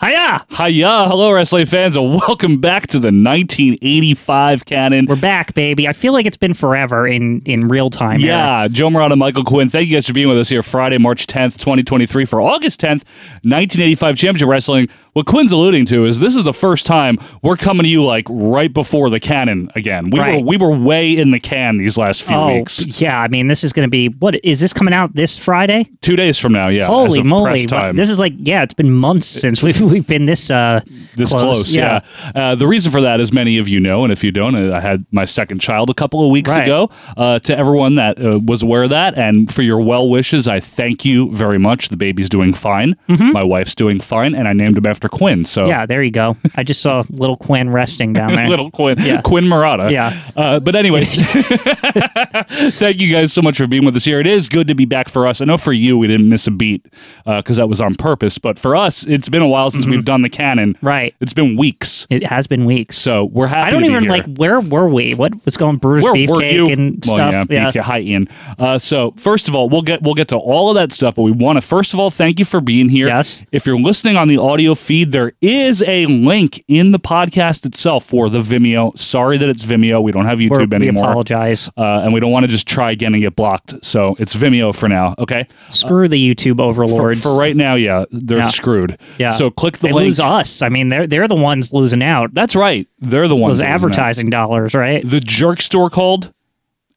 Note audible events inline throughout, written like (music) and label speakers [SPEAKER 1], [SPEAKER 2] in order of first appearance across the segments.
[SPEAKER 1] Hiya!
[SPEAKER 2] Hiya, hello wrestling fans, and welcome back to the 1985 canon.
[SPEAKER 1] We're back, baby. I feel like it's been forever in in real time. Eric.
[SPEAKER 2] yeah, Joe Morata, Michael Quinn. Thank you guys for being with us here Friday, March 10th, 2023 for August 10th, 1985 Championship Wrestling. What Quinn's alluding to is this is the first time we're coming to you like right before the canon again. We
[SPEAKER 1] Right.
[SPEAKER 2] were we were way in the can these last few
[SPEAKER 1] Oh,
[SPEAKER 2] weeks.
[SPEAKER 1] yeah. I mean, this is going to be what is this coming out this Friday?
[SPEAKER 2] Two days from now, yeah. as
[SPEAKER 1] Holy
[SPEAKER 2] of
[SPEAKER 1] moly!
[SPEAKER 2] press time.
[SPEAKER 1] This is like yeah, it's been months since we've we've been this uh
[SPEAKER 2] this close, yeah. Uh, the reason for that, as many of you know, and if you don't, uh, I had my second child a couple of weeks
[SPEAKER 1] Right.
[SPEAKER 2] ago. Uh, to everyone that uh, was aware of that, and for your well wishes, I thank you very much. The baby's doing fine. My wife's doing fine, and I named him after Quinn. So. (laughs)
[SPEAKER 1] Mm-hmm. Yeah, there you go. I just saw little Quinn resting down there.
[SPEAKER 2] Little Quinn, (laughs)
[SPEAKER 1] Yeah.
[SPEAKER 2] Quinn Murata.
[SPEAKER 1] Yeah.
[SPEAKER 2] Uh, but
[SPEAKER 1] (laughs)
[SPEAKER 2] anyway, (laughs) thank you guys so much for being with us here. It is good to be back for us. I know for you, we didn't miss a beat because that was on purpose. But for us, it's been a while since we've done the canon.
[SPEAKER 1] Mm-hmm. Right.
[SPEAKER 2] It's been weeks.
[SPEAKER 1] It has been weeks.
[SPEAKER 2] So we're happy.
[SPEAKER 1] I don't
[SPEAKER 2] to be
[SPEAKER 1] even
[SPEAKER 2] here.
[SPEAKER 1] like where were we? What was going Bruce
[SPEAKER 2] where
[SPEAKER 1] Beefcake
[SPEAKER 2] were you?
[SPEAKER 1] and
[SPEAKER 2] Well,
[SPEAKER 1] stuff?
[SPEAKER 2] yeah, Beefcake. Hi, Ian. Uh, so first of all, we'll get we'll get to all of that stuff, but we want to first of all thank you for being here.
[SPEAKER 1] Yes.
[SPEAKER 2] If you're listening on the audio feed, there is a link in the podcast itself for the Vimeo. Sorry that it's Vimeo. We don't have
[SPEAKER 1] We're-
[SPEAKER 2] YouTube
[SPEAKER 1] we
[SPEAKER 2] anymore.
[SPEAKER 1] apologize.
[SPEAKER 2] Uh, and we don't want to just try again and get blocked. So it's Vimeo for now. Okay.
[SPEAKER 1] Screw the YouTube
[SPEAKER 2] Uh, For,
[SPEAKER 1] overlords.
[SPEAKER 2] for right now, yeah, they're
[SPEAKER 1] Yeah.
[SPEAKER 2] screwed.
[SPEAKER 1] yeah.
[SPEAKER 2] So click the
[SPEAKER 1] they
[SPEAKER 2] link.
[SPEAKER 1] lose us. I mean, they're they're the ones losing out.
[SPEAKER 2] That's right. They're the ones
[SPEAKER 1] Those
[SPEAKER 2] that lose now.
[SPEAKER 1] advertising dollars, right?
[SPEAKER 2] the jerk store called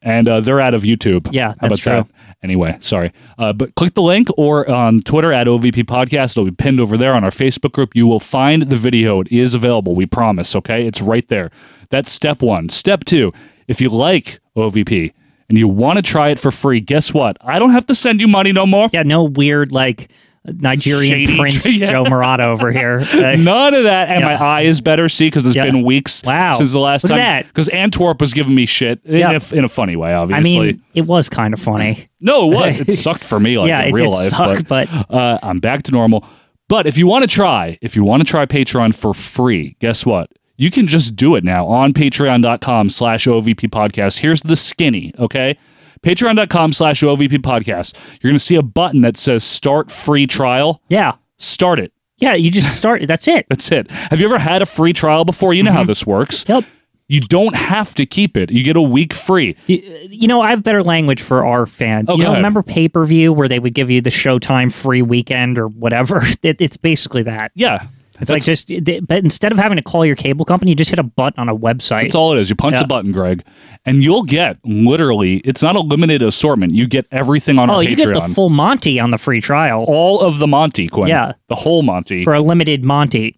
[SPEAKER 2] and uh, they're out of youtube
[SPEAKER 1] Yeah,
[SPEAKER 2] How
[SPEAKER 1] that's
[SPEAKER 2] about that? anyway sorry uh, but click the link or on twitter at ovp podcast it'll be pinned over there on our facebook group you will find the video it is available we promise okay it's right there that's step one step two if you like ovp and you want to try it for free guess what i don't have to send you money no more
[SPEAKER 1] Yeah, no weird like Nigerian
[SPEAKER 2] Shady
[SPEAKER 1] prince
[SPEAKER 2] tra- (laughs) yeah.
[SPEAKER 1] Joe Murata
[SPEAKER 2] (laughs)
[SPEAKER 1] over here. Uh,
[SPEAKER 2] None of that, and
[SPEAKER 1] Yeah.
[SPEAKER 2] my eye is better. See, because it's
[SPEAKER 1] Yeah.
[SPEAKER 2] been weeks
[SPEAKER 1] Wow.
[SPEAKER 2] since the last
[SPEAKER 1] Look at
[SPEAKER 2] time.
[SPEAKER 1] that.
[SPEAKER 2] Because Antwerp was giving me shit in,
[SPEAKER 1] Yeah.
[SPEAKER 2] a, in a funny way,
[SPEAKER 1] I
[SPEAKER 2] obviously.
[SPEAKER 1] mean, it was kind of funny.
[SPEAKER 2] No, it was.
[SPEAKER 1] (laughs)
[SPEAKER 2] It sucked for me, like
[SPEAKER 1] Yeah,
[SPEAKER 2] in
[SPEAKER 1] it
[SPEAKER 2] real
[SPEAKER 1] did
[SPEAKER 2] life.
[SPEAKER 1] suck,
[SPEAKER 2] uh, I'm back to normal. But if you want to try, if you want to try Patreon for free, guess what? You can just do it now on patreon.com slash OVP podcast. Here's the skinny, okay? Patreon.com slash OVP podcast. You're going to see a button that says start free trial.
[SPEAKER 1] Yeah.
[SPEAKER 2] Start it.
[SPEAKER 1] Yeah, you just start. That's it.
[SPEAKER 2] That's it. Have you ever had a free trial before? You know how this works.
[SPEAKER 1] Mm-hmm. Yep.
[SPEAKER 2] You don't have to keep it. You get a week free.
[SPEAKER 1] You, you know, I have better language for our fans.
[SPEAKER 2] Oh,
[SPEAKER 1] you
[SPEAKER 2] go
[SPEAKER 1] know,
[SPEAKER 2] ahead.
[SPEAKER 1] remember pay per view where they would give you the Showtime free weekend or whatever? (laughs) It, it's basically that.
[SPEAKER 2] Yeah.
[SPEAKER 1] It's like just, th- but instead of having to call your cable company, you just hit a button on a website.
[SPEAKER 2] That's all it is. You punch
[SPEAKER 1] Yeah.
[SPEAKER 2] the button, Greg, and you'll get literally. It's not a limited assortment. You get everything on
[SPEAKER 1] oh,
[SPEAKER 2] our
[SPEAKER 1] you
[SPEAKER 2] Patreon.
[SPEAKER 1] get the full Monty on the free trial
[SPEAKER 2] all of the Monty, Quinn.
[SPEAKER 1] Yeah.
[SPEAKER 2] the whole Monty,
[SPEAKER 1] for a limited Monty.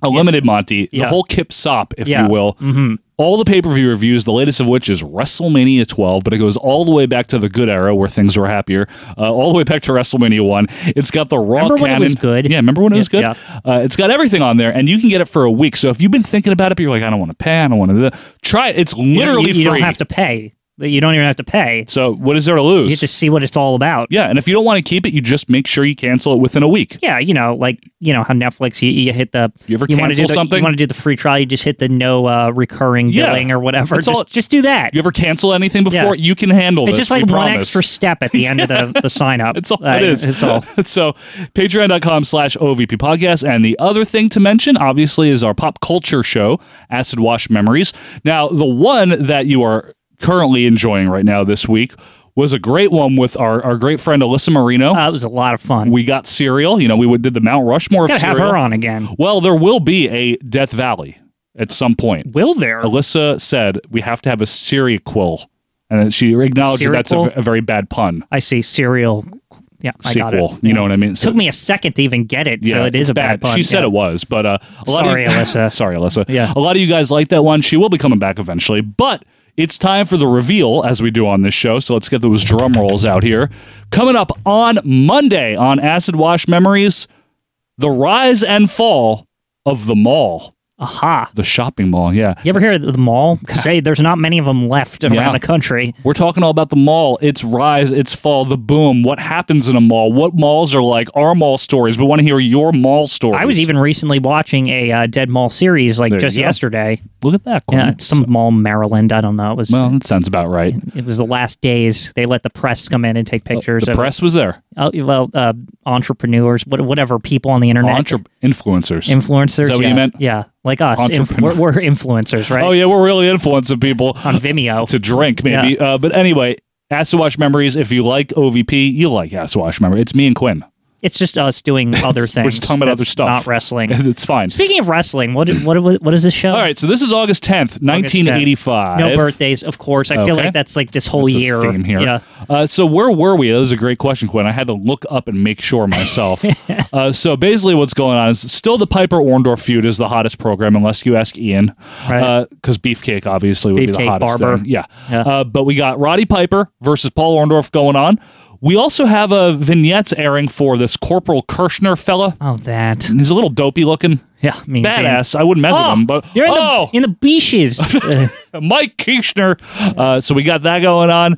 [SPEAKER 2] a limited Monty,
[SPEAKER 1] Yeah.
[SPEAKER 2] the whole Kip Sop, if
[SPEAKER 1] Yeah.
[SPEAKER 2] you will. Mm-hmm. All the pay per view reviews, the latest of which is WrestleMania 12, but it goes all the way back to the good era where things were happier, uh, all the way back to WrestleMania 1. It's got the Raw
[SPEAKER 1] Remember when it
[SPEAKER 2] canon.
[SPEAKER 1] was good?
[SPEAKER 2] Yeah, remember when it was good?
[SPEAKER 1] yeah.
[SPEAKER 2] Uh, it's got everything on there, and you can get it for a week. So if you've been thinking about it, but you're like, I don't want to pay, I don't want to. Try it. It's
[SPEAKER 1] You don't-
[SPEAKER 2] literally
[SPEAKER 1] you, you
[SPEAKER 2] free.
[SPEAKER 1] don't have to pay. You don't even have to pay.
[SPEAKER 2] so what is there to lose?
[SPEAKER 1] You get to see what it's all about.
[SPEAKER 2] Yeah, and if you don't want to keep it, you just make sure you cancel it within a week.
[SPEAKER 1] yeah, you know, like you know how Netflix you, you hit the
[SPEAKER 2] You ever
[SPEAKER 1] wanna
[SPEAKER 2] cancel
[SPEAKER 1] do the,
[SPEAKER 2] something?
[SPEAKER 1] You want to do the free trial? You just hit the no uh, recurring
[SPEAKER 2] Yeah.
[SPEAKER 1] billing or whatever.
[SPEAKER 2] That's
[SPEAKER 1] just
[SPEAKER 2] all-
[SPEAKER 1] just do that.
[SPEAKER 2] You ever cancel anything before?
[SPEAKER 1] Yeah.
[SPEAKER 2] You can handle
[SPEAKER 1] it's
[SPEAKER 2] this.
[SPEAKER 1] just like
[SPEAKER 2] we
[SPEAKER 1] one
[SPEAKER 2] promise. (laughs)
[SPEAKER 1] extra step at the end of the, the sign up.
[SPEAKER 2] It's all it is.
[SPEAKER 1] It's
[SPEAKER 2] (laughs)
[SPEAKER 1] all.
[SPEAKER 2] so patreon.com slash OVP podcast. And the other thing to mention, obviously, is our pop culture show, Acid Wash Memories. Now, the one that you are currently enjoying right now this week was a great one with our, our great friend Alyssa Marino.
[SPEAKER 1] Uh, it was a lot of fun. We
[SPEAKER 2] we got Serial. You know, we would- did the Mount Rushmore of
[SPEAKER 1] gotta have
[SPEAKER 2] Serial.
[SPEAKER 1] her on again.
[SPEAKER 2] Well, there will be a Death Valley at some point.
[SPEAKER 1] Will there?
[SPEAKER 2] Alyssa said we have to have a sequel, and she acknowledged that that's a,
[SPEAKER 1] Sequel?
[SPEAKER 2] a very bad pun.
[SPEAKER 1] I see serial. Yeah, I got it.
[SPEAKER 2] Sequel, you know what I mean? So,
[SPEAKER 1] Took me a second to even get it, so it is
[SPEAKER 2] it's
[SPEAKER 1] a bad, pun.
[SPEAKER 2] She said
[SPEAKER 1] yeah.
[SPEAKER 2] it was, but uh, a lot (laughs)
[SPEAKER 1] Sorry,
[SPEAKER 2] of,
[SPEAKER 1] Alyssa.
[SPEAKER 2] sorry, Alyssa.
[SPEAKER 1] Yeah.
[SPEAKER 2] a lot of you guys like that one. She will be coming back eventually, but. It's time for the reveal, as we do on this show. So let's get those drum rolls out here. Coming up on Monday on Acid Wash Memories, the rise and fall of the mall.
[SPEAKER 1] Aha.
[SPEAKER 2] The shopping mall, yeah.
[SPEAKER 1] You ever hear of
[SPEAKER 2] (laughs)
[SPEAKER 1] the mall? Say there's not many of them left around the country.
[SPEAKER 2] We're talking all about the mall, its rise, its fall, the boom, what happens in a mall, what malls are like, our mall stories. We want to hear your mall stories.
[SPEAKER 1] I was even recently watching a uh, Dead Mall series like
[SPEAKER 2] There you
[SPEAKER 1] just
[SPEAKER 2] go.
[SPEAKER 1] yesterday.
[SPEAKER 2] Look at that.
[SPEAKER 1] Yeah,
[SPEAKER 2] Quinn.
[SPEAKER 1] some mall Maryland. I don't know. It was
[SPEAKER 2] Mm-hmm. well, that sounds about right.
[SPEAKER 1] it was the last days. They let the press come in and take pictures
[SPEAKER 2] The
[SPEAKER 1] of
[SPEAKER 2] press was there.
[SPEAKER 1] Oh, well uh, entrepreneurs, what, whatever people on the internet,
[SPEAKER 2] Entre- influencers.
[SPEAKER 1] influencers.
[SPEAKER 2] Is that what
[SPEAKER 1] yeah,
[SPEAKER 2] you meant?
[SPEAKER 1] Yeah, like us. Inf-
[SPEAKER 2] Entrepreneur.
[SPEAKER 1] we're, we're influencers, right?
[SPEAKER 2] (laughs)
[SPEAKER 1] Uh,
[SPEAKER 2] Oh yeah, we're really influencing people
[SPEAKER 1] On Vimeo.
[SPEAKER 2] to drink, maybe. Uh, but anyway, Assawash Memories. If you like OVP, you like Assawash Memories. It's me and Quinn. (laughs)
[SPEAKER 1] It's just us doing other things.
[SPEAKER 2] just talking about other
[SPEAKER 1] That's
[SPEAKER 2] stuff. (laughs)
[SPEAKER 1] Not wrestling.
[SPEAKER 2] it's fine.
[SPEAKER 1] Speaking of wrestling, what what what, what is this show?
[SPEAKER 2] All right, so this is August tenth, nineteen
[SPEAKER 1] 10th.
[SPEAKER 2] eighty-five.
[SPEAKER 1] No birthdays, of course. I feel
[SPEAKER 2] Okay.
[SPEAKER 1] like that's like this whole
[SPEAKER 2] That's a
[SPEAKER 1] year.
[SPEAKER 2] theme here.
[SPEAKER 1] Yeah.
[SPEAKER 2] Uh, so where were we? That was a great question, Quinn. I had to look up and make sure
[SPEAKER 1] (laughs)
[SPEAKER 2] myself. uh, so basically, what's going on is still the Piper Orndorff feud is the hottest program, unless you ask Ian, because
[SPEAKER 1] Right.
[SPEAKER 2] Beefcake obviously would be the
[SPEAKER 1] Beefcake,
[SPEAKER 2] hottest.
[SPEAKER 1] Barber.
[SPEAKER 2] thing. Yeah. Uh, but we got Roddy Piper versus Paul Orndorff going on. We also have a vignettes airing for this Corporal Kirschner fella.
[SPEAKER 1] Oh, that.
[SPEAKER 2] He's a little dopey looking.
[SPEAKER 1] Yeah. Mean Gene.
[SPEAKER 2] Mm. Badass. I wouldn't mess
[SPEAKER 1] Oh,
[SPEAKER 2] with him, but
[SPEAKER 1] you're in
[SPEAKER 2] oh,
[SPEAKER 1] the in the beaches.
[SPEAKER 2] (laughs)
[SPEAKER 1] Uh,
[SPEAKER 2] Mike Kirchner. Uh, so we got that going on.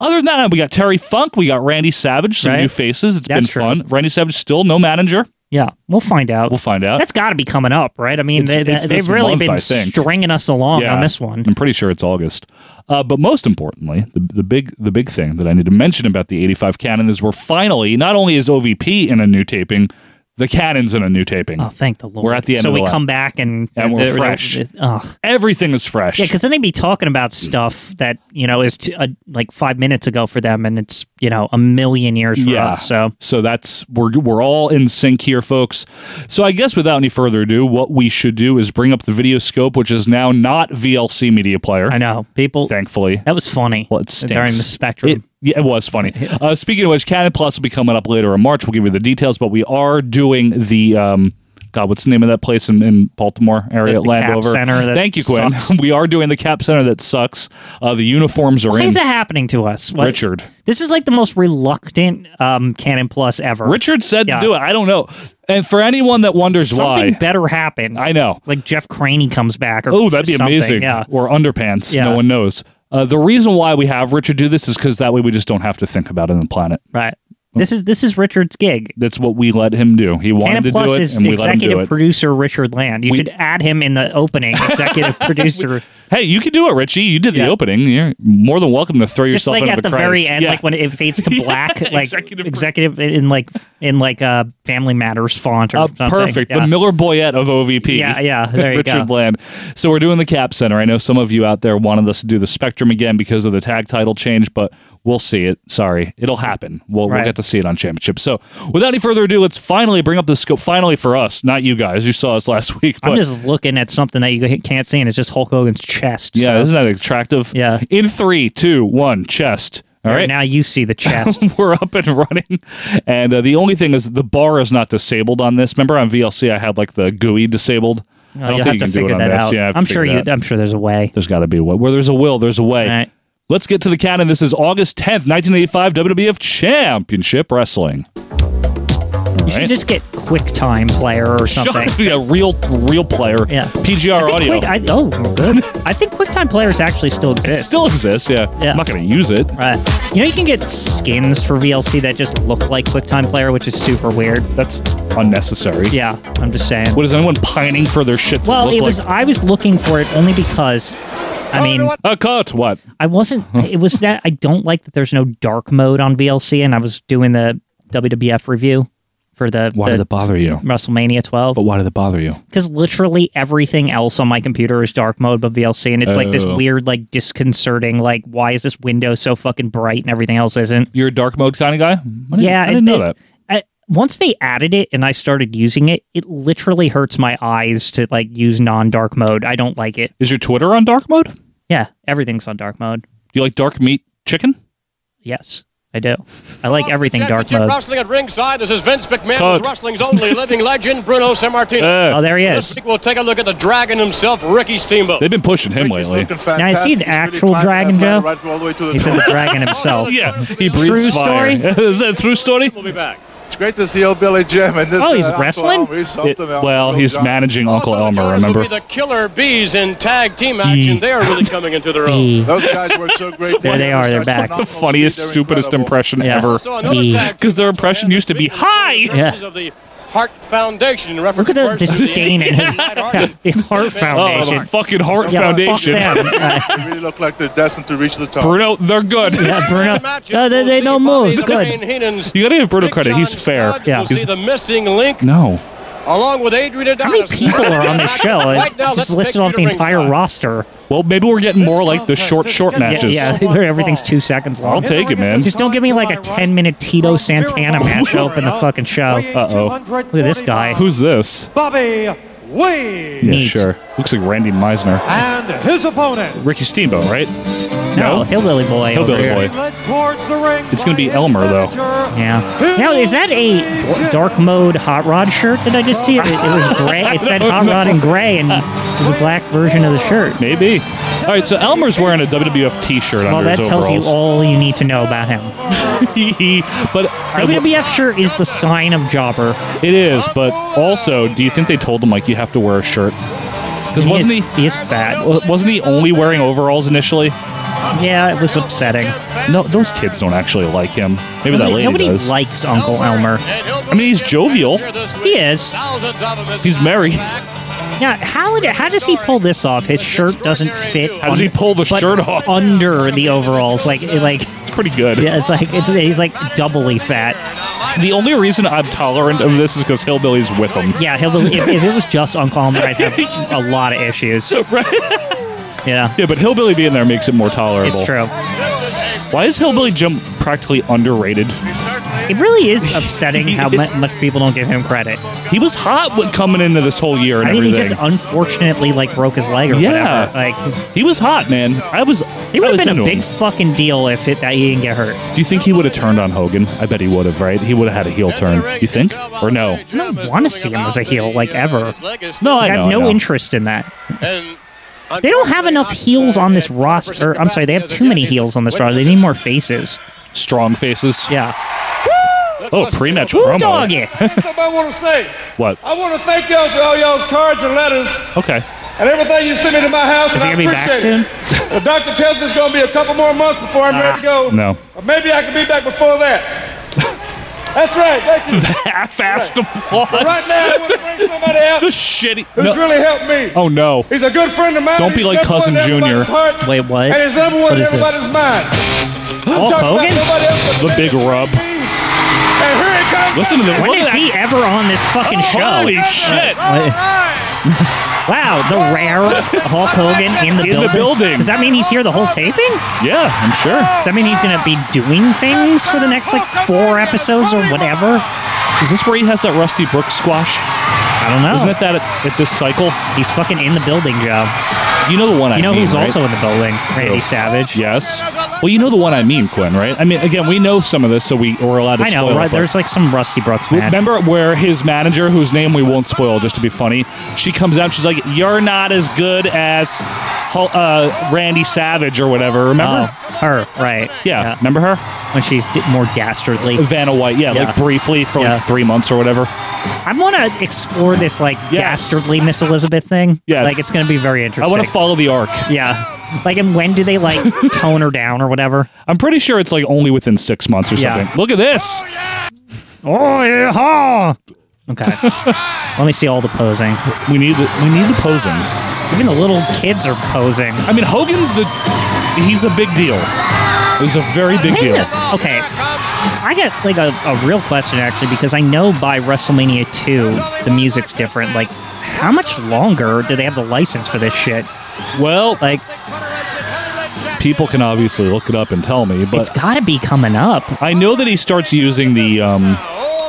[SPEAKER 2] Other than that, we got Terry Funk, we got Randy Savage, some
[SPEAKER 1] Right.
[SPEAKER 2] new faces. It's
[SPEAKER 1] That's
[SPEAKER 2] been
[SPEAKER 1] true.
[SPEAKER 2] fun. Randy Savage still no manager.
[SPEAKER 1] yeah, we'll find out.
[SPEAKER 2] We'll find out.
[SPEAKER 1] That's got to be coming up, right? I mean,
[SPEAKER 2] It's-
[SPEAKER 1] they, they,
[SPEAKER 2] it's this
[SPEAKER 1] have really
[SPEAKER 2] month, I
[SPEAKER 1] been
[SPEAKER 2] think.
[SPEAKER 1] stringing us along
[SPEAKER 2] Yeah.
[SPEAKER 1] on this one.
[SPEAKER 2] I'm pretty sure it's August. Uh, but most importantly, the, the big the big thing that I need to mention about the 85 canon is we're finally not only is OVP in a new taping, the canon's in a new taping.
[SPEAKER 1] Oh, thank the Lord.
[SPEAKER 2] at the end
[SPEAKER 1] So
[SPEAKER 2] of the
[SPEAKER 1] we
[SPEAKER 2] line.
[SPEAKER 1] come back and
[SPEAKER 2] And we're
[SPEAKER 1] they're- they're-
[SPEAKER 2] fresh.
[SPEAKER 1] ugh.
[SPEAKER 2] Everything is fresh.
[SPEAKER 1] Yeah, because then they'd be talking about stuff that you know is t- uh, like five minutes ago for them, and it's you know a million years for
[SPEAKER 2] Yeah.
[SPEAKER 1] us. So
[SPEAKER 2] So that's we're we're all in sync here, folks. So I guess without any further ado, what we should do is bring up the video scope, which is now not VLC media player,
[SPEAKER 1] I know people.
[SPEAKER 2] thankfully.
[SPEAKER 1] that was funny.
[SPEAKER 2] Well, it stinks.
[SPEAKER 1] during the spectrum.
[SPEAKER 2] It, yeah, it was
[SPEAKER 1] (laughs)
[SPEAKER 2] funny. Uh, speaking of which, Canon Plus will be coming up later in March. We'll give you the details, but we are doing the. Um, God, what's the name of that place in, in Baltimore area?
[SPEAKER 1] The- the Cap
[SPEAKER 2] Landover.
[SPEAKER 1] Center that
[SPEAKER 2] Thank you, Quinn.
[SPEAKER 1] sucks.
[SPEAKER 2] (laughs) We are doing the Cap Center that sucks. Uh, the uniforms are
[SPEAKER 1] Why
[SPEAKER 2] in.
[SPEAKER 1] is that happening to us? What-
[SPEAKER 2] Richard.
[SPEAKER 1] This is like the most reluctant um, Canon Plus ever.
[SPEAKER 2] Richard said
[SPEAKER 1] Yeah.
[SPEAKER 2] to do it. I don't know. And for anyone that wonders
[SPEAKER 1] something
[SPEAKER 2] why,
[SPEAKER 1] better happened.
[SPEAKER 2] I know.
[SPEAKER 1] like Jeff Craney comes back. Or
[SPEAKER 2] Oh, that'd be
[SPEAKER 1] something.
[SPEAKER 2] amazing.
[SPEAKER 1] Yeah.
[SPEAKER 2] Or underpants.
[SPEAKER 1] Yeah.
[SPEAKER 2] No one knows. Uh, the reason why we have Richard do this is because that way we just don't have to think about it on the planet.
[SPEAKER 1] Right. This is this is Richard's gig.
[SPEAKER 2] That's what we let him do. He wanted
[SPEAKER 1] Canon
[SPEAKER 2] to
[SPEAKER 1] Plus
[SPEAKER 2] do it,
[SPEAKER 1] is
[SPEAKER 2] and we let him do
[SPEAKER 1] executive
[SPEAKER 2] it.
[SPEAKER 1] producer Richard Land. You should add him in the opening.
[SPEAKER 2] (laughs)
[SPEAKER 1] Executive producer,
[SPEAKER 2] hey, you can do it, Richie. You did
[SPEAKER 1] Yeah.
[SPEAKER 2] the opening. You're more than welcome to throw
[SPEAKER 1] just
[SPEAKER 2] yourself
[SPEAKER 1] like
[SPEAKER 2] into
[SPEAKER 1] at
[SPEAKER 2] the,
[SPEAKER 1] the, very
[SPEAKER 2] credits. (laughs)
[SPEAKER 1] end,
[SPEAKER 2] Yeah.
[SPEAKER 1] like when it fades to black, like
[SPEAKER 2] executive
[SPEAKER 1] executive,
[SPEAKER 2] pro-
[SPEAKER 1] in like in like uh, Family Matters font or
[SPEAKER 2] Uh,
[SPEAKER 1] something.
[SPEAKER 2] perfect.
[SPEAKER 1] Yeah.
[SPEAKER 2] The Miller Boyette of OVP.
[SPEAKER 1] yeah, yeah. There you
[SPEAKER 2] (laughs) Richard
[SPEAKER 1] go.
[SPEAKER 2] Bland. So we're doing the Cap Center. I know some of you out there wanted us to do the Spectrum again because of the tag title change, but we'll see it. Sorry, it'll happen. We'll, we'll
[SPEAKER 1] Right.
[SPEAKER 2] get to see it on Championship. So without any further ado, let's finally bring up the scope. Finally for us, not you guys. You saw us last (laughs) week, but
[SPEAKER 1] I'm just looking at something that you can't see, and it's just Hulk Hogan's chest.
[SPEAKER 2] yeah,
[SPEAKER 1] So
[SPEAKER 2] isn't that attractive?
[SPEAKER 1] Yeah.
[SPEAKER 2] In three, two, one, chest. All right.
[SPEAKER 1] now you see
[SPEAKER 2] (laughs)
[SPEAKER 1] the chest.
[SPEAKER 2] we're up and running. And uh, the only thing is the bar is not disabled on this. Remember on VLC I had like the GUI disabled. I
[SPEAKER 1] You'll Oh, have to figure that out.
[SPEAKER 2] I have to
[SPEAKER 1] I'm
[SPEAKER 2] figure
[SPEAKER 1] sure
[SPEAKER 2] it
[SPEAKER 1] you.
[SPEAKER 2] out.
[SPEAKER 1] I'm sure there's a way.
[SPEAKER 2] There's got to be a way. Where there's a will, there's a way.
[SPEAKER 1] All right.
[SPEAKER 2] Let's get to the canon. This is August 10th, 1985 WWF Championship Wrestling.
[SPEAKER 1] You should
[SPEAKER 2] right.
[SPEAKER 1] just get QuickTime player or something.
[SPEAKER 2] (laughs) yeah, real real player.
[SPEAKER 1] Yeah. I
[SPEAKER 2] PGR
[SPEAKER 1] think
[SPEAKER 2] audio.
[SPEAKER 1] Quick, I, oh, we're good. I think QuickTime players actually still
[SPEAKER 2] it
[SPEAKER 1] exist.
[SPEAKER 2] still exists, yeah.
[SPEAKER 1] Yeah.
[SPEAKER 2] I'm not going to use it.
[SPEAKER 1] Right. Uh, You know, you can get skins for VLC that just look like QuickTime Player, which is super weird.
[SPEAKER 2] That's unnecessary.
[SPEAKER 1] Yeah, I'm just saying.
[SPEAKER 2] What is anyone pining for their shit to
[SPEAKER 1] well,
[SPEAKER 2] look
[SPEAKER 1] it
[SPEAKER 2] like?
[SPEAKER 1] was. I was looking for it only because, I mean,
[SPEAKER 2] a cut. What?
[SPEAKER 1] I wasn't. It was that I don't like that there's no dark mode on VLC, and I was doing the WWF review for the,
[SPEAKER 2] Why Oh.
[SPEAKER 1] the
[SPEAKER 2] did it bother you?
[SPEAKER 1] WrestleMania 12
[SPEAKER 2] But why did it bother you?
[SPEAKER 1] because literally everything else on my computer is dark mode but VLC, and it's like this
[SPEAKER 2] Oh.
[SPEAKER 1] weird, like disconcerting, like why is this window so fucking bright and everything else isn't?
[SPEAKER 2] You're a dark mode kind of guy? I didn't-
[SPEAKER 1] Yeah,
[SPEAKER 2] I didn't
[SPEAKER 1] it-
[SPEAKER 2] know that.
[SPEAKER 1] I, once they added it and I started using it, it literally hurts my eyes to like use non dark mode. I don't like it.
[SPEAKER 2] Is your Twitter on dark mode? Do
[SPEAKER 1] Yeah, everything's on dark mode.
[SPEAKER 2] you like dark meat chicken?
[SPEAKER 1] Yes, I do. I like everything dark
[SPEAKER 3] Championship
[SPEAKER 1] mode.
[SPEAKER 3] Wrestling at ringside. This is Vince McMahon
[SPEAKER 2] Cut.
[SPEAKER 3] with
[SPEAKER 2] (laughs)
[SPEAKER 3] wrestling's only living legend, Bruno Sammartino.
[SPEAKER 2] Uh,
[SPEAKER 1] Oh, there he
[SPEAKER 3] this
[SPEAKER 1] is.
[SPEAKER 3] week we'll take a look at the dragon himself, Ricky Steamboat.
[SPEAKER 2] They've been pushing him lately.
[SPEAKER 1] Now, is he an actual dragon, Joe?
[SPEAKER 4] Right all the way to the
[SPEAKER 1] He said
[SPEAKER 4] top.
[SPEAKER 1] the dragon himself.
[SPEAKER 2] Yeah, he
[SPEAKER 1] True
[SPEAKER 2] breathes fire.
[SPEAKER 1] story?
[SPEAKER 2] (laughs) Is that a true story?
[SPEAKER 3] We'll be back.
[SPEAKER 4] It's great to see old Billy Jim and this.
[SPEAKER 1] Oh, he's
[SPEAKER 4] uh, Uncle
[SPEAKER 1] wrestling?
[SPEAKER 4] Elmer. He's something
[SPEAKER 2] It-
[SPEAKER 4] else.
[SPEAKER 2] well,
[SPEAKER 4] Little
[SPEAKER 2] he's
[SPEAKER 4] John.
[SPEAKER 2] managing Uncle
[SPEAKER 3] Also, the
[SPEAKER 2] Elmer,
[SPEAKER 3] Jonas will
[SPEAKER 2] remember?
[SPEAKER 3] be the killer bees in tag team action.
[SPEAKER 1] Yee.
[SPEAKER 3] They are really coming
[SPEAKER 2] (laughs)
[SPEAKER 3] into their own.
[SPEAKER 1] Yee.
[SPEAKER 4] Those guys work so
[SPEAKER 1] (laughs)
[SPEAKER 4] great.
[SPEAKER 1] There they are,
[SPEAKER 4] Such
[SPEAKER 1] they're back.
[SPEAKER 4] phenomenal
[SPEAKER 2] the
[SPEAKER 4] speed,
[SPEAKER 2] funniest,
[SPEAKER 4] they're
[SPEAKER 2] stupidest
[SPEAKER 4] incredible.
[SPEAKER 2] impression
[SPEAKER 1] Yeah.
[SPEAKER 2] ever.
[SPEAKER 3] So another
[SPEAKER 1] Me.
[SPEAKER 3] tag team
[SPEAKER 2] 'Cause their impression
[SPEAKER 3] was
[SPEAKER 2] used to be,
[SPEAKER 3] victim
[SPEAKER 2] "Hi!"
[SPEAKER 3] services Of the Hart Foundation. in reference
[SPEAKER 1] (laughs) Look at
[SPEAKER 3] to
[SPEAKER 1] the
[SPEAKER 3] Burton and
[SPEAKER 1] disdain
[SPEAKER 3] (laughs)
[SPEAKER 1] in (laughs) his
[SPEAKER 2] (laughs)
[SPEAKER 3] United Heart.
[SPEAKER 1] the Heart
[SPEAKER 2] Oh,
[SPEAKER 1] Foundation.
[SPEAKER 2] the fucking Heart
[SPEAKER 1] Yeah,
[SPEAKER 2] Foundation.
[SPEAKER 1] (laughs) Fuck them. Uh,
[SPEAKER 4] They really look like they're destined to reach the top.
[SPEAKER 2] Bruno, they're good.
[SPEAKER 1] yeah, Bruno.
[SPEAKER 3] Matches,
[SPEAKER 1] No, they,
[SPEAKER 3] we'll
[SPEAKER 1] they
[SPEAKER 3] see
[SPEAKER 1] don't
[SPEAKER 3] Bobby
[SPEAKER 1] move. It's
[SPEAKER 3] the Brain
[SPEAKER 1] good.
[SPEAKER 3] Heenan's
[SPEAKER 2] You gotta give Bruno
[SPEAKER 3] Big
[SPEAKER 2] credit.
[SPEAKER 3] John
[SPEAKER 2] He's fair.
[SPEAKER 3] Studd.
[SPEAKER 1] Yeah.
[SPEAKER 3] We'll see
[SPEAKER 1] He's-
[SPEAKER 3] the missing
[SPEAKER 2] (laughs)
[SPEAKER 3] link
[SPEAKER 2] No.
[SPEAKER 3] along with Adrian Adonis.
[SPEAKER 1] How many people are on this show? It's just listed off the entire roster.
[SPEAKER 2] Well, maybe we're getting more like the short, short
[SPEAKER 1] Yeah,
[SPEAKER 2] matches.
[SPEAKER 1] yeah, (laughs) everything's two seconds long.
[SPEAKER 2] I'll take it, man.
[SPEAKER 1] Just don't give me like a 10 minute Tito Santana match to open the fucking show.
[SPEAKER 2] Uh-oh.
[SPEAKER 1] Look at this guy.
[SPEAKER 2] Who's this?
[SPEAKER 5] Bobby Wade.
[SPEAKER 2] Yeah,
[SPEAKER 1] Neat.
[SPEAKER 2] sure. Looks like Randy Meisner.
[SPEAKER 5] And his opponent.
[SPEAKER 2] Ricky Steamboat, right?
[SPEAKER 1] No, Hillbilly Boy. over
[SPEAKER 2] Hillbilly
[SPEAKER 1] here.
[SPEAKER 2] Boy.
[SPEAKER 5] Led towards the ring.
[SPEAKER 2] It's gonna
[SPEAKER 5] by
[SPEAKER 2] be
[SPEAKER 5] his
[SPEAKER 2] Elmer, though.
[SPEAKER 5] manager.
[SPEAKER 1] Yeah. Now, is that a bl- dark mode hot rod shirt that I just see? It, it was gray.
[SPEAKER 2] (laughs)
[SPEAKER 1] It said hot rod in gray, and it was a black version of the shirt.
[SPEAKER 2] Maybe. All right, so Elmer's wearing a WWF T-shirt
[SPEAKER 1] Well,
[SPEAKER 2] under
[SPEAKER 1] that
[SPEAKER 2] his
[SPEAKER 1] tells you
[SPEAKER 2] overalls.
[SPEAKER 1] all you need to know about him.
[SPEAKER 2] (laughs) but
[SPEAKER 1] WWF shirt is the sign of jobber.
[SPEAKER 2] it is. But also, do you think they told him like you have to wear a shirt? Because wasn't
[SPEAKER 1] is,
[SPEAKER 2] he?
[SPEAKER 1] He is fat.
[SPEAKER 2] wa- Wasn't he only wearing overalls initially?
[SPEAKER 1] Yeah, it was upsetting.
[SPEAKER 2] No, those kids don't actually like him. Maybe that
[SPEAKER 1] Nobody,
[SPEAKER 2] lady
[SPEAKER 1] nobody
[SPEAKER 2] does.
[SPEAKER 1] likes Uncle Elmer.
[SPEAKER 3] I
[SPEAKER 2] mean, he's jovial.
[SPEAKER 1] He is.
[SPEAKER 2] He's married.
[SPEAKER 1] Now, how d- how does he pull this off? His shirt doesn't fit.
[SPEAKER 2] How does he pull the
[SPEAKER 1] but
[SPEAKER 2] shirt off?
[SPEAKER 1] under the overalls? Like like
[SPEAKER 2] It's pretty good.
[SPEAKER 1] yeah, (laughs) it's like it's he's like doubly fat.
[SPEAKER 2] The only reason I'm tolerant of this is because Hillbilly's with him.
[SPEAKER 1] Yeah, he'll, if, if it was just Uncle Elmer, I'd have a lot of issues.
[SPEAKER 2] (laughs) Right?
[SPEAKER 1] Yeah,
[SPEAKER 2] Yeah, but Hillbilly being there makes it more tolerable.
[SPEAKER 1] it's true.
[SPEAKER 2] Why is Hillbilly Jim practically underrated?
[SPEAKER 1] It really is upsetting
[SPEAKER 2] (laughs)
[SPEAKER 1] how mu- much people don't give him credit.
[SPEAKER 2] He was hot with coming into this whole year and
[SPEAKER 1] I mean, he
[SPEAKER 2] everything.
[SPEAKER 1] just unfortunately like broke his leg or
[SPEAKER 2] Yeah.
[SPEAKER 1] whatever. Like
[SPEAKER 2] He was hot, man. I was.
[SPEAKER 1] he
[SPEAKER 2] I
[SPEAKER 1] would
[SPEAKER 2] was
[SPEAKER 1] have been a
[SPEAKER 2] into
[SPEAKER 1] big
[SPEAKER 2] Him.
[SPEAKER 1] fucking deal if it, that he didn't get hurt.
[SPEAKER 2] Do you think he would have turned on Hogan? I bet he would have, right? He would have had a heel turn. You think or no?
[SPEAKER 1] I don't wanna see him as a heel, like, ever.
[SPEAKER 2] No,
[SPEAKER 1] I
[SPEAKER 2] I know.
[SPEAKER 1] have no
[SPEAKER 2] I know.
[SPEAKER 1] interest in that.
[SPEAKER 3] They
[SPEAKER 1] They don't have enough heels on this roster. I'm sorry, they have too many heels on this roster. They need more faces.
[SPEAKER 2] Strong faces.
[SPEAKER 1] Yeah.
[SPEAKER 2] Oh, pre-match
[SPEAKER 1] Woo
[SPEAKER 2] promo.
[SPEAKER 1] doggy.
[SPEAKER 6] something I want to say.
[SPEAKER 2] What?
[SPEAKER 6] I want to thank y'all for all y'all's cards and letters
[SPEAKER 2] Okay.
[SPEAKER 6] and everything you sent me to my house.
[SPEAKER 1] Is he
[SPEAKER 6] and
[SPEAKER 1] gonna be
[SPEAKER 6] I
[SPEAKER 1] back
[SPEAKER 6] appreciate it.
[SPEAKER 1] soon?
[SPEAKER 6] The doctor tells me it's going to be a couple more months before I'm ready to go.
[SPEAKER 2] No.
[SPEAKER 6] Or maybe I can be back before that. That's right. Thank
[SPEAKER 1] (laughs)
[SPEAKER 6] you.
[SPEAKER 2] Half-assed
[SPEAKER 6] Right
[SPEAKER 2] Ah, applause.
[SPEAKER 6] now, I want to bring somebody out
[SPEAKER 2] the
[SPEAKER 6] who's
[SPEAKER 2] shitty. No.
[SPEAKER 6] really helped me.
[SPEAKER 2] Oh no.
[SPEAKER 6] He's a good friend of mine.
[SPEAKER 2] Don't be
[SPEAKER 6] He's
[SPEAKER 2] like
[SPEAKER 6] number one
[SPEAKER 2] Cousin
[SPEAKER 6] in
[SPEAKER 2] Junior.
[SPEAKER 6] everybody's hearts,
[SPEAKER 1] Wait, what?
[SPEAKER 6] And he's number one
[SPEAKER 1] What
[SPEAKER 6] in
[SPEAKER 1] is this?
[SPEAKER 6] everybody's mind.
[SPEAKER 1] (gasps) Hulk Hogan?
[SPEAKER 2] The big rub.
[SPEAKER 6] And here it comes.
[SPEAKER 2] Listen to the.
[SPEAKER 1] When
[SPEAKER 2] look at
[SPEAKER 1] is
[SPEAKER 2] that-
[SPEAKER 1] he ever on this fucking show?
[SPEAKER 2] Oh, Holy shit!
[SPEAKER 1] Wow, the rare Hulk Hogan in the
[SPEAKER 2] In
[SPEAKER 1] building.
[SPEAKER 2] the building.
[SPEAKER 1] Does that mean he's here the whole taping?
[SPEAKER 2] Yeah, I'm sure.
[SPEAKER 1] Does that mean he's gonna be doing things for the next like four episodes or whatever?
[SPEAKER 2] Is this where he has that Rusty Brook squash?
[SPEAKER 1] I don't know.
[SPEAKER 2] Isn't it that at, at this cycle?
[SPEAKER 1] he's fucking in the building, Joe.
[SPEAKER 2] You know the one I
[SPEAKER 1] You know
[SPEAKER 2] mean,
[SPEAKER 1] who's
[SPEAKER 2] right? Oh.
[SPEAKER 1] also in the building? Randy Savage.
[SPEAKER 2] Yes. Well, you know the one I mean, Quinn, right? I mean, again, we know some of this, so we we're allowed to.
[SPEAKER 1] I know,
[SPEAKER 2] spoil
[SPEAKER 1] right?
[SPEAKER 2] it, but-
[SPEAKER 1] There's like some Rusty Brooks match.
[SPEAKER 2] Remember where his manager, whose name we won't spoil just to be funny, she comes out. She's like, "You're not as good as Hul- uh, Randy Savage or whatever." Remember?
[SPEAKER 1] Oh, her, right.
[SPEAKER 2] yeah, remember her,
[SPEAKER 1] When she's di- more dastardly.
[SPEAKER 2] Vanna White. Yeah, like
[SPEAKER 1] Yeah.
[SPEAKER 2] briefly for
[SPEAKER 1] Yeah.
[SPEAKER 2] like three months or whatever.
[SPEAKER 1] I want to explore this, like,
[SPEAKER 2] Yes.
[SPEAKER 1] dastardly Miss Elizabeth thing.
[SPEAKER 2] Yes.
[SPEAKER 1] Like, it's going to be very
[SPEAKER 2] I
[SPEAKER 1] interesting.
[SPEAKER 2] want to follow the arc.
[SPEAKER 1] Yeah. Like, and when do they, like, (laughs) tone her down or whatever?
[SPEAKER 2] I'm pretty sure it's like only within six months or
[SPEAKER 1] Yeah.
[SPEAKER 2] something. Look at this.
[SPEAKER 1] Oh, yeah. ha! Okay.
[SPEAKER 2] (laughs)
[SPEAKER 1] Let me see all the posing.
[SPEAKER 2] We need the, we need the posing.
[SPEAKER 1] Even the little kids are posing.
[SPEAKER 2] I mean, Hogan's the he's a big deal. He's a very big
[SPEAKER 1] Hey,
[SPEAKER 2] deal.
[SPEAKER 1] look. Okay. I got like a, a real question actually because I know by WrestleMania 2 the music's different. Like, how much longer do they have the license for this shit?
[SPEAKER 2] Well,
[SPEAKER 1] Like,
[SPEAKER 2] people can obviously look it up and tell me,
[SPEAKER 1] it's
[SPEAKER 2] but
[SPEAKER 1] gotta be coming up.
[SPEAKER 2] I know that he starts using the um,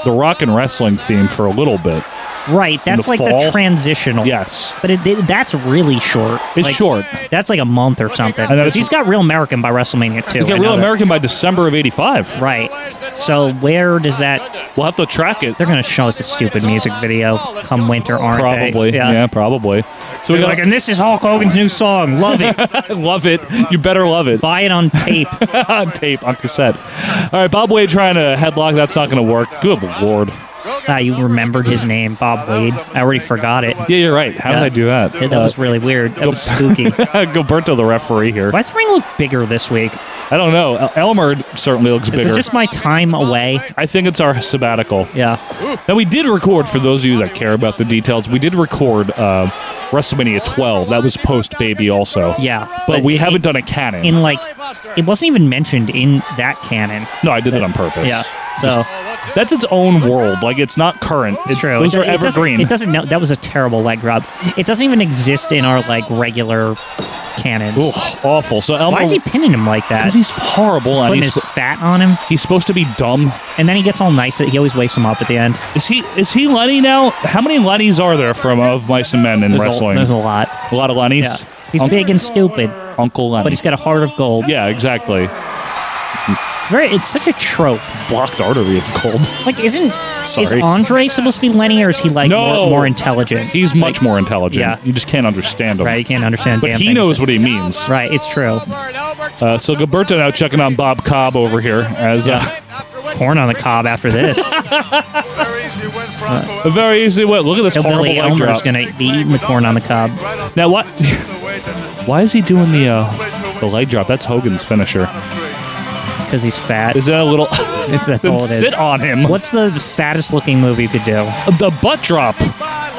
[SPEAKER 2] the rock and wrestling theme for a little bit.
[SPEAKER 1] Right, that's
[SPEAKER 2] the
[SPEAKER 1] like
[SPEAKER 2] fall?
[SPEAKER 1] the transitional.
[SPEAKER 2] Yes.
[SPEAKER 1] But it, it- that's really short.
[SPEAKER 2] It's
[SPEAKER 1] Like,
[SPEAKER 2] short.
[SPEAKER 1] That's like a month or something.
[SPEAKER 2] And that's-
[SPEAKER 1] He's got Real American by WrestleMania,
[SPEAKER 2] He
[SPEAKER 1] too. I
[SPEAKER 2] got
[SPEAKER 1] know
[SPEAKER 2] Real
[SPEAKER 1] that.
[SPEAKER 2] American by December of 85.
[SPEAKER 1] Right. So where does that.
[SPEAKER 2] We'll have to track it.
[SPEAKER 1] They're going to show us the stupid music video come winter, aren't they?
[SPEAKER 2] Probably. Yeah. probably. So we
[SPEAKER 1] They're
[SPEAKER 2] got
[SPEAKER 1] like, and this is Hulk Hogan's new song. Love
[SPEAKER 2] (laughs)
[SPEAKER 1] it.
[SPEAKER 2] love it. You better love it. (laughs)
[SPEAKER 1] Buy it on tape.
[SPEAKER 2] on tape, on cassette. All right, Bob Wade trying to headlock. That's not going to work. Good lord.
[SPEAKER 1] Ah, you remembered his name, Bob Wade. I already forgot it.
[SPEAKER 2] Yeah, you're right. How did I do that?
[SPEAKER 1] Yeah, that was really weird. That was spooky.
[SPEAKER 2] (laughs) Uh, Gilberto, the referee here.
[SPEAKER 1] Why does ring look bigger this week?
[SPEAKER 2] I don't know. El- Elmer certainly looks
[SPEAKER 1] Is
[SPEAKER 2] bigger.
[SPEAKER 1] it just my time away?
[SPEAKER 2] I think it's our sabbatical.
[SPEAKER 1] Yeah.
[SPEAKER 2] Now we did record for those of you that care about the details. We did record uh, WrestleMania 12. That was post Baby also.
[SPEAKER 1] Yeah.
[SPEAKER 2] but we
[SPEAKER 1] it-
[SPEAKER 2] haven't done a canon.
[SPEAKER 1] in like it wasn't even mentioned in that canon.
[SPEAKER 2] no, I did that on purpose.
[SPEAKER 1] Yeah. So
[SPEAKER 2] that's its own world. Like it's not current.
[SPEAKER 1] it's true.
[SPEAKER 2] Those
[SPEAKER 1] it,
[SPEAKER 2] are
[SPEAKER 1] it doesn't-
[SPEAKER 2] evergreen.
[SPEAKER 1] It doesn't know that was a terrible leg rub. It doesn't even exist in our like regular canons.
[SPEAKER 2] Ugh, awful. So Elmer,
[SPEAKER 1] Why is he pinning him like that?
[SPEAKER 2] Oh. Because he's horrible and
[SPEAKER 1] putting
[SPEAKER 2] he's
[SPEAKER 1] his fat on him,
[SPEAKER 2] he's supposed to be dumb.
[SPEAKER 1] and then he gets all nice. That he always wakes him up at the end.
[SPEAKER 2] Is he is he Lenny now? How many Lennys are there from of mice and men in
[SPEAKER 1] There's, a,
[SPEAKER 2] wrestling?
[SPEAKER 1] there's a
[SPEAKER 2] A,
[SPEAKER 1] lot.
[SPEAKER 2] lot of
[SPEAKER 1] Yeah.
[SPEAKER 2] Lennys.
[SPEAKER 1] He's
[SPEAKER 2] Unc-
[SPEAKER 1] big and stupid,
[SPEAKER 2] Uncle Lenny.
[SPEAKER 1] but he's got a heart of gold.
[SPEAKER 2] yeah, exactly.
[SPEAKER 1] It's very. It's such a trope.
[SPEAKER 2] Blocked artery of gold.
[SPEAKER 1] Like, isn't is
[SPEAKER 2] Sorry.
[SPEAKER 1] Andre supposed to be Lenny, or is he like
[SPEAKER 2] No.
[SPEAKER 1] more, more intelligent?
[SPEAKER 2] He's much more intelligent.
[SPEAKER 1] yeah.
[SPEAKER 2] You just can't understand him.
[SPEAKER 1] right. You can't understand.
[SPEAKER 2] But
[SPEAKER 1] damn
[SPEAKER 2] he
[SPEAKER 1] things.
[SPEAKER 2] knows what he means.
[SPEAKER 1] Right. It's true.
[SPEAKER 2] Uh, so Gilberto now checking on Bob Cobb over here as uh,
[SPEAKER 1] Corn on the cob after
[SPEAKER 4] (laughs)
[SPEAKER 1] this.
[SPEAKER 2] a very easy way. Look at this
[SPEAKER 1] So
[SPEAKER 2] horrible
[SPEAKER 1] Billy
[SPEAKER 2] leg
[SPEAKER 1] Elmer's
[SPEAKER 2] drop.
[SPEAKER 1] gonna be eating the corn on the cob.
[SPEAKER 2] Now what?
[SPEAKER 1] (laughs)
[SPEAKER 2] Why is he doing the uh, the leg drop? That's Hogan's finisher.
[SPEAKER 1] because he's fat.
[SPEAKER 2] Is that a little?
[SPEAKER 1] If (laughs)
[SPEAKER 2] (laughs)
[SPEAKER 1] that's
[SPEAKER 2] Then
[SPEAKER 1] all it is.
[SPEAKER 2] Sit on him.
[SPEAKER 1] What's the fattest looking move you could do?
[SPEAKER 2] the butt drop?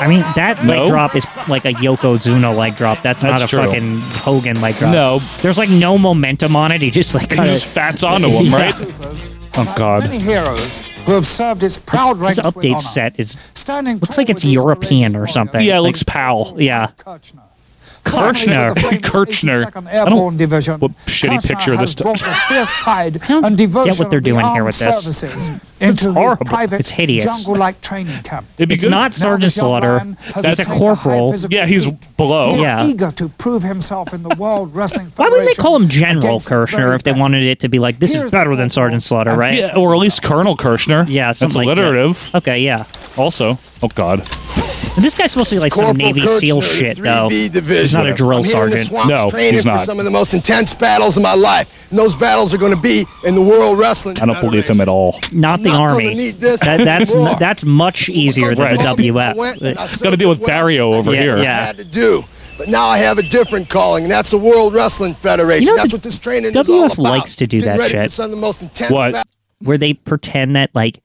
[SPEAKER 1] I mean, that
[SPEAKER 2] No.
[SPEAKER 1] leg drop is like a Yokozuna leg drop. That's,
[SPEAKER 2] That's
[SPEAKER 1] not a
[SPEAKER 2] true.
[SPEAKER 1] fucking Hogan leg drop.
[SPEAKER 2] No.
[SPEAKER 1] there's like no momentum on it. He just like
[SPEAKER 2] He
[SPEAKER 1] kinda-
[SPEAKER 2] just fats onto him,
[SPEAKER 1] (laughs) Yeah.
[SPEAKER 2] right? Oh God.
[SPEAKER 7] Many heroes who have served its proud ranks
[SPEAKER 1] His
[SPEAKER 7] with honor.
[SPEAKER 1] update set is
[SPEAKER 7] Standing
[SPEAKER 1] looks
[SPEAKER 7] tall
[SPEAKER 1] like it's
[SPEAKER 7] with his
[SPEAKER 1] European
[SPEAKER 7] courageous
[SPEAKER 1] or
[SPEAKER 7] warrior,
[SPEAKER 1] something.
[SPEAKER 2] Yeah, it
[SPEAKER 1] Like,
[SPEAKER 2] looks pal.
[SPEAKER 1] yeah.
[SPEAKER 7] Kirchner.
[SPEAKER 1] Kirchner.
[SPEAKER 2] (laughs)
[SPEAKER 1] (laughs)
[SPEAKER 2] Kirchner. I
[SPEAKER 7] Airborne
[SPEAKER 2] don't.
[SPEAKER 7] Division.
[SPEAKER 2] what shitty
[SPEAKER 7] Kirchner
[SPEAKER 2] picture this
[SPEAKER 7] has
[SPEAKER 2] t-
[SPEAKER 7] brought the fierce pride
[SPEAKER 1] don't
[SPEAKER 7] and
[SPEAKER 1] get what
[SPEAKER 7] devotion
[SPEAKER 1] they're
[SPEAKER 7] of the
[SPEAKER 1] doing here
[SPEAKER 7] armed
[SPEAKER 1] with this.
[SPEAKER 7] services into his
[SPEAKER 1] horrible.
[SPEAKER 7] private
[SPEAKER 1] It's hideous.
[SPEAKER 7] jungle-like training camp.
[SPEAKER 2] It'd be
[SPEAKER 1] It's
[SPEAKER 2] good.
[SPEAKER 1] not
[SPEAKER 7] Now
[SPEAKER 1] Sergeant
[SPEAKER 7] this young
[SPEAKER 1] Slaughter.
[SPEAKER 7] lion has
[SPEAKER 1] He's a
[SPEAKER 7] attained high
[SPEAKER 1] corporal.
[SPEAKER 7] physical
[SPEAKER 2] Yeah, he's
[SPEAKER 7] peak.
[SPEAKER 2] below.
[SPEAKER 7] He is
[SPEAKER 1] Yeah.
[SPEAKER 7] eager to prove himself in the World Wrestling
[SPEAKER 1] (laughs) Why wouldn't they
[SPEAKER 7] Federation
[SPEAKER 1] call him General
[SPEAKER 7] against the very
[SPEAKER 1] Kirshner if they
[SPEAKER 7] best.
[SPEAKER 1] wanted it to be like this
[SPEAKER 7] Here's
[SPEAKER 1] is better
[SPEAKER 7] the
[SPEAKER 1] than
[SPEAKER 7] corporal.
[SPEAKER 1] Sergeant Slaughter,
[SPEAKER 2] (laughs)
[SPEAKER 1] right?
[SPEAKER 2] Yeah, or at least Colonel Kirschner.
[SPEAKER 1] Yeah,
[SPEAKER 2] that's
[SPEAKER 1] something like that.
[SPEAKER 2] alliterative.
[SPEAKER 1] Okay, yeah.
[SPEAKER 2] Also, oh God,
[SPEAKER 1] And this guy's supposed to be like some
[SPEAKER 8] Corporal
[SPEAKER 1] Navy
[SPEAKER 8] Kirchner,
[SPEAKER 1] SEAL shit, though.
[SPEAKER 8] 3B division.
[SPEAKER 1] He's not a drill
[SPEAKER 8] I'm here in the
[SPEAKER 1] sergeant.
[SPEAKER 8] swamps
[SPEAKER 2] No,
[SPEAKER 8] training
[SPEAKER 2] he's not.
[SPEAKER 8] For some of the most intense battles of my life, and those battles are going to be in the World Wrestling.
[SPEAKER 2] I don't believe him at all.
[SPEAKER 1] Not the
[SPEAKER 8] Not gonna
[SPEAKER 1] Army.
[SPEAKER 8] need this
[SPEAKER 1] That, that's
[SPEAKER 8] roar.
[SPEAKER 1] that's much easier than
[SPEAKER 2] Right.
[SPEAKER 1] the
[SPEAKER 8] I went and I
[SPEAKER 1] WF.
[SPEAKER 8] served
[SPEAKER 2] Got to deal with
[SPEAKER 8] well.
[SPEAKER 2] Barrio over
[SPEAKER 1] Yeah,
[SPEAKER 2] here.
[SPEAKER 8] I
[SPEAKER 1] yeah.
[SPEAKER 8] had to do. But now I have a different calling, and that's the World Wrestling Federation.
[SPEAKER 1] You know,
[SPEAKER 8] that's
[SPEAKER 1] the
[SPEAKER 8] what this training is all
[SPEAKER 1] WF
[SPEAKER 8] about.
[SPEAKER 1] likes to do
[SPEAKER 8] Getting
[SPEAKER 1] that
[SPEAKER 8] ready for
[SPEAKER 1] shit.
[SPEAKER 8] some of the most intense
[SPEAKER 2] What?
[SPEAKER 8] battles.
[SPEAKER 1] Where they pretend that like,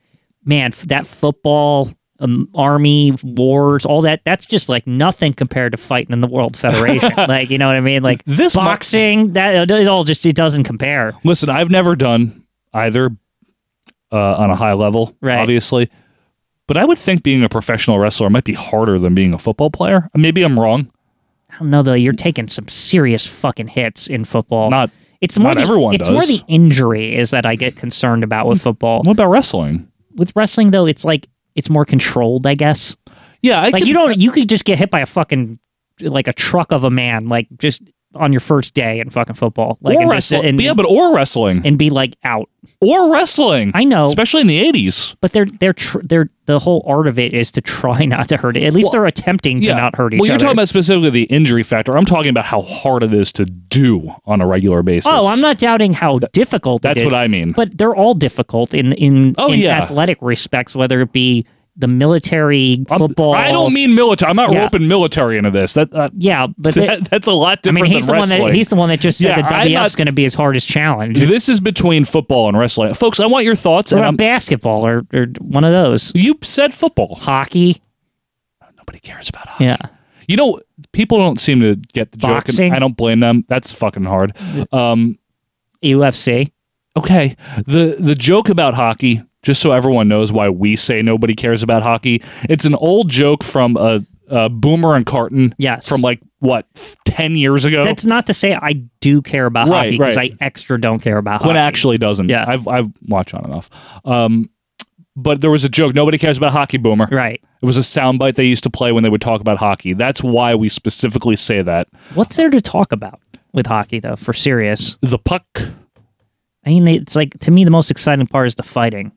[SPEAKER 1] man, f- that football, um, Army wars, all that. That's just like nothing compared to fighting in the World Federation.
[SPEAKER 8] (laughs)
[SPEAKER 1] like, you know what I mean? Like
[SPEAKER 2] This mu-
[SPEAKER 1] boxing, that it all just it doesn't compare.
[SPEAKER 2] Listen, I've never done either uh, on a high level,
[SPEAKER 1] Right.
[SPEAKER 2] obviously. But I would think being a professional wrestler might be harder than being a football player. Maybe I'm wrong.
[SPEAKER 1] I don't know though. You're taking some serious fucking hits in football.
[SPEAKER 2] Not-
[SPEAKER 1] it's more
[SPEAKER 2] not
[SPEAKER 1] the,
[SPEAKER 2] everyone
[SPEAKER 1] It's
[SPEAKER 2] does.
[SPEAKER 1] more the injury is that I get concerned about with football.
[SPEAKER 2] What about wrestling?
[SPEAKER 1] With wrestling though, it's like it's more controlled, I guess.
[SPEAKER 2] Yeah, I
[SPEAKER 1] Like
[SPEAKER 2] could-
[SPEAKER 1] you don't you could just get hit by a fucking like a truck of a man like just on your first day in fucking football. Like
[SPEAKER 2] or
[SPEAKER 1] and just
[SPEAKER 2] wrestling.
[SPEAKER 1] and,
[SPEAKER 2] yeah, but or wrestling
[SPEAKER 1] and be like out.
[SPEAKER 2] or wrestling.
[SPEAKER 1] I know.
[SPEAKER 2] especially in the eighties.
[SPEAKER 1] But they're they're tr- they're the whole art of it is to try (laughs) not to hurt it. At least they're attempting to not hurt each
[SPEAKER 2] well, you're
[SPEAKER 1] other.
[SPEAKER 2] talking about specifically the injury factor. I'm talking about how hard it is to do on a regular basis.
[SPEAKER 1] Oh, I'm not doubting how difficult. it
[SPEAKER 2] that's
[SPEAKER 1] is,
[SPEAKER 2] what I mean.
[SPEAKER 1] But they're all difficult in in,
[SPEAKER 2] Oh,
[SPEAKER 1] in
[SPEAKER 2] yeah.
[SPEAKER 1] athletic respects, whether it be the military,
[SPEAKER 2] I'm-
[SPEAKER 1] football.
[SPEAKER 2] I don't mean military. I'm not
[SPEAKER 1] Yeah.
[SPEAKER 2] roping military into this. That, uh,
[SPEAKER 1] Yeah, but they-
[SPEAKER 2] that (laughs) that's a lot
[SPEAKER 1] I
[SPEAKER 2] different
[SPEAKER 1] mean, he's the
[SPEAKER 2] than
[SPEAKER 1] one
[SPEAKER 2] wrestling.
[SPEAKER 1] that he's the one that just said
[SPEAKER 2] Yeah,
[SPEAKER 1] that
[SPEAKER 2] I'm
[SPEAKER 1] WF's
[SPEAKER 2] not-
[SPEAKER 1] going to be his hardest challenge.
[SPEAKER 2] this is between football and wrestling, folks. I want your thoughts.
[SPEAKER 1] What
[SPEAKER 2] And
[SPEAKER 1] about
[SPEAKER 2] I'm,
[SPEAKER 1] basketball or, or one of those?
[SPEAKER 2] you said football.
[SPEAKER 1] Hockey.
[SPEAKER 2] Nobody cares about hockey.
[SPEAKER 1] Yeah.
[SPEAKER 2] You know, people don't seem to get the joke.
[SPEAKER 1] Boxing?
[SPEAKER 2] And I don't blame them. That's fucking hard. Um,
[SPEAKER 1] UFC.
[SPEAKER 2] okay, the the joke about hockey. Just so everyone knows why we say nobody cares about hockey, it's an old joke from a, a Boomer and Carton.
[SPEAKER 1] Yes.
[SPEAKER 2] from like what ten years ago.
[SPEAKER 1] That's not to say I do care about
[SPEAKER 2] Oh. Right,
[SPEAKER 1] hockey because
[SPEAKER 2] right.
[SPEAKER 1] I extra don't care about
[SPEAKER 2] when
[SPEAKER 1] hockey.
[SPEAKER 2] actually doesn't.
[SPEAKER 1] Yeah.
[SPEAKER 2] I've I've watched on enough. Um, but there was a joke. Nobody cares about hockey boomer.
[SPEAKER 1] Right.
[SPEAKER 2] It was a soundbite they used to play when they would talk about hockey. That's why we specifically say that.
[SPEAKER 1] What's there to talk about with hockey though? For serious,
[SPEAKER 2] The puck.
[SPEAKER 1] I mean, they- it's like to me the most exciting part is the fighting,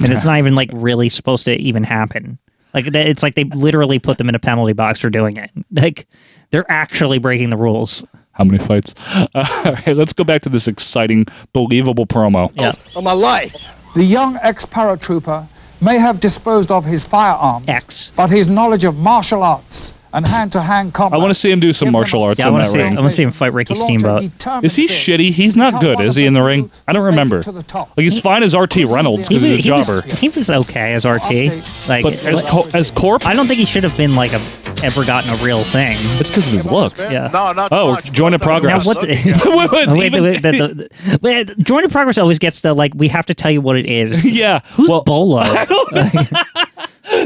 [SPEAKER 1] and it's not even like really supposed to even happen. Like they- it's like they literally put them in a penalty box for doing it. (laughs) Like they're actually breaking the rules.
[SPEAKER 2] How many fights? (laughs) all right, let's go back to this exciting, believable promo.
[SPEAKER 1] Yeah.
[SPEAKER 9] of my life.
[SPEAKER 7] The young ex paratrooper may have disposed of his firearms,
[SPEAKER 1] Ex.
[SPEAKER 7] but his knowledge of martial arts and hand to hand combat.
[SPEAKER 2] I wanna see him do some
[SPEAKER 7] give him
[SPEAKER 2] martial
[SPEAKER 7] a
[SPEAKER 2] arts
[SPEAKER 1] Yeah, I
[SPEAKER 2] in
[SPEAKER 1] want
[SPEAKER 2] that
[SPEAKER 1] to see.
[SPEAKER 2] ring.
[SPEAKER 1] I want to see him fight Ricky
[SPEAKER 7] to launch a
[SPEAKER 1] Steamboat.
[SPEAKER 7] determined
[SPEAKER 2] Is he
[SPEAKER 7] bid
[SPEAKER 2] shitty? He's not
[SPEAKER 7] become
[SPEAKER 2] good,
[SPEAKER 7] one
[SPEAKER 2] is
[SPEAKER 7] of
[SPEAKER 2] he, in the ring?
[SPEAKER 7] few
[SPEAKER 2] I don't
[SPEAKER 7] to make it
[SPEAKER 2] remember.
[SPEAKER 7] to the top.
[SPEAKER 2] Like, he's fine as RT Reynolds because he's a
[SPEAKER 1] he
[SPEAKER 2] jobber.
[SPEAKER 1] was, he was okay as RT. like,
[SPEAKER 2] But as, co- as Corp,
[SPEAKER 1] I don't think he should have been like a ever gotten a real thing.
[SPEAKER 2] it's because of his look.
[SPEAKER 1] Yeah.
[SPEAKER 10] No, not
[SPEAKER 2] Oh,
[SPEAKER 10] much.
[SPEAKER 2] join a
[SPEAKER 1] Now
[SPEAKER 2] progress.
[SPEAKER 1] what's
[SPEAKER 2] Wait, wait,
[SPEAKER 1] (laughs) wait,
[SPEAKER 2] even-
[SPEAKER 1] wait, the, the, wait, Joint of Progress always gets the like we have to tell you what it
[SPEAKER 2] (laughs)
[SPEAKER 1] is.
[SPEAKER 2] (laughs) yeah.
[SPEAKER 1] Who's
[SPEAKER 2] well, (laughs)
[SPEAKER 1] Bolo?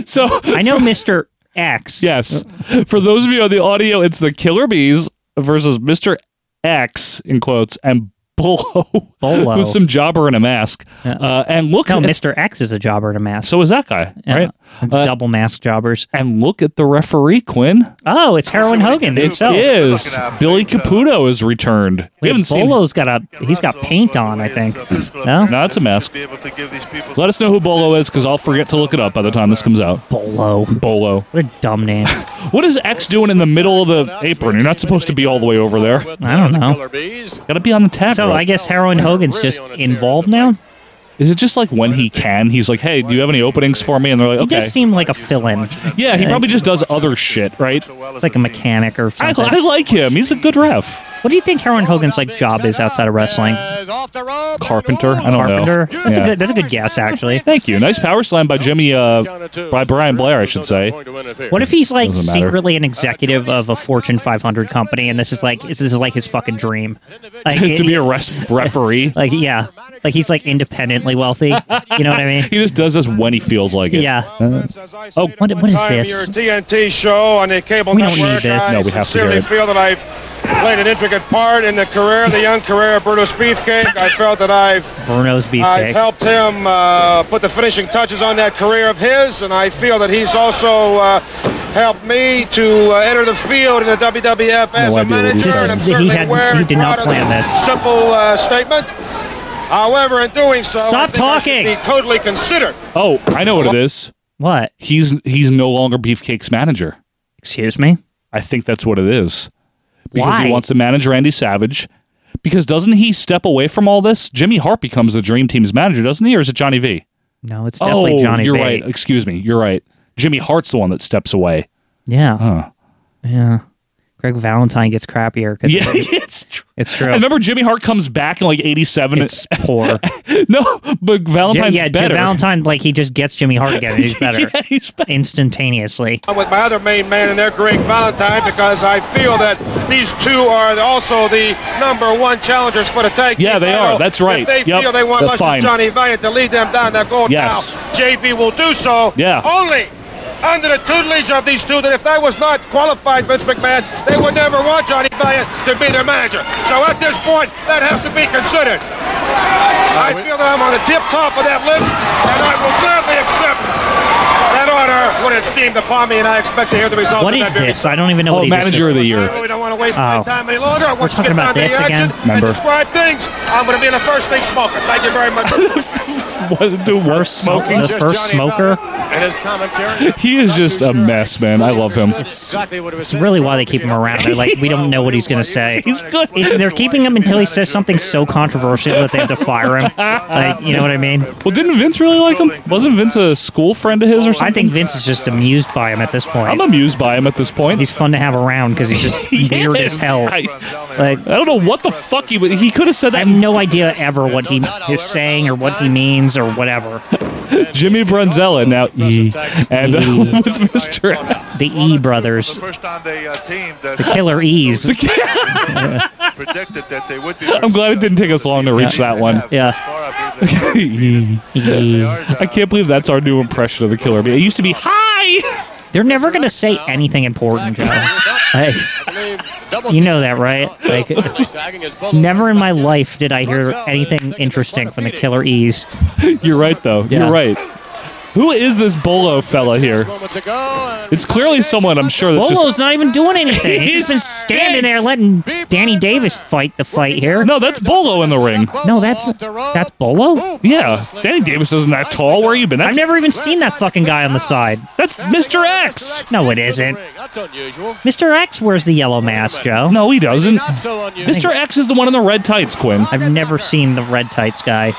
[SPEAKER 2] so
[SPEAKER 1] I know Mister X.
[SPEAKER 2] Yes. For those of you on the audio, it's the Killer Bees versus Mr. X in quotes and Bolo,
[SPEAKER 1] Bolo.
[SPEAKER 2] with some jobber in a mask. Uh, and look
[SPEAKER 1] No,
[SPEAKER 2] at
[SPEAKER 1] Mister X is a jobber in a mask.
[SPEAKER 2] so is that guy,
[SPEAKER 1] Yeah.
[SPEAKER 2] right? Uh,
[SPEAKER 1] double mask jobbers.
[SPEAKER 2] and look at the referee, Quinn.
[SPEAKER 1] Oh, it's Heroin
[SPEAKER 10] somebody
[SPEAKER 1] Hogan
[SPEAKER 10] can do
[SPEAKER 1] himself.
[SPEAKER 10] it.
[SPEAKER 2] is
[SPEAKER 10] looking at
[SPEAKER 2] Billy
[SPEAKER 10] it, uh,
[SPEAKER 2] Caputo is returned. we
[SPEAKER 1] Wait,
[SPEAKER 2] haven't seen.
[SPEAKER 1] Bolo's got a (laughs) he's got paint on. I think. No,
[SPEAKER 2] No, it's a mask. Let us know who Bolo is because I'll forget to look it up by the time this comes out.
[SPEAKER 1] Bolo.
[SPEAKER 2] Bolo.
[SPEAKER 1] What a
[SPEAKER 2] (laughs)
[SPEAKER 1] dumb name.
[SPEAKER 2] What is X doing in the middle of the apron? You're not supposed to be all the way over there.
[SPEAKER 1] I don't know.
[SPEAKER 2] Gotta be on the tab.
[SPEAKER 1] So
[SPEAKER 2] rope.
[SPEAKER 1] Oh, I guess Heroin Hogan's just involved now.
[SPEAKER 2] Is it just like when he can? He's like, hey, do you have any openings for me? And they're like,
[SPEAKER 1] He
[SPEAKER 2] okay.
[SPEAKER 1] does seem like a fill-in.
[SPEAKER 2] yeah, he probably just does other shit, right?
[SPEAKER 1] It's like a mechanic or
[SPEAKER 2] I,
[SPEAKER 1] something.
[SPEAKER 2] I like him. He's a good ref.
[SPEAKER 1] what do you think Heroin Hogan's like job is outside of wrestling?
[SPEAKER 2] Carpenter. I don't
[SPEAKER 1] Carpenter.
[SPEAKER 2] know.
[SPEAKER 1] That's
[SPEAKER 2] Yeah.
[SPEAKER 1] a good. That's a good guess,
[SPEAKER 2] (laughs)
[SPEAKER 1] actually.
[SPEAKER 2] Thank you. Nice power slam by Jimmy, uh, by Brian Blair, I should say. (laughs)
[SPEAKER 1] What if he's like
[SPEAKER 2] Doesn't matter.
[SPEAKER 1] secretly an executive of a Fortune 500 company, and this is like this is like his fucking dream, like,
[SPEAKER 2] to be a
[SPEAKER 1] it-
[SPEAKER 2] res- referee.
[SPEAKER 1] (laughs) like yeah, like he's like independently wealthy. You know what
[SPEAKER 2] (laughs)
[SPEAKER 1] I mean?
[SPEAKER 2] He just does this when he feels like it.
[SPEAKER 1] Yeah.
[SPEAKER 2] Oh,
[SPEAKER 1] uh, What, what is this?
[SPEAKER 4] Your TNT show on the cable
[SPEAKER 1] We don't
[SPEAKER 4] network.
[SPEAKER 1] need this.
[SPEAKER 4] I
[SPEAKER 2] No, we have to hear
[SPEAKER 4] sincerely
[SPEAKER 2] it.
[SPEAKER 4] feel that I've played an intricate part in the career, the young career of Brutus Beefcake. I felt that I've
[SPEAKER 1] Bruno's
[SPEAKER 4] I've
[SPEAKER 1] beefcake.
[SPEAKER 4] helped him uh, put the finishing touches on that career of his, and I feel that he's also uh, helped me to uh, enter the field in the WWF as
[SPEAKER 2] idea
[SPEAKER 4] a
[SPEAKER 2] what he's
[SPEAKER 4] manager.
[SPEAKER 1] saying.
[SPEAKER 4] and I'm
[SPEAKER 1] He
[SPEAKER 4] certainly
[SPEAKER 1] had-
[SPEAKER 4] aware
[SPEAKER 1] he
[SPEAKER 4] and
[SPEAKER 1] did not
[SPEAKER 4] proud of
[SPEAKER 1] plan
[SPEAKER 4] that
[SPEAKER 1] this.
[SPEAKER 4] Simple uh, statement. However, in doing so, I
[SPEAKER 1] Stop
[SPEAKER 4] think I should
[SPEAKER 1] talking.
[SPEAKER 4] Be totally considered.
[SPEAKER 2] Oh, I know what it is.
[SPEAKER 1] What?
[SPEAKER 2] He's he's no longer Beefcake's manager.
[SPEAKER 1] Excuse me.
[SPEAKER 2] I think that's what it is. Because
[SPEAKER 1] Why?
[SPEAKER 2] he wants to manage Randy Savage. Because doesn't he step away from all this? Jimmy Hart becomes the Dream Team's manager, doesn't he? Or is it Johnny V?
[SPEAKER 1] No, it's definitely
[SPEAKER 2] oh,
[SPEAKER 1] Johnny.
[SPEAKER 2] you're
[SPEAKER 1] B.
[SPEAKER 2] right. Excuse me. You're right. Jimmy Hart's the one that steps
[SPEAKER 1] (laughs)
[SPEAKER 2] away.
[SPEAKER 1] Yeah. Yeah. Greg Valentine gets crappier because
[SPEAKER 2] Yeah, it's true.
[SPEAKER 1] (laughs) it's
[SPEAKER 2] (laughs)
[SPEAKER 1] true.
[SPEAKER 2] I remember Jimmy Hart comes back in like '87.
[SPEAKER 1] It's poor.
[SPEAKER 2] (laughs) no, but
[SPEAKER 1] yeah,
[SPEAKER 2] Valentine's
[SPEAKER 1] yeah Jim
[SPEAKER 2] better. (laughs)
[SPEAKER 1] Valentine like he just gets Jimmy Hart again. And he's better
[SPEAKER 2] yeah, he's better.
[SPEAKER 1] instantaneously.
[SPEAKER 4] I'm with my other main man in there, Greg Valentine, because I feel that these two are also the number one challengers for the tag.
[SPEAKER 2] Yeah,
[SPEAKER 4] team
[SPEAKER 2] they
[SPEAKER 4] title.
[SPEAKER 2] are. That's right.
[SPEAKER 4] If they
[SPEAKER 2] Yep.
[SPEAKER 4] feel they want
[SPEAKER 2] They're
[SPEAKER 4] Luscious
[SPEAKER 2] fine.
[SPEAKER 4] Johnny Valiant to lead them down that goal
[SPEAKER 2] Yes.
[SPEAKER 4] now, JV will do so.
[SPEAKER 2] Yeah.
[SPEAKER 4] Only under the tutelage of these two that if that was not qualified, Vince McMahon, they would never want Johnny Valiant to be their manager. So at this point, that has to be considered. I feel that I'm on the tip top of that list, and I will gladly accept that order when it's deemed upon me, and I expect to hear the result.
[SPEAKER 1] What
[SPEAKER 4] of
[SPEAKER 1] is
[SPEAKER 4] that very
[SPEAKER 1] this? I don't even know
[SPEAKER 2] Oh,
[SPEAKER 1] what he just
[SPEAKER 2] manager of
[SPEAKER 1] did.
[SPEAKER 2] the
[SPEAKER 4] I
[SPEAKER 2] year.
[SPEAKER 4] really don't want to waste
[SPEAKER 1] Oh.
[SPEAKER 4] my time any longer. I want
[SPEAKER 1] talking
[SPEAKER 4] to get
[SPEAKER 1] about
[SPEAKER 4] down to
[SPEAKER 1] this
[SPEAKER 4] the
[SPEAKER 1] again?
[SPEAKER 4] action
[SPEAKER 2] Remember.
[SPEAKER 4] and describe things. I'm going to be in the first thing smoker. Thank you
[SPEAKER 1] (coughs)
[SPEAKER 4] very much.
[SPEAKER 2] (laughs) What do what smoking?
[SPEAKER 1] The first smoker.
[SPEAKER 11] And his
[SPEAKER 1] (laughs)
[SPEAKER 11] commentary.
[SPEAKER 2] He is just a mess, man. I love him.
[SPEAKER 11] It's
[SPEAKER 1] It's really why they keep him around. They're like, we don't know what he's going to say.
[SPEAKER 2] He's good.
[SPEAKER 1] It's- They're keeping him until he says something so controversial that they have to fire
[SPEAKER 2] (laughs)
[SPEAKER 1] him. Like, you know what I mean?
[SPEAKER 2] Well, didn't Vince really like him? Wasn't Vince a school friend of his or something?
[SPEAKER 1] I think Vince is just amused by him at this
[SPEAKER 2] I'm
[SPEAKER 1] point.
[SPEAKER 2] amused by him at this point.
[SPEAKER 1] He's fun to have around because
[SPEAKER 2] (laughs)
[SPEAKER 1] he's just weird
[SPEAKER 2] Yes.
[SPEAKER 1] as
[SPEAKER 12] (laughs)
[SPEAKER 1] hell.
[SPEAKER 2] I,
[SPEAKER 1] Like,
[SPEAKER 2] I don't know what the fuck he was. He could have said
[SPEAKER 1] I
[SPEAKER 2] that.
[SPEAKER 1] have no idea ever what he is saying or what he means or whatever.
[SPEAKER 2] Jimmy Brunzella now
[SPEAKER 1] (laughs)
[SPEAKER 2] E, and uh, (laughs) with Mister.
[SPEAKER 1] The E brothers,
[SPEAKER 10] The first time they uh, teamed, that's
[SPEAKER 1] Killer E's.
[SPEAKER 2] (laughs)
[SPEAKER 10] predicted that they
[SPEAKER 1] (laughs)
[SPEAKER 10] would be.
[SPEAKER 2] I'm glad it didn't take us long to reach that one.
[SPEAKER 1] Yeah.
[SPEAKER 2] E.
[SPEAKER 1] E.
[SPEAKER 2] I can't believe that's our new impression of the killer bee. It used to be hi. (laughs)
[SPEAKER 1] They're never going to say anything important, Joe. (laughs) Like, you know
[SPEAKER 3] (laughs)
[SPEAKER 1] that, right? Like, never in my life did I hear anything interesting from the Killer E's.
[SPEAKER 2] You're right though.
[SPEAKER 1] Yeah.
[SPEAKER 2] You're right. Who is this Bolo fella here?
[SPEAKER 3] Moments ago, and
[SPEAKER 2] It's clearly someone I'm sure that's
[SPEAKER 1] Bolo's
[SPEAKER 2] just.
[SPEAKER 1] not even
[SPEAKER 2] (laughs)
[SPEAKER 1] doing anything. He's just been standing there letting Danny Davis fight the fight here.
[SPEAKER 2] No, that's Bolo in the ring.
[SPEAKER 1] No, that's that's Bolo.
[SPEAKER 2] Yeah, Danny Davis isn't that tall. Where you been?
[SPEAKER 1] I've
[SPEAKER 2] That's,
[SPEAKER 1] never even seen that fucking guy on the side.
[SPEAKER 2] that's Mr. X.
[SPEAKER 1] No, it isn't.
[SPEAKER 3] That's unusual.
[SPEAKER 1] Mr. X wears the yellow mask, Joe.
[SPEAKER 2] No, he doesn't.
[SPEAKER 3] Not so unusual.
[SPEAKER 2] Mr. X is the one in the red tights, Quinn.
[SPEAKER 1] I've never seen the red tights guy.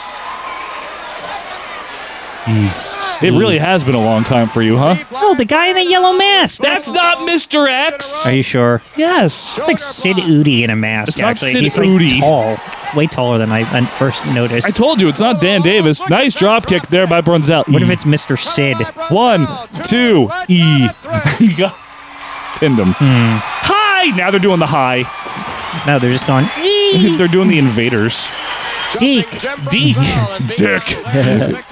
[SPEAKER 2] It really has been a long time for you, huh?
[SPEAKER 1] Oh, the guy in the yellow mask.
[SPEAKER 2] That's not Mr. X.
[SPEAKER 1] Are you sure?
[SPEAKER 2] Yes.
[SPEAKER 1] It's like Sid Udi in a mask.
[SPEAKER 2] It's not
[SPEAKER 1] actually,
[SPEAKER 2] Sid
[SPEAKER 1] he's like
[SPEAKER 2] Udy.
[SPEAKER 1] tall, way taller than I I first noticed.
[SPEAKER 2] I told you it's not Dan Davis. Nice drop kick there by Brunzel.
[SPEAKER 1] what if it's Mr. Sid?
[SPEAKER 2] one, two, E? (laughs) You got- Pinned him.
[SPEAKER 1] Hmm.
[SPEAKER 2] Hi. (laughs) Now they're doing the high.
[SPEAKER 1] No, they're just going "Ee,
[SPEAKER 2] they're doing the invaders.
[SPEAKER 1] Deke.
[SPEAKER 2] Deke. Dick.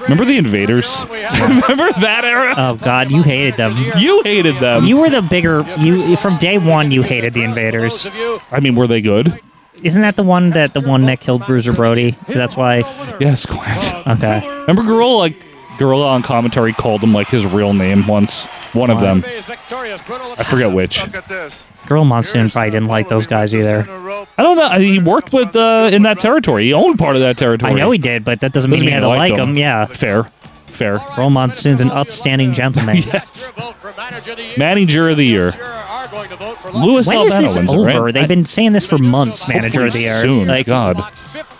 [SPEAKER 2] (laughs) Remember the
[SPEAKER 1] (laughs)
[SPEAKER 2] invaders? Remember that era?
[SPEAKER 1] Oh God, you hated them.
[SPEAKER 2] you hated them.
[SPEAKER 1] You were the bigger. You from day one, you hated the invaders.
[SPEAKER 2] I mean, were they good?
[SPEAKER 1] Isn't that the one that the one that killed Bruiser Brody? That's why.
[SPEAKER 2] Yes, Quinn.
[SPEAKER 1] Okay.
[SPEAKER 2] Remember Gorilla? Like, Gorilla on commentary called him like his real name once. One of them. I forget which.
[SPEAKER 4] Look at this.
[SPEAKER 1] Girl Monsoon probably didn't like those guys either.
[SPEAKER 2] I don't know. I- He worked with uh, in that territory. He owned part of that territory.
[SPEAKER 1] I know he did, but that doesn't,
[SPEAKER 2] Doesn't
[SPEAKER 1] mean he had to like him. Yeah.
[SPEAKER 2] Fair. Fair.
[SPEAKER 1] Girl Monsoon's an upstanding
[SPEAKER 2] (laughs)
[SPEAKER 1] gentleman.
[SPEAKER 2] Yes. Manager of the year. Lewis
[SPEAKER 1] When is
[SPEAKER 2] Albano
[SPEAKER 1] this
[SPEAKER 2] wins it,
[SPEAKER 1] over?
[SPEAKER 2] right?
[SPEAKER 1] They've been saying this for months. Manager of the year.
[SPEAKER 2] Soon.
[SPEAKER 1] Like
[SPEAKER 2] God.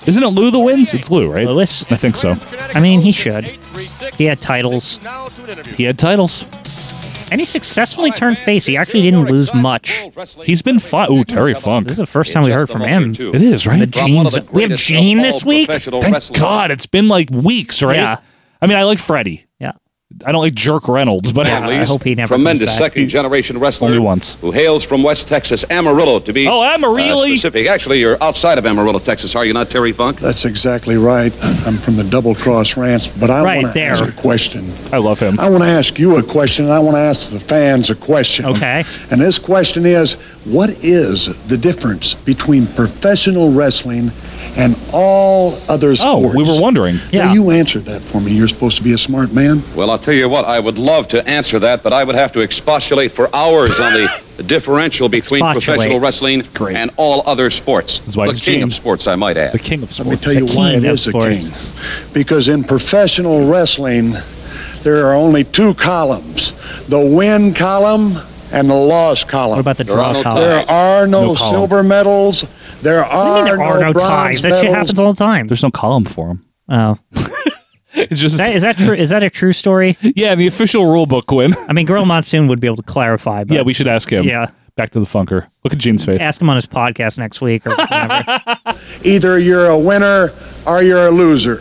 [SPEAKER 2] Isn't it Lou that wins? It's Lou, right?
[SPEAKER 1] Lewis.
[SPEAKER 2] I think so.
[SPEAKER 1] I mean, he should. He had titles,
[SPEAKER 2] He had titles.
[SPEAKER 1] and he successfully turned face. He actually didn't lose much.
[SPEAKER 2] He's been fought. Ooh, Terry Funk.
[SPEAKER 1] This is the first time we heard from him.
[SPEAKER 2] It is,
[SPEAKER 1] The
[SPEAKER 2] right?
[SPEAKER 1] jeans. We have Gene this week.
[SPEAKER 2] Thank God. It's been like weeks, right?
[SPEAKER 1] Yeah.
[SPEAKER 2] I mean, I like Freddie.
[SPEAKER 1] Yeah.
[SPEAKER 2] I don't like Jerk Reynolds, but
[SPEAKER 1] I hope he never.
[SPEAKER 13] Tremendous
[SPEAKER 1] comes back.
[SPEAKER 13] second generation wrestler
[SPEAKER 2] Only once.
[SPEAKER 13] who hails from West Texas, Amarillo, to be
[SPEAKER 2] Oh, Amarillo.
[SPEAKER 13] uh, specific. Actually, you're outside of Amarillo, Texas, are you not, Terry Funk?
[SPEAKER 14] That's exactly right. I'm from the Double Cross Ranch, but I
[SPEAKER 1] Right
[SPEAKER 14] want to
[SPEAKER 1] there.
[SPEAKER 14] ask a question.
[SPEAKER 2] I love him.
[SPEAKER 14] I want to ask you a question, and I want to ask the fans a question.
[SPEAKER 1] Okay.
[SPEAKER 14] And this question is what is the difference between professional wrestling and all other
[SPEAKER 2] Oh,
[SPEAKER 14] sports?
[SPEAKER 2] we were wondering.
[SPEAKER 1] Yeah.
[SPEAKER 14] Now, you answered that for me. You're supposed to be a smart man.
[SPEAKER 13] Well, I'll tell you what, I would love to answer that, but I would have to expostulate for hours on the differential between
[SPEAKER 1] Expostulate.
[SPEAKER 13] professional wrestling
[SPEAKER 2] great.
[SPEAKER 13] and all other sports.
[SPEAKER 2] That's why
[SPEAKER 13] the
[SPEAKER 2] it's
[SPEAKER 13] king
[SPEAKER 2] Gene.
[SPEAKER 13] of sports, I might add.
[SPEAKER 2] The king of
[SPEAKER 14] Let me
[SPEAKER 2] sports.
[SPEAKER 14] tell you
[SPEAKER 1] the
[SPEAKER 14] why it
[SPEAKER 1] king of
[SPEAKER 14] is a
[SPEAKER 1] sports.
[SPEAKER 14] king. Because in professional wrestling, there are only two columns the win column and the loss column.
[SPEAKER 1] What about the
[SPEAKER 13] There
[SPEAKER 1] draw
[SPEAKER 13] are no
[SPEAKER 1] column?
[SPEAKER 13] ties.
[SPEAKER 14] There are no,
[SPEAKER 2] No column.
[SPEAKER 14] silver medals. There
[SPEAKER 1] What do
[SPEAKER 14] are,
[SPEAKER 1] you mean there are no ties?
[SPEAKER 14] bronze
[SPEAKER 1] That shit
[SPEAKER 14] medals.
[SPEAKER 1] happens all the time.
[SPEAKER 2] There's no column for him.
[SPEAKER 1] Oh,
[SPEAKER 2] (laughs) It's just
[SPEAKER 1] that, is that true? Is that a true story?
[SPEAKER 2] (laughs) yeah. The official rule book,
[SPEAKER 1] (laughs)
[SPEAKER 2] Quinn.
[SPEAKER 1] I mean, Girl Monsoon would be able to clarify. But
[SPEAKER 2] yeah, we should ask him.
[SPEAKER 1] Yeah.
[SPEAKER 2] Back to the Funker. Look at Gene's face.
[SPEAKER 1] ask him on his podcast next week or whatever.
[SPEAKER 14] Either you're a winner or you're a loser.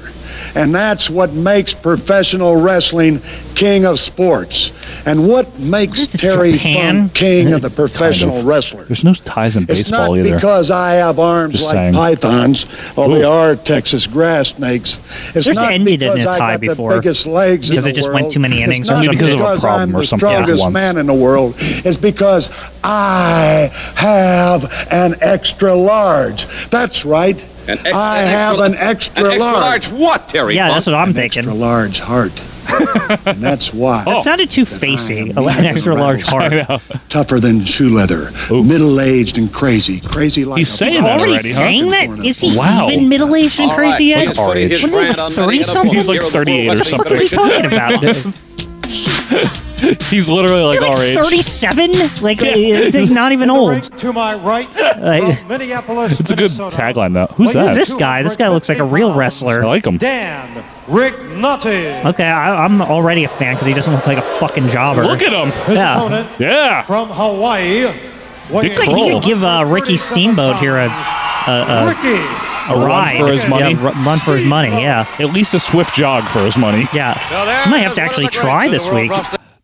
[SPEAKER 14] And that's what makes professional wrestling king of sports. And what
[SPEAKER 1] This
[SPEAKER 14] makes
[SPEAKER 1] is
[SPEAKER 14] Terry
[SPEAKER 1] Japan.
[SPEAKER 14] Funk king of the professional
[SPEAKER 2] Kind of.
[SPEAKER 14] wrestler?
[SPEAKER 2] There's no ties in
[SPEAKER 14] It's
[SPEAKER 2] baseball
[SPEAKER 14] not
[SPEAKER 2] either.
[SPEAKER 14] because I have arms
[SPEAKER 2] Just
[SPEAKER 14] like
[SPEAKER 2] saying.
[SPEAKER 14] pythons, or they
[SPEAKER 2] Ooh.
[SPEAKER 14] are Texas grass snakes. It's
[SPEAKER 1] There's
[SPEAKER 14] not
[SPEAKER 1] ended in
[SPEAKER 14] because
[SPEAKER 1] a
[SPEAKER 14] I
[SPEAKER 1] tie
[SPEAKER 14] got
[SPEAKER 1] before.
[SPEAKER 14] the biggest legs in
[SPEAKER 1] Because it
[SPEAKER 14] the
[SPEAKER 1] just went
[SPEAKER 14] world.
[SPEAKER 1] too many
[SPEAKER 14] It's
[SPEAKER 1] innings or
[SPEAKER 14] not
[SPEAKER 1] something.
[SPEAKER 2] Because of a
[SPEAKER 14] because
[SPEAKER 2] problem
[SPEAKER 14] I'm
[SPEAKER 2] or
[SPEAKER 14] the
[SPEAKER 2] something. Yeah,
[SPEAKER 14] strongest
[SPEAKER 2] once.
[SPEAKER 14] man in the world. It's because I have an extra large. That's right.
[SPEAKER 13] An ex-
[SPEAKER 14] I
[SPEAKER 13] an extra-
[SPEAKER 14] have an
[SPEAKER 13] an
[SPEAKER 14] extra
[SPEAKER 13] extra large.
[SPEAKER 14] large.
[SPEAKER 13] What, Terry?
[SPEAKER 1] yeah, that's what I'm
[SPEAKER 14] An
[SPEAKER 1] thinking.
[SPEAKER 14] extra large heart.
[SPEAKER 1] (laughs)
[SPEAKER 14] and that's why.
[SPEAKER 1] That sounded too facey. An extra large
[SPEAKER 2] (laughs)
[SPEAKER 1] heart.
[SPEAKER 14] Tougher than shoe leather. Middle aged and crazy. Crazy like
[SPEAKER 2] He's
[SPEAKER 14] a
[SPEAKER 2] saying
[SPEAKER 1] He's
[SPEAKER 2] Saying that
[SPEAKER 1] already
[SPEAKER 2] already, huh?
[SPEAKER 1] saying that? Is he
[SPEAKER 2] Wow.
[SPEAKER 1] even middle aged and
[SPEAKER 13] All right,
[SPEAKER 1] crazy
[SPEAKER 13] please
[SPEAKER 1] yet?
[SPEAKER 13] put his
[SPEAKER 1] Wasn't he
[SPEAKER 13] brand
[SPEAKER 1] like
[SPEAKER 13] on
[SPEAKER 1] 30
[SPEAKER 13] many
[SPEAKER 1] something?
[SPEAKER 13] other
[SPEAKER 2] He's like
[SPEAKER 13] forms.
[SPEAKER 2] 38 or
[SPEAKER 1] What the fuck are you
[SPEAKER 2] (laughs)
[SPEAKER 1] talking about?
[SPEAKER 2] He's literally like
[SPEAKER 1] You're
[SPEAKER 2] our
[SPEAKER 1] like
[SPEAKER 2] age.
[SPEAKER 1] 37? Like, it's like not even
[SPEAKER 2] (laughs)
[SPEAKER 1] old.
[SPEAKER 5] To my right,
[SPEAKER 1] Like,
[SPEAKER 5] from Minneapolis.
[SPEAKER 2] It's a good
[SPEAKER 5] Minnesota.
[SPEAKER 2] tagline, though.
[SPEAKER 5] Weighs
[SPEAKER 2] Who's that?
[SPEAKER 1] this guy? This guy looks like a real
[SPEAKER 5] 250
[SPEAKER 2] I
[SPEAKER 1] wrestler.
[SPEAKER 2] like him.
[SPEAKER 5] Dan Rignotti.
[SPEAKER 1] Okay, I, I'm already a fan because he doesn't look like a fucking jobber.
[SPEAKER 2] Look at him.
[SPEAKER 5] His
[SPEAKER 1] Yeah.
[SPEAKER 5] opponent
[SPEAKER 2] Yeah.
[SPEAKER 5] from Hawaii. weighing
[SPEAKER 2] Looks like he could
[SPEAKER 1] give, uh, Ricky Steamboat here a-
[SPEAKER 5] Ricky.
[SPEAKER 1] a
[SPEAKER 2] run
[SPEAKER 1] ride.
[SPEAKER 2] for his money.
[SPEAKER 1] Yeah, ru- run for his money. Yeah,
[SPEAKER 2] At least a swift jog for his money.
[SPEAKER 1] yeah. I might have to actually try this week.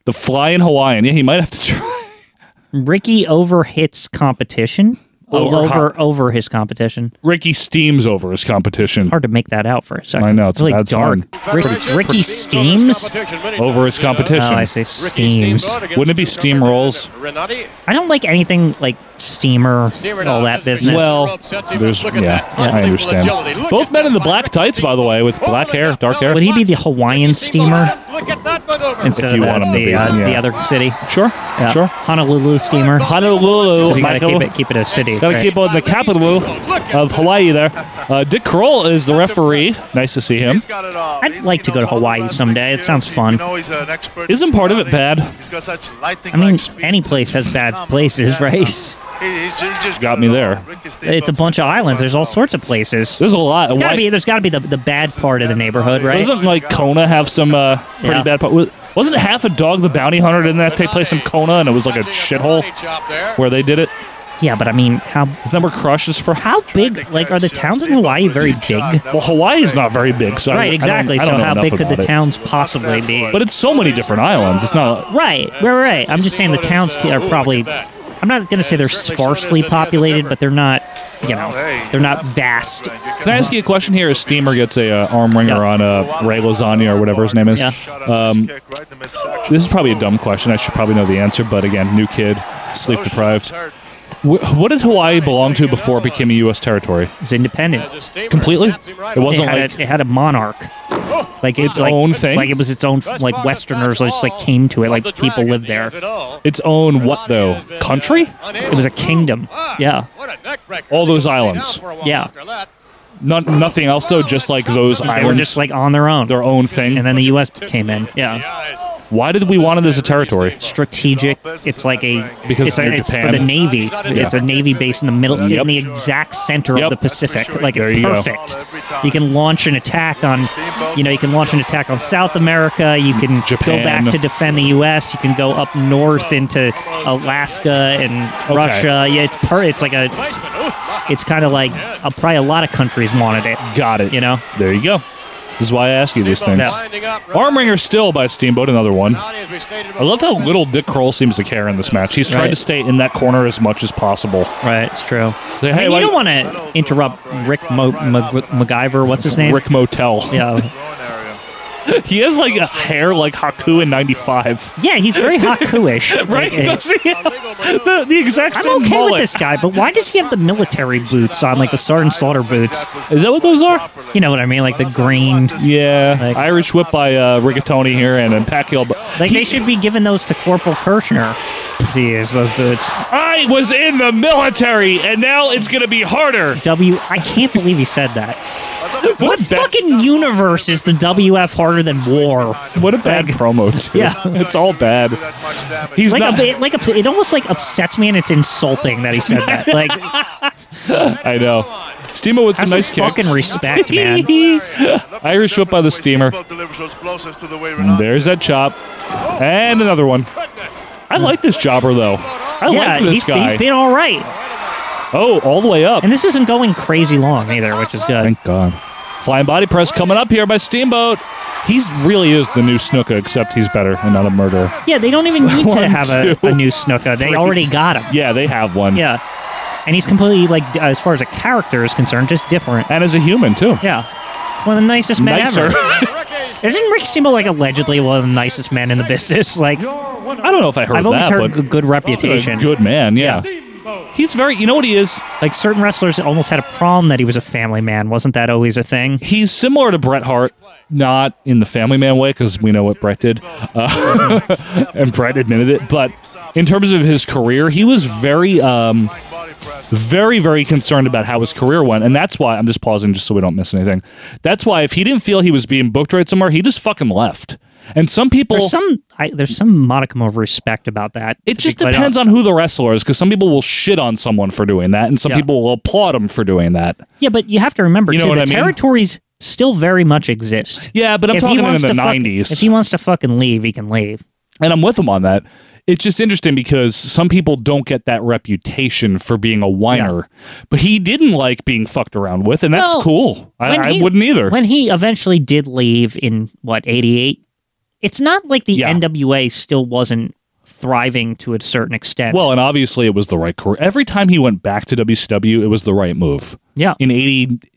[SPEAKER 2] The fly in Hawaiian. Yeah, he might have to try. (laughs)
[SPEAKER 1] Ricky overhits competition. Over,
[SPEAKER 2] Over-
[SPEAKER 1] over, over his competition.
[SPEAKER 2] Ricky steams over his competition.
[SPEAKER 1] Hard to make that out for a second.
[SPEAKER 2] I know, it's a
[SPEAKER 1] really
[SPEAKER 2] bad
[SPEAKER 1] dark.
[SPEAKER 2] sign.
[SPEAKER 1] Rick- Ricky steams.
[SPEAKER 2] Over its
[SPEAKER 1] Oh,
[SPEAKER 2] competition.
[SPEAKER 1] I say steams.
[SPEAKER 2] Wouldn't it be steamrolls?
[SPEAKER 3] Renati,
[SPEAKER 1] I don't like anything like steamer,
[SPEAKER 3] steamer down.
[SPEAKER 1] all that
[SPEAKER 3] This
[SPEAKER 1] business.
[SPEAKER 2] Well,
[SPEAKER 3] upsets him.
[SPEAKER 2] there's-
[SPEAKER 3] Look at
[SPEAKER 2] yeah,
[SPEAKER 3] that.
[SPEAKER 2] I
[SPEAKER 3] Unbelievable
[SPEAKER 2] understand.
[SPEAKER 3] agility. Look
[SPEAKER 2] Both
[SPEAKER 3] at
[SPEAKER 2] men in the
[SPEAKER 3] that by
[SPEAKER 2] black
[SPEAKER 3] Ricky
[SPEAKER 2] tights, by the way, with
[SPEAKER 3] Steamboat.
[SPEAKER 2] black hair, dark hair.
[SPEAKER 1] Would he be the Hawaiian
[SPEAKER 3] Ricky Steamboat.
[SPEAKER 1] steamer?
[SPEAKER 3] Look at not maneuver.
[SPEAKER 1] instead
[SPEAKER 2] If
[SPEAKER 1] of
[SPEAKER 2] you
[SPEAKER 1] the,
[SPEAKER 2] want 'em to
[SPEAKER 1] the,
[SPEAKER 2] be,
[SPEAKER 1] uh, the
[SPEAKER 2] yeah.
[SPEAKER 1] other city.
[SPEAKER 2] Sure,
[SPEAKER 1] Yeah.
[SPEAKER 2] sure.
[SPEAKER 1] Honolulu steamer.
[SPEAKER 2] Honolulu,
[SPEAKER 1] Because you gotta
[SPEAKER 2] Michael.
[SPEAKER 1] keep it, keep it a city.
[SPEAKER 2] Gotta
[SPEAKER 1] right?
[SPEAKER 2] keep on the capital of Hawaii there. Uh, Dick Kroll is the referee. Nice to see him.
[SPEAKER 4] He's got it all.
[SPEAKER 1] I'd
[SPEAKER 4] He's-
[SPEAKER 1] like
[SPEAKER 4] he
[SPEAKER 1] to go
[SPEAKER 4] knows
[SPEAKER 1] to
[SPEAKER 4] all
[SPEAKER 1] Hawaii
[SPEAKER 4] about
[SPEAKER 1] someday.
[SPEAKER 4] things
[SPEAKER 1] It
[SPEAKER 4] here.
[SPEAKER 1] sounds
[SPEAKER 4] You
[SPEAKER 1] fun.
[SPEAKER 4] know he's an expert
[SPEAKER 2] Isn't part of it
[SPEAKER 4] piloting.
[SPEAKER 2] bad?
[SPEAKER 4] He's got such
[SPEAKER 1] I mean,
[SPEAKER 4] lightning-like speed.
[SPEAKER 1] any place has bad
[SPEAKER 4] Phenomenal.
[SPEAKER 1] places,
[SPEAKER 4] Yeah.
[SPEAKER 1] right?
[SPEAKER 4] um, He- he's ju- he's just
[SPEAKER 2] Got
[SPEAKER 4] got
[SPEAKER 2] me
[SPEAKER 4] it all.
[SPEAKER 2] there.
[SPEAKER 4] Ricky
[SPEAKER 1] It's a
[SPEAKER 4] Steamboat's
[SPEAKER 1] bunch of
[SPEAKER 4] got it
[SPEAKER 1] islands. There's
[SPEAKER 4] all.
[SPEAKER 1] all sorts of places.
[SPEAKER 2] There's a lot.
[SPEAKER 1] There's gotta
[SPEAKER 2] Why-
[SPEAKER 1] be, there's gotta be the, the bad
[SPEAKER 4] is
[SPEAKER 1] part of the
[SPEAKER 4] bad
[SPEAKER 1] neighborhood,
[SPEAKER 4] Hawaii.
[SPEAKER 1] right?
[SPEAKER 2] Doesn't like Kona have some uh, pretty
[SPEAKER 1] Yeah.
[SPEAKER 2] bad part? wa- Wasn't half of Dog the Bounty Hunter? Didn't that take place in Kona and it was like a shithole where they did it?
[SPEAKER 1] Yeah, but I mean, how
[SPEAKER 2] Is that where Crush is for?
[SPEAKER 1] how big? Like, are the towns in Hawaii very big?
[SPEAKER 2] Well, Hawaii is not very big, so I- I
[SPEAKER 1] Right,
[SPEAKER 2] don't-
[SPEAKER 1] exactly.
[SPEAKER 2] I don't know
[SPEAKER 1] so how
[SPEAKER 2] enough
[SPEAKER 1] big could the
[SPEAKER 2] about it.
[SPEAKER 1] towns possibly be?
[SPEAKER 2] But it's so many different islands. It's not.
[SPEAKER 1] right, right, right. I'm just saying the towns are probably. I'm not gonna say they're sparsely populated, but they're not. You know, they're not vast.
[SPEAKER 2] Can I ask you a question here? As Steamer gets a uh, arm ringer
[SPEAKER 1] Yeah.
[SPEAKER 2] on uh, Ray Lasagna or whatever his name is.
[SPEAKER 1] Yeah.
[SPEAKER 2] Um, This is probably a dumb question. I should probably know the answer, but again, new kid, sleep deprived. Wh- what did Hawaii belong to before it became a U.S. territory?
[SPEAKER 1] It's independent.
[SPEAKER 2] Completely? It
[SPEAKER 1] It
[SPEAKER 2] wasn't
[SPEAKER 1] had,
[SPEAKER 2] like
[SPEAKER 1] a, it had a monarch, like
[SPEAKER 2] Its
[SPEAKER 1] like-
[SPEAKER 2] own thing?
[SPEAKER 1] Like it was its own like Westerners like, just like came to it. Like people lived there.
[SPEAKER 2] its own what though? Country?
[SPEAKER 1] It was a kingdom. Yeah.
[SPEAKER 2] All those islands.
[SPEAKER 1] Yeah.
[SPEAKER 2] Not nothing else though. Just like those
[SPEAKER 1] They were
[SPEAKER 2] islands,
[SPEAKER 1] just like on their own.
[SPEAKER 2] their own thing.
[SPEAKER 1] And then the U.S. came in. Yeah.
[SPEAKER 2] Why did we want it as a territory?
[SPEAKER 1] Strategic. It's like a
[SPEAKER 2] Because
[SPEAKER 1] it's,
[SPEAKER 2] they're
[SPEAKER 1] it's
[SPEAKER 2] Japan.
[SPEAKER 1] for the navy.
[SPEAKER 2] Yeah.
[SPEAKER 1] It's a navy base in the middle,
[SPEAKER 2] Yep.
[SPEAKER 1] in the exact center
[SPEAKER 2] Yep.
[SPEAKER 1] of the Pacific. Like
[SPEAKER 2] There
[SPEAKER 1] it's
[SPEAKER 2] you go.
[SPEAKER 1] perfect. You can launch an attack on, you know, you can launch an attack on South America. You can
[SPEAKER 2] Japan.
[SPEAKER 1] go back to defend the U.S. You can go up north into Alaska and
[SPEAKER 2] Okay.
[SPEAKER 1] Russia. Yeah, it's per. It's like a. It's kind of like uh, probably a lot of countries wanted it.
[SPEAKER 2] Got it.
[SPEAKER 1] You know.
[SPEAKER 2] There you go. This is why I ask you these things. Arm ringer still by Steamboat. Another one. I love how little Dick Kroll seems to care in this match. He's tried
[SPEAKER 1] Right.
[SPEAKER 2] to stay in that corner as much as possible.
[SPEAKER 1] Right, it's true.
[SPEAKER 2] Say,
[SPEAKER 1] I mean,
[SPEAKER 2] hey,
[SPEAKER 1] you
[SPEAKER 2] like-
[SPEAKER 1] don't want to interrupt Rick Mo- Mag- MacGyver. What's his name?
[SPEAKER 2] Rick Motel.
[SPEAKER 1] Yeah,
[SPEAKER 2] (laughs) he has like a hair like Haku in '95.
[SPEAKER 1] yeah, he's very (laughs) Haku-ish.
[SPEAKER 2] (laughs) Right?
[SPEAKER 1] Like, uh,
[SPEAKER 2] Doesn't he have the, the exact same
[SPEAKER 1] I'm okay
[SPEAKER 2] mullet?
[SPEAKER 1] with this guy, but why does he have the military boots on, like the Sergeant Slaughter boots?
[SPEAKER 2] Is that what those are?
[SPEAKER 1] You know what I mean, like the green.
[SPEAKER 2] Yeah,
[SPEAKER 1] Like-
[SPEAKER 2] Irish whip by uh, Rigatoni here, and then Pacquiao. But
[SPEAKER 1] Like they should be giving those to Corporal Kirchner. He is those boots.
[SPEAKER 2] I was in the military, and now it's gonna be harder.
[SPEAKER 1] W. I can't believe he said that. (laughs) What
[SPEAKER 2] bad-
[SPEAKER 1] fucking universe is the WF harder than war?
[SPEAKER 2] What a bad
[SPEAKER 1] Like-
[SPEAKER 2] promo. Too.
[SPEAKER 1] Yeah.
[SPEAKER 2] (laughs) it's all bad.
[SPEAKER 4] He's
[SPEAKER 2] He's
[SPEAKER 1] Like,
[SPEAKER 2] not.
[SPEAKER 1] a, it, like ups- it almost like upsets me, and it's insulting that he said (laughs) that. Like,
[SPEAKER 2] I know. Steamer with some
[SPEAKER 1] Have some
[SPEAKER 2] nice kicks. (laughs)
[SPEAKER 1] fucking respect, man.
[SPEAKER 2] Irish whip by the steamer. There's that chop, and another one. I like this jobber though. I
[SPEAKER 1] yeah,
[SPEAKER 2] like this
[SPEAKER 1] he's-
[SPEAKER 2] guy.
[SPEAKER 1] he's been all right.
[SPEAKER 2] oh, all the way up.
[SPEAKER 1] And this isn't going crazy long either, which is good.
[SPEAKER 2] Thank God. Flying body press coming up here by Steamboat. He's really is the new Snuka, except he's better and not a murderer.
[SPEAKER 1] Yeah, they
[SPEAKER 2] (laughs)
[SPEAKER 1] don't even need
[SPEAKER 2] One,
[SPEAKER 1] to have a,
[SPEAKER 2] two,
[SPEAKER 1] a new Snuka. They
[SPEAKER 2] three.
[SPEAKER 1] already got him.
[SPEAKER 2] Yeah, they have one.
[SPEAKER 1] Yeah. And he's completely, like, d- as far as a character is concerned, just different.
[SPEAKER 2] And as a human too.
[SPEAKER 1] Yeah. One of the nicest men
[SPEAKER 2] Nicer.
[SPEAKER 1] ever.
[SPEAKER 2] (laughs)
[SPEAKER 1] Isn't Rick Steamboat, like, allegedly one of the nicest men in the business? (laughs) Like,
[SPEAKER 2] I don't know if I heard
[SPEAKER 1] I've always
[SPEAKER 2] that,
[SPEAKER 1] heard
[SPEAKER 2] but
[SPEAKER 1] a good reputation.
[SPEAKER 2] good man. Yeah. He's very. You know what he is?
[SPEAKER 1] Like, certain wrestlers almost had a problem that he was a family man. Wasn't that always a thing?
[SPEAKER 2] He's similar to Bret Hart, not in the Family Man way, because we know what Bret did, uh, (laughs) and Bret admitted it. But in terms of his career, he was very. Um, very, very concerned about how his career went. And that's why I'm just pausing just so we don't miss anything. That's why if he didn't feel he was being booked right somewhere, he just fucking left. And some people,
[SPEAKER 1] There's some, I, there's some modicum of respect about that.
[SPEAKER 2] it just depends
[SPEAKER 1] on.
[SPEAKER 2] on who the wrestler is because some people will shit on someone for doing that and some
[SPEAKER 1] Yeah.
[SPEAKER 2] people will applaud him for doing that.
[SPEAKER 1] Yeah, but you have to remember,
[SPEAKER 2] You know
[SPEAKER 1] too,
[SPEAKER 2] what
[SPEAKER 1] the
[SPEAKER 2] I mean?
[SPEAKER 1] territories still very much exist.
[SPEAKER 2] Yeah, but I'm talking in the
[SPEAKER 1] to fuck-
[SPEAKER 2] 90s.
[SPEAKER 1] if he wants to fucking leave, he can leave.
[SPEAKER 2] And I'm with him on that. It's just interesting because some people don't get that reputation for being a whiner, but he didn't like being fucked around with, and that's
[SPEAKER 1] Well,
[SPEAKER 2] cool. I,
[SPEAKER 1] When
[SPEAKER 2] I
[SPEAKER 1] he-
[SPEAKER 2] wouldn't either.
[SPEAKER 1] When he eventually did leave in what '88, it's not like the
[SPEAKER 2] Yeah.
[SPEAKER 1] NWA still wasn't thriving to a certain extent.
[SPEAKER 2] Well, and obviously it was the right career. Every time he went back to WCW, it was the right move.
[SPEAKER 1] yeah,
[SPEAKER 2] In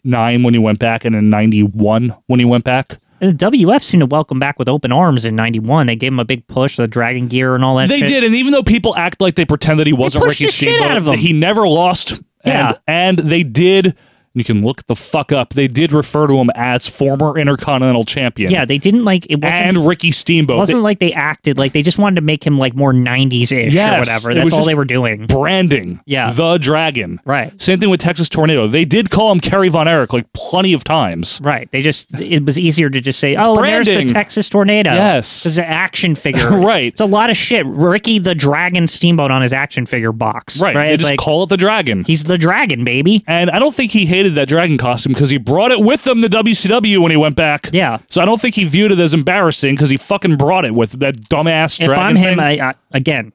[SPEAKER 2] 89 when he went back and in 91 when he went back.
[SPEAKER 1] and the WF seemed to welcome back with open arms in '91. They gave him a big push, the Dragon Gear and all that.
[SPEAKER 2] They
[SPEAKER 1] shit.
[SPEAKER 2] did, and even though people act like they pretend that he wasn't
[SPEAKER 1] pushed
[SPEAKER 2] Ricky
[SPEAKER 1] the shit out of
[SPEAKER 2] Steamboat,
[SPEAKER 1] him.
[SPEAKER 2] he never lost.
[SPEAKER 1] Yeah.
[SPEAKER 2] And, and they did You can look the fuck up. They did refer to him as former Intercontinental Champion.
[SPEAKER 1] Yeah, they didn't like it wasn't
[SPEAKER 2] and Ricky Steamboat.
[SPEAKER 1] it wasn't like they acted like they just wanted to make him like more 90s ish
[SPEAKER 2] Yes,
[SPEAKER 1] or whatever.
[SPEAKER 2] it
[SPEAKER 1] That's
[SPEAKER 2] was
[SPEAKER 1] all
[SPEAKER 2] just
[SPEAKER 1] they were doing.
[SPEAKER 2] branding.
[SPEAKER 1] Yeah.
[SPEAKER 2] The Dragon.
[SPEAKER 1] Right.
[SPEAKER 2] Same thing with Texas Tornado. They did call him Kerry Von Erich like plenty of times.
[SPEAKER 1] Right. They just it was easier to just say, "Oh, and there's the
[SPEAKER 2] branding.
[SPEAKER 1] Texas tornado."
[SPEAKER 2] Yes.
[SPEAKER 1] There's an action figure.
[SPEAKER 2] (laughs) Right.
[SPEAKER 1] It's a lot of shit. Ricky the Dragon Steamboat on his action figure box.
[SPEAKER 2] Right. They
[SPEAKER 1] It's
[SPEAKER 2] just
[SPEAKER 1] like
[SPEAKER 2] call it the Dragon.
[SPEAKER 1] he's the dragon, baby.
[SPEAKER 2] and I don't think he hated that dragon costume because he brought it with him to WCW when he went back.
[SPEAKER 1] Yeah.
[SPEAKER 2] So I don't think he viewed it as embarrassing because he fucking brought it with that dumbass
[SPEAKER 1] if
[SPEAKER 2] dragon.
[SPEAKER 1] I'm him,
[SPEAKER 2] thing.
[SPEAKER 1] I, I again,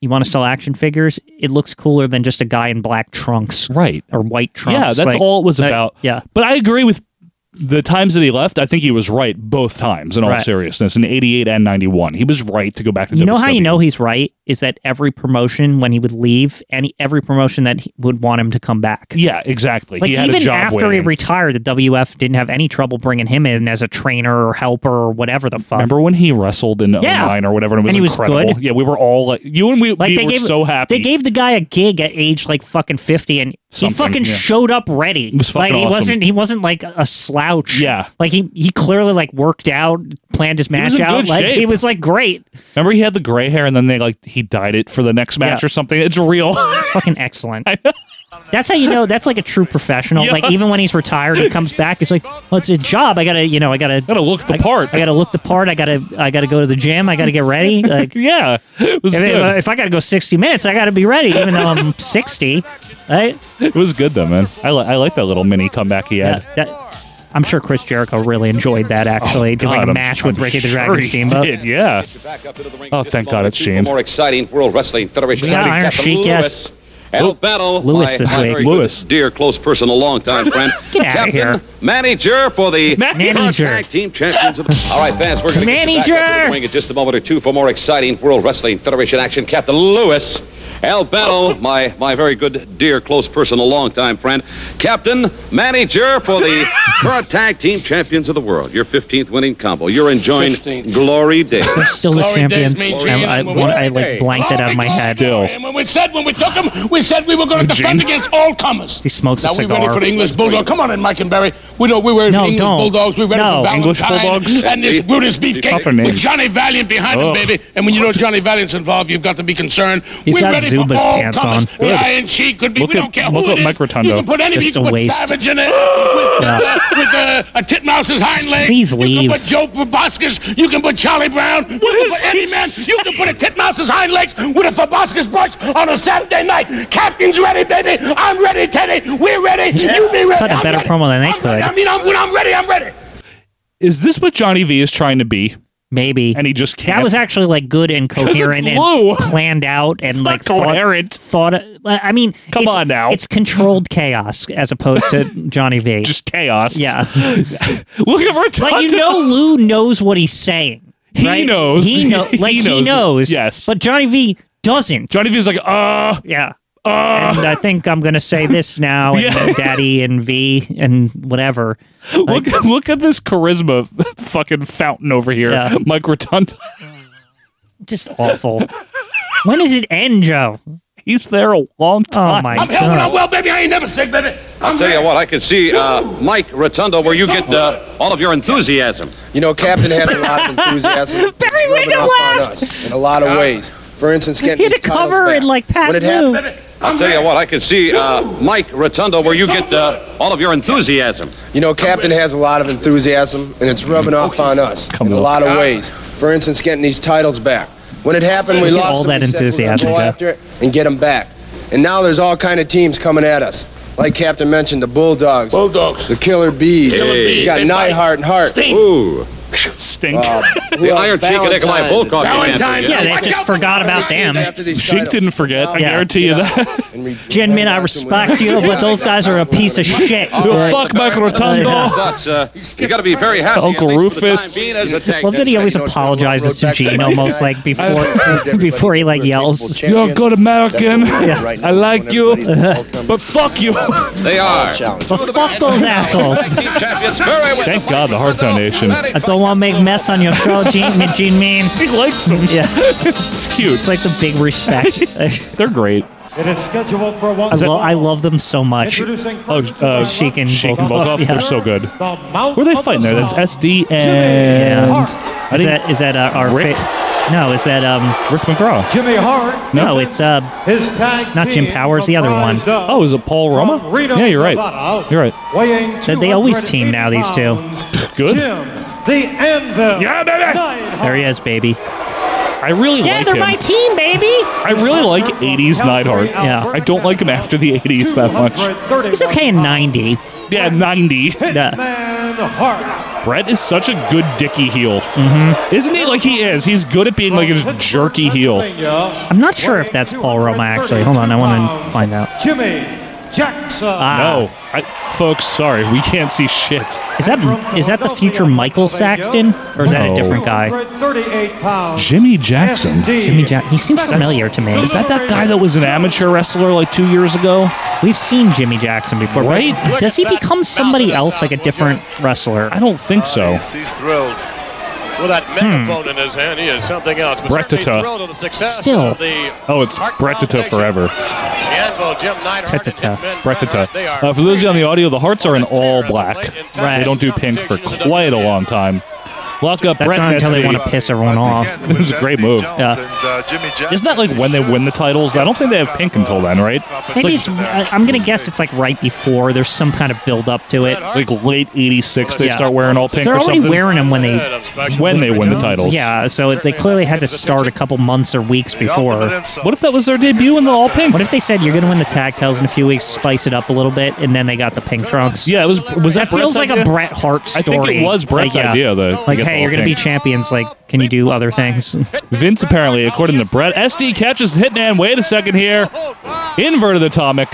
[SPEAKER 1] you want to sell action figures? It looks cooler than just a guy in black trunks,
[SPEAKER 2] Right.
[SPEAKER 1] Or white trunks.
[SPEAKER 2] yeah, that's
[SPEAKER 1] Like,
[SPEAKER 2] all it was
[SPEAKER 1] that-
[SPEAKER 2] about.
[SPEAKER 1] Yeah,
[SPEAKER 2] But I agree with the times that he left. I think he was right both times in all
[SPEAKER 1] Right.
[SPEAKER 2] seriousness in 88 and 91. He was right to go back to E.
[SPEAKER 1] you know
[SPEAKER 2] WCW.
[SPEAKER 1] how you know he's right is that every promotion when he would leave, any every promotion that he would want him to come back.
[SPEAKER 2] Yeah, exactly.
[SPEAKER 1] Like
[SPEAKER 2] he had
[SPEAKER 1] even
[SPEAKER 2] a job
[SPEAKER 1] after he
[SPEAKER 2] waiting.
[SPEAKER 1] retired, the WF didn't have any trouble bringing him in as a trainer or helper or whatever the fuck.
[SPEAKER 2] Remember when he wrestled in
[SPEAKER 1] Yeah.
[SPEAKER 2] 09 or whatever? And it was
[SPEAKER 1] And he was
[SPEAKER 2] incredible.
[SPEAKER 1] good.
[SPEAKER 2] Yeah, we were all like, you and we,
[SPEAKER 1] Like
[SPEAKER 2] we
[SPEAKER 1] they
[SPEAKER 2] were
[SPEAKER 1] gave
[SPEAKER 2] so happy.
[SPEAKER 1] They gave the guy a gig at age like fucking fifty, and he
[SPEAKER 2] Something,
[SPEAKER 1] fucking
[SPEAKER 2] yeah.
[SPEAKER 1] showed up ready.
[SPEAKER 2] was fucking
[SPEAKER 1] like he
[SPEAKER 2] awesome.
[SPEAKER 1] wasn't he wasn't like a slouch.
[SPEAKER 2] Yeah.
[SPEAKER 1] like he he clearly like worked out, planned his match
[SPEAKER 2] was in
[SPEAKER 1] out.
[SPEAKER 2] good
[SPEAKER 1] like he
[SPEAKER 2] shape.
[SPEAKER 1] was like great,
[SPEAKER 2] Remember he had the gray hair and then they like he dyed it for the next match
[SPEAKER 1] Yeah.
[SPEAKER 2] or something? It's real. (laughs)
[SPEAKER 1] fucking excellent. That's how you know. That's like a true professional.
[SPEAKER 2] Yeah.
[SPEAKER 1] Like even when he's retired, he comes back. It's like, well, it's a job. I gotta, you know, I gotta
[SPEAKER 2] Gotta look the
[SPEAKER 1] I-
[SPEAKER 2] part.
[SPEAKER 1] I gotta look the part. I gotta, I gotta go to the gym. I gotta
[SPEAKER 2] (laughs)
[SPEAKER 1] get ready. Like, if,
[SPEAKER 2] yeah. It was good.
[SPEAKER 1] if I gotta go sixty minutes, I gotta be ready, even though I'm sixty. Right?
[SPEAKER 2] it was good though, man. I, li- I like that little mini comeback he had.
[SPEAKER 1] That- I'm sure Chris Jericho really enjoyed that. Actually, doing
[SPEAKER 2] Oh, God,
[SPEAKER 1] a
[SPEAKER 2] I'm-
[SPEAKER 1] match with
[SPEAKER 2] I'm
[SPEAKER 1] Ricky the
[SPEAKER 2] sure
[SPEAKER 1] Dragon
[SPEAKER 2] he
[SPEAKER 1] Steamboat.
[SPEAKER 2] did, yeah.
[SPEAKER 13] Back up into the ring
[SPEAKER 2] Oh,
[SPEAKER 13] just a
[SPEAKER 2] thank
[SPEAKER 13] moment
[SPEAKER 2] God, it's
[SPEAKER 13] or two for
[SPEAKER 2] Shane.
[SPEAKER 13] More exciting World Wrestling Federation.
[SPEAKER 1] We got
[SPEAKER 13] Sergeant
[SPEAKER 1] Iron
[SPEAKER 13] Captain
[SPEAKER 1] Sheik, yes.
[SPEAKER 13] Lewis. Al Battle,
[SPEAKER 1] Lewis
[SPEAKER 13] my-
[SPEAKER 1] this
[SPEAKER 13] my
[SPEAKER 1] week.
[SPEAKER 13] very good
[SPEAKER 2] Lewis.
[SPEAKER 13] dear close person,
[SPEAKER 1] (laughs)
[SPEAKER 13] a longtime friend.
[SPEAKER 1] Get outta
[SPEAKER 13] Captain,
[SPEAKER 1] here.
[SPEAKER 13] manager for
[SPEAKER 1] (laughs)
[SPEAKER 13] the
[SPEAKER 1] Manager.
[SPEAKER 13] World Tag Team Champions. Of the- (laughs) All right, fans, we're going to get
[SPEAKER 1] Manager.
[SPEAKER 13] you back up into the ring in just a moment or two for more exciting World Wrestling Federation action. Captain Lewis, Al Battle, my my very good dear close person, a longtime friend. Captain, manager
[SPEAKER 3] (laughs)
[SPEAKER 13] for the current Tag Team Champions of the world. Your 15th winning combo. You're enjoying
[SPEAKER 3] 15th.
[SPEAKER 13] glory days.
[SPEAKER 1] They're still the
[SPEAKER 3] Glory
[SPEAKER 1] champions.
[SPEAKER 3] days, mean
[SPEAKER 1] I,
[SPEAKER 3] Gene,
[SPEAKER 1] I,
[SPEAKER 3] and we're
[SPEAKER 1] want- I,
[SPEAKER 3] ready.
[SPEAKER 1] like blanked it out of my head.
[SPEAKER 2] Still.
[SPEAKER 3] And when we said when we took him, we said we were going to defend against all comers.
[SPEAKER 1] He smokes a
[SPEAKER 3] now we ready
[SPEAKER 1] cigar.
[SPEAKER 3] for the English bulldog. Come on in, Mike and Barry. We know we were
[SPEAKER 1] No,
[SPEAKER 3] English
[SPEAKER 1] don't.
[SPEAKER 3] bulldogs. We ready
[SPEAKER 1] No.
[SPEAKER 3] for Valentine
[SPEAKER 2] English bulldogs?
[SPEAKER 3] and this Brutus
[SPEAKER 2] Proper
[SPEAKER 3] beefcake with
[SPEAKER 2] names.
[SPEAKER 3] Johnny Valiant behind him,
[SPEAKER 2] Ugh.
[SPEAKER 3] baby. And when you know Johnny Valiant's involved, you've got to be concerned.
[SPEAKER 1] Oh. He's
[SPEAKER 3] we're
[SPEAKER 1] got
[SPEAKER 3] ready
[SPEAKER 1] Zuba's
[SPEAKER 3] for all
[SPEAKER 1] pants
[SPEAKER 3] comers.
[SPEAKER 1] on.
[SPEAKER 3] The Iron Sheik could be.
[SPEAKER 2] Look
[SPEAKER 3] we
[SPEAKER 2] at-
[SPEAKER 3] don't care
[SPEAKER 2] look
[SPEAKER 3] who
[SPEAKER 2] at
[SPEAKER 3] it is.
[SPEAKER 2] Mike Rotundo.
[SPEAKER 3] You can put any you
[SPEAKER 1] Just a
[SPEAKER 3] can put
[SPEAKER 1] waste.
[SPEAKER 3] Savage
[SPEAKER 1] (gasps)
[SPEAKER 3] in it with, uh, with uh, a titmouse's hind leg.
[SPEAKER 1] please
[SPEAKER 3] You
[SPEAKER 1] leave.
[SPEAKER 3] can put Joe Proboscis. You can put Charlie Brown. You can
[SPEAKER 2] is
[SPEAKER 3] put any
[SPEAKER 2] he
[SPEAKER 3] man. You can put a titmouse's hind legs with a Proboscis brush on a Saturday night. Captain's ready, baby. I'm ready, Teddy. We're ready. You be ready.
[SPEAKER 1] cut a
[SPEAKER 3] I'm
[SPEAKER 1] better
[SPEAKER 3] ready.
[SPEAKER 1] promo than they
[SPEAKER 3] I'm ready.
[SPEAKER 1] could.
[SPEAKER 3] I mean, I'm, when I'm ready, I'm ready.
[SPEAKER 2] Is this what Johnny V is trying to be?
[SPEAKER 1] Maybe.
[SPEAKER 2] And he just can't.
[SPEAKER 1] That was actually like good and
[SPEAKER 2] 'Cause it's
[SPEAKER 1] coherent
[SPEAKER 2] Lou.
[SPEAKER 1] and planned out and
[SPEAKER 2] It's not
[SPEAKER 1] like thought-
[SPEAKER 2] coherent.
[SPEAKER 1] Thought, uh, I mean,
[SPEAKER 2] Come
[SPEAKER 1] it's-
[SPEAKER 2] on now.
[SPEAKER 1] it's controlled chaos as
[SPEAKER 2] (laughs)
[SPEAKER 1] opposed to Johnny V.
[SPEAKER 2] just chaos. (laughs)
[SPEAKER 1] yeah,
[SPEAKER 2] Look at Rotundo.
[SPEAKER 1] like you know, Lou knows what he's saying.
[SPEAKER 2] He
[SPEAKER 1] right?
[SPEAKER 2] knows.
[SPEAKER 1] He
[SPEAKER 2] (laughs)
[SPEAKER 1] knows.
[SPEAKER 2] He
[SPEAKER 1] Like he knows.
[SPEAKER 2] knows. Yes.
[SPEAKER 1] but Johnny V doesn't.
[SPEAKER 2] Johnny V's like, uh,
[SPEAKER 1] yeah. and I think I'm gonna say this now,
[SPEAKER 2] (laughs)
[SPEAKER 1] and
[SPEAKER 2] Yeah.
[SPEAKER 1] then Daddy and V and whatever.
[SPEAKER 2] look, (laughs) look at this charisma (laughs) fucking fountain over here.
[SPEAKER 1] Yeah.
[SPEAKER 2] Mike Rotundo.
[SPEAKER 1] Just awful. when does it end, Joe?
[SPEAKER 2] (laughs) He's there a long time.
[SPEAKER 1] Oh my
[SPEAKER 3] I'm healthy.
[SPEAKER 1] god!
[SPEAKER 3] I'm well, baby. I ain't never sick, baby. I'm
[SPEAKER 13] I'll tell you
[SPEAKER 3] ready.
[SPEAKER 13] what, I can see uh, Mike Rotundo where you get uh, all of your enthusiasm.
[SPEAKER 8] You know, Captain had a lot of enthusiasm.
[SPEAKER 1] (laughs) Barry
[SPEAKER 8] It's rubbing
[SPEAKER 1] Windham
[SPEAKER 8] off on
[SPEAKER 1] laughed.
[SPEAKER 8] us In a lot of ways. For instance, getting
[SPEAKER 1] He had
[SPEAKER 8] these
[SPEAKER 1] to cover
[SPEAKER 8] titles
[SPEAKER 1] and
[SPEAKER 8] back.
[SPEAKER 1] like Pat
[SPEAKER 8] When it
[SPEAKER 1] Lou.
[SPEAKER 8] happened,
[SPEAKER 13] I'll tell you what, I can see uh, Mike Rotundo where you get uh, all of your enthusiasm.
[SPEAKER 8] You know, Captain has a lot of enthusiasm, and it's rubbing off on us in a
[SPEAKER 2] on.
[SPEAKER 8] lot of ways. For instance, getting these titles back. When it happened, we
[SPEAKER 1] Look at
[SPEAKER 8] lost
[SPEAKER 1] all
[SPEAKER 8] them.
[SPEAKER 1] that
[SPEAKER 8] We said we're gonna
[SPEAKER 1] enthusiasm,
[SPEAKER 8] go
[SPEAKER 1] Jeff.
[SPEAKER 8] after it and get them back. And now there's all kind of teams coming at us. Like Captain mentioned, the Bulldogs,
[SPEAKER 3] Bulldogs.
[SPEAKER 8] the Killer Bees.
[SPEAKER 13] Killer Bees.
[SPEAKER 8] You got
[SPEAKER 3] They bite.
[SPEAKER 8] Neidhart and Hart.
[SPEAKER 3] Sting.
[SPEAKER 13] Ooh.
[SPEAKER 2] Stink.
[SPEAKER 8] Who
[SPEAKER 13] The
[SPEAKER 8] else?
[SPEAKER 13] Iron Cheek and
[SPEAKER 8] Valentine.
[SPEAKER 13] Nikolai Volkov.
[SPEAKER 3] Valentine.
[SPEAKER 1] Yeah, they
[SPEAKER 3] Watch
[SPEAKER 1] just
[SPEAKER 3] out.
[SPEAKER 1] forgot about
[SPEAKER 8] Teams
[SPEAKER 1] them.
[SPEAKER 8] after these
[SPEAKER 2] Sheik
[SPEAKER 8] titles.
[SPEAKER 2] didn't forget. I
[SPEAKER 1] Yeah.
[SPEAKER 2] guarantee you that.
[SPEAKER 8] And we-
[SPEAKER 1] Jen Min, I respect you, but those guys are a piece
[SPEAKER 5] (laughs)
[SPEAKER 1] of shit.
[SPEAKER 2] (laughs) Oh, fuck Mike Rotundo.
[SPEAKER 13] Thus, uh, you got to be very happy.
[SPEAKER 2] Uncle
[SPEAKER 13] at least for the
[SPEAKER 2] Rufus.
[SPEAKER 13] time being, as a tag
[SPEAKER 1] Love that he always
[SPEAKER 8] That's right, you know,
[SPEAKER 1] apologizes to
[SPEAKER 8] road back to
[SPEAKER 1] Gene
[SPEAKER 8] my
[SPEAKER 1] almost
[SPEAKER 8] guy.
[SPEAKER 1] like before (laughs) before he like yells.
[SPEAKER 2] You're a good American.
[SPEAKER 8] Yeah.
[SPEAKER 2] (laughs) I like you, but fuck you.
[SPEAKER 13] They are.
[SPEAKER 1] But fuck those assholes.
[SPEAKER 2] Thank God the Hart Foundation.
[SPEAKER 1] I don't want to make mess on your show, Gene, Gene Min.
[SPEAKER 2] He likes them.
[SPEAKER 1] Yeah,
[SPEAKER 2] It's cute. (laughs)
[SPEAKER 1] it's like the big respect.
[SPEAKER 2] They're great.
[SPEAKER 5] It is scheduled for one.
[SPEAKER 1] I, lo- I love them so much.
[SPEAKER 5] Introducing
[SPEAKER 1] Oh, uh, Sheik and
[SPEAKER 2] Sheik and Volkov,
[SPEAKER 1] Volkov. Yeah.
[SPEAKER 2] they're so good.
[SPEAKER 5] The Mount
[SPEAKER 2] Where are they
[SPEAKER 5] of
[SPEAKER 2] fighting
[SPEAKER 5] the
[SPEAKER 2] there? That's
[SPEAKER 5] South.
[SPEAKER 2] SD and
[SPEAKER 5] Hart.
[SPEAKER 2] I
[SPEAKER 1] Is
[SPEAKER 2] think
[SPEAKER 1] that is that uh, our
[SPEAKER 2] Rick?
[SPEAKER 1] fa- No, is that um?
[SPEAKER 2] Rick McGraw.
[SPEAKER 5] Jimmy Hart.
[SPEAKER 1] No, it's uh.
[SPEAKER 5] His tag
[SPEAKER 1] not Jim
[SPEAKER 5] team
[SPEAKER 1] Powers, the other one.
[SPEAKER 5] comprised of
[SPEAKER 2] Oh, is it Paul
[SPEAKER 5] from
[SPEAKER 2] Roma?
[SPEAKER 5] Reno,
[SPEAKER 2] Yeah, you're right.
[SPEAKER 5] Nevada,
[SPEAKER 2] You're right.
[SPEAKER 5] Weighing
[SPEAKER 1] They- they always team now, these two.
[SPEAKER 5] 280 pounds,
[SPEAKER 2] Good.
[SPEAKER 5] Jim, the Anvil.
[SPEAKER 2] Yeah, baby.
[SPEAKER 5] Neidhart.
[SPEAKER 1] There he is, baby.
[SPEAKER 2] I really like him.
[SPEAKER 1] team, baby.
[SPEAKER 2] I really like 80s Neidhart.
[SPEAKER 1] Yeah.
[SPEAKER 2] I don't like him after the 80s that much.
[SPEAKER 5] 231
[SPEAKER 1] He's okay in ninety.
[SPEAKER 2] Yeah, 90.
[SPEAKER 1] Yeah.
[SPEAKER 5] Man Hart.
[SPEAKER 2] Brett is such a good dicky heel. Isn't he? Like, he is. He's good at being like a jerky heel.
[SPEAKER 1] I'm not sure if that's Paul Roma actually. Hold on, I want to find out.
[SPEAKER 5] Jimmy Jackson.
[SPEAKER 1] Ah.
[SPEAKER 2] No. I, folks, sorry. We can't see shit.
[SPEAKER 1] Is that is that the future Michael Saxton, or is that
[SPEAKER 2] No.
[SPEAKER 1] a different guy?
[SPEAKER 5] 238 pounds.
[SPEAKER 2] Jimmy Jackson.
[SPEAKER 5] SD.
[SPEAKER 1] Jimmy Jack. He seems familiar to me.
[SPEAKER 2] Is that that guy that was an amateur wrestler like two years ago?
[SPEAKER 1] We've seen Jimmy Jackson before, but
[SPEAKER 2] Right?
[SPEAKER 1] Does he become somebody else, like a different wrestler?
[SPEAKER 2] I don't think so.
[SPEAKER 4] He's, he's thrilled. With that
[SPEAKER 2] Hmm.
[SPEAKER 4] megaphone in his hand, he is something else. But
[SPEAKER 2] Bretata.
[SPEAKER 4] certainly thrilled at the success
[SPEAKER 1] Still.
[SPEAKER 4] of the
[SPEAKER 2] Oh, it's
[SPEAKER 4] Hart
[SPEAKER 2] Bretata
[SPEAKER 4] Foundation.
[SPEAKER 2] forever.
[SPEAKER 4] The Anvil, Jim Neidhart, and
[SPEAKER 1] Tata.
[SPEAKER 4] Hitman
[SPEAKER 2] Bretata.
[SPEAKER 4] Barrett, they are
[SPEAKER 2] Uh, for those on the audio, the hearts are in
[SPEAKER 4] Volunteer
[SPEAKER 2] all
[SPEAKER 4] of the
[SPEAKER 2] black.
[SPEAKER 4] late and
[SPEAKER 1] Right.
[SPEAKER 2] They don't do pink for quite a long time. Lock up
[SPEAKER 1] That's
[SPEAKER 2] Brett
[SPEAKER 1] not until they
[SPEAKER 2] Nesty.
[SPEAKER 1] want to piss everyone off.
[SPEAKER 2] (laughs) This is a great move.
[SPEAKER 1] Yeah.
[SPEAKER 2] Isn't that like when they win the titles? I don't think they have pink until then, right?
[SPEAKER 1] Maybe
[SPEAKER 2] It's
[SPEAKER 1] it's. I- I'm gonna guess it's like right before. There's some kind of build up to it.
[SPEAKER 2] like, like late '86 they
[SPEAKER 1] Yeah.
[SPEAKER 2] start wearing all pink
[SPEAKER 1] They're
[SPEAKER 2] or
[SPEAKER 1] already
[SPEAKER 2] something.
[SPEAKER 1] wearing them when they.
[SPEAKER 2] when they win the titles.
[SPEAKER 1] Yeah, so it, they clearly had to start a couple months or weeks before.
[SPEAKER 2] What if that was their debut in the all pink?
[SPEAKER 1] What if they said you're gonna win the tag titles in a few weeks, spice it up a little bit, and then they got the pink trunks?
[SPEAKER 2] yeah, it was. Was that,
[SPEAKER 1] That feels
[SPEAKER 2] Brett's
[SPEAKER 1] like a
[SPEAKER 2] idea?
[SPEAKER 1] Bret Hart
[SPEAKER 2] I
[SPEAKER 1] story.
[SPEAKER 2] think it was Brett's
[SPEAKER 1] Like, yeah.
[SPEAKER 2] idea, though. to
[SPEAKER 1] Like,
[SPEAKER 2] get the
[SPEAKER 1] hey,
[SPEAKER 2] all
[SPEAKER 1] you're gonna be
[SPEAKER 2] pink.
[SPEAKER 1] champions. Like, can you do other things?
[SPEAKER 2] (laughs) Vince apparently, according to Brett, SD catches Hitman. Wait a second here. Inverted atomic.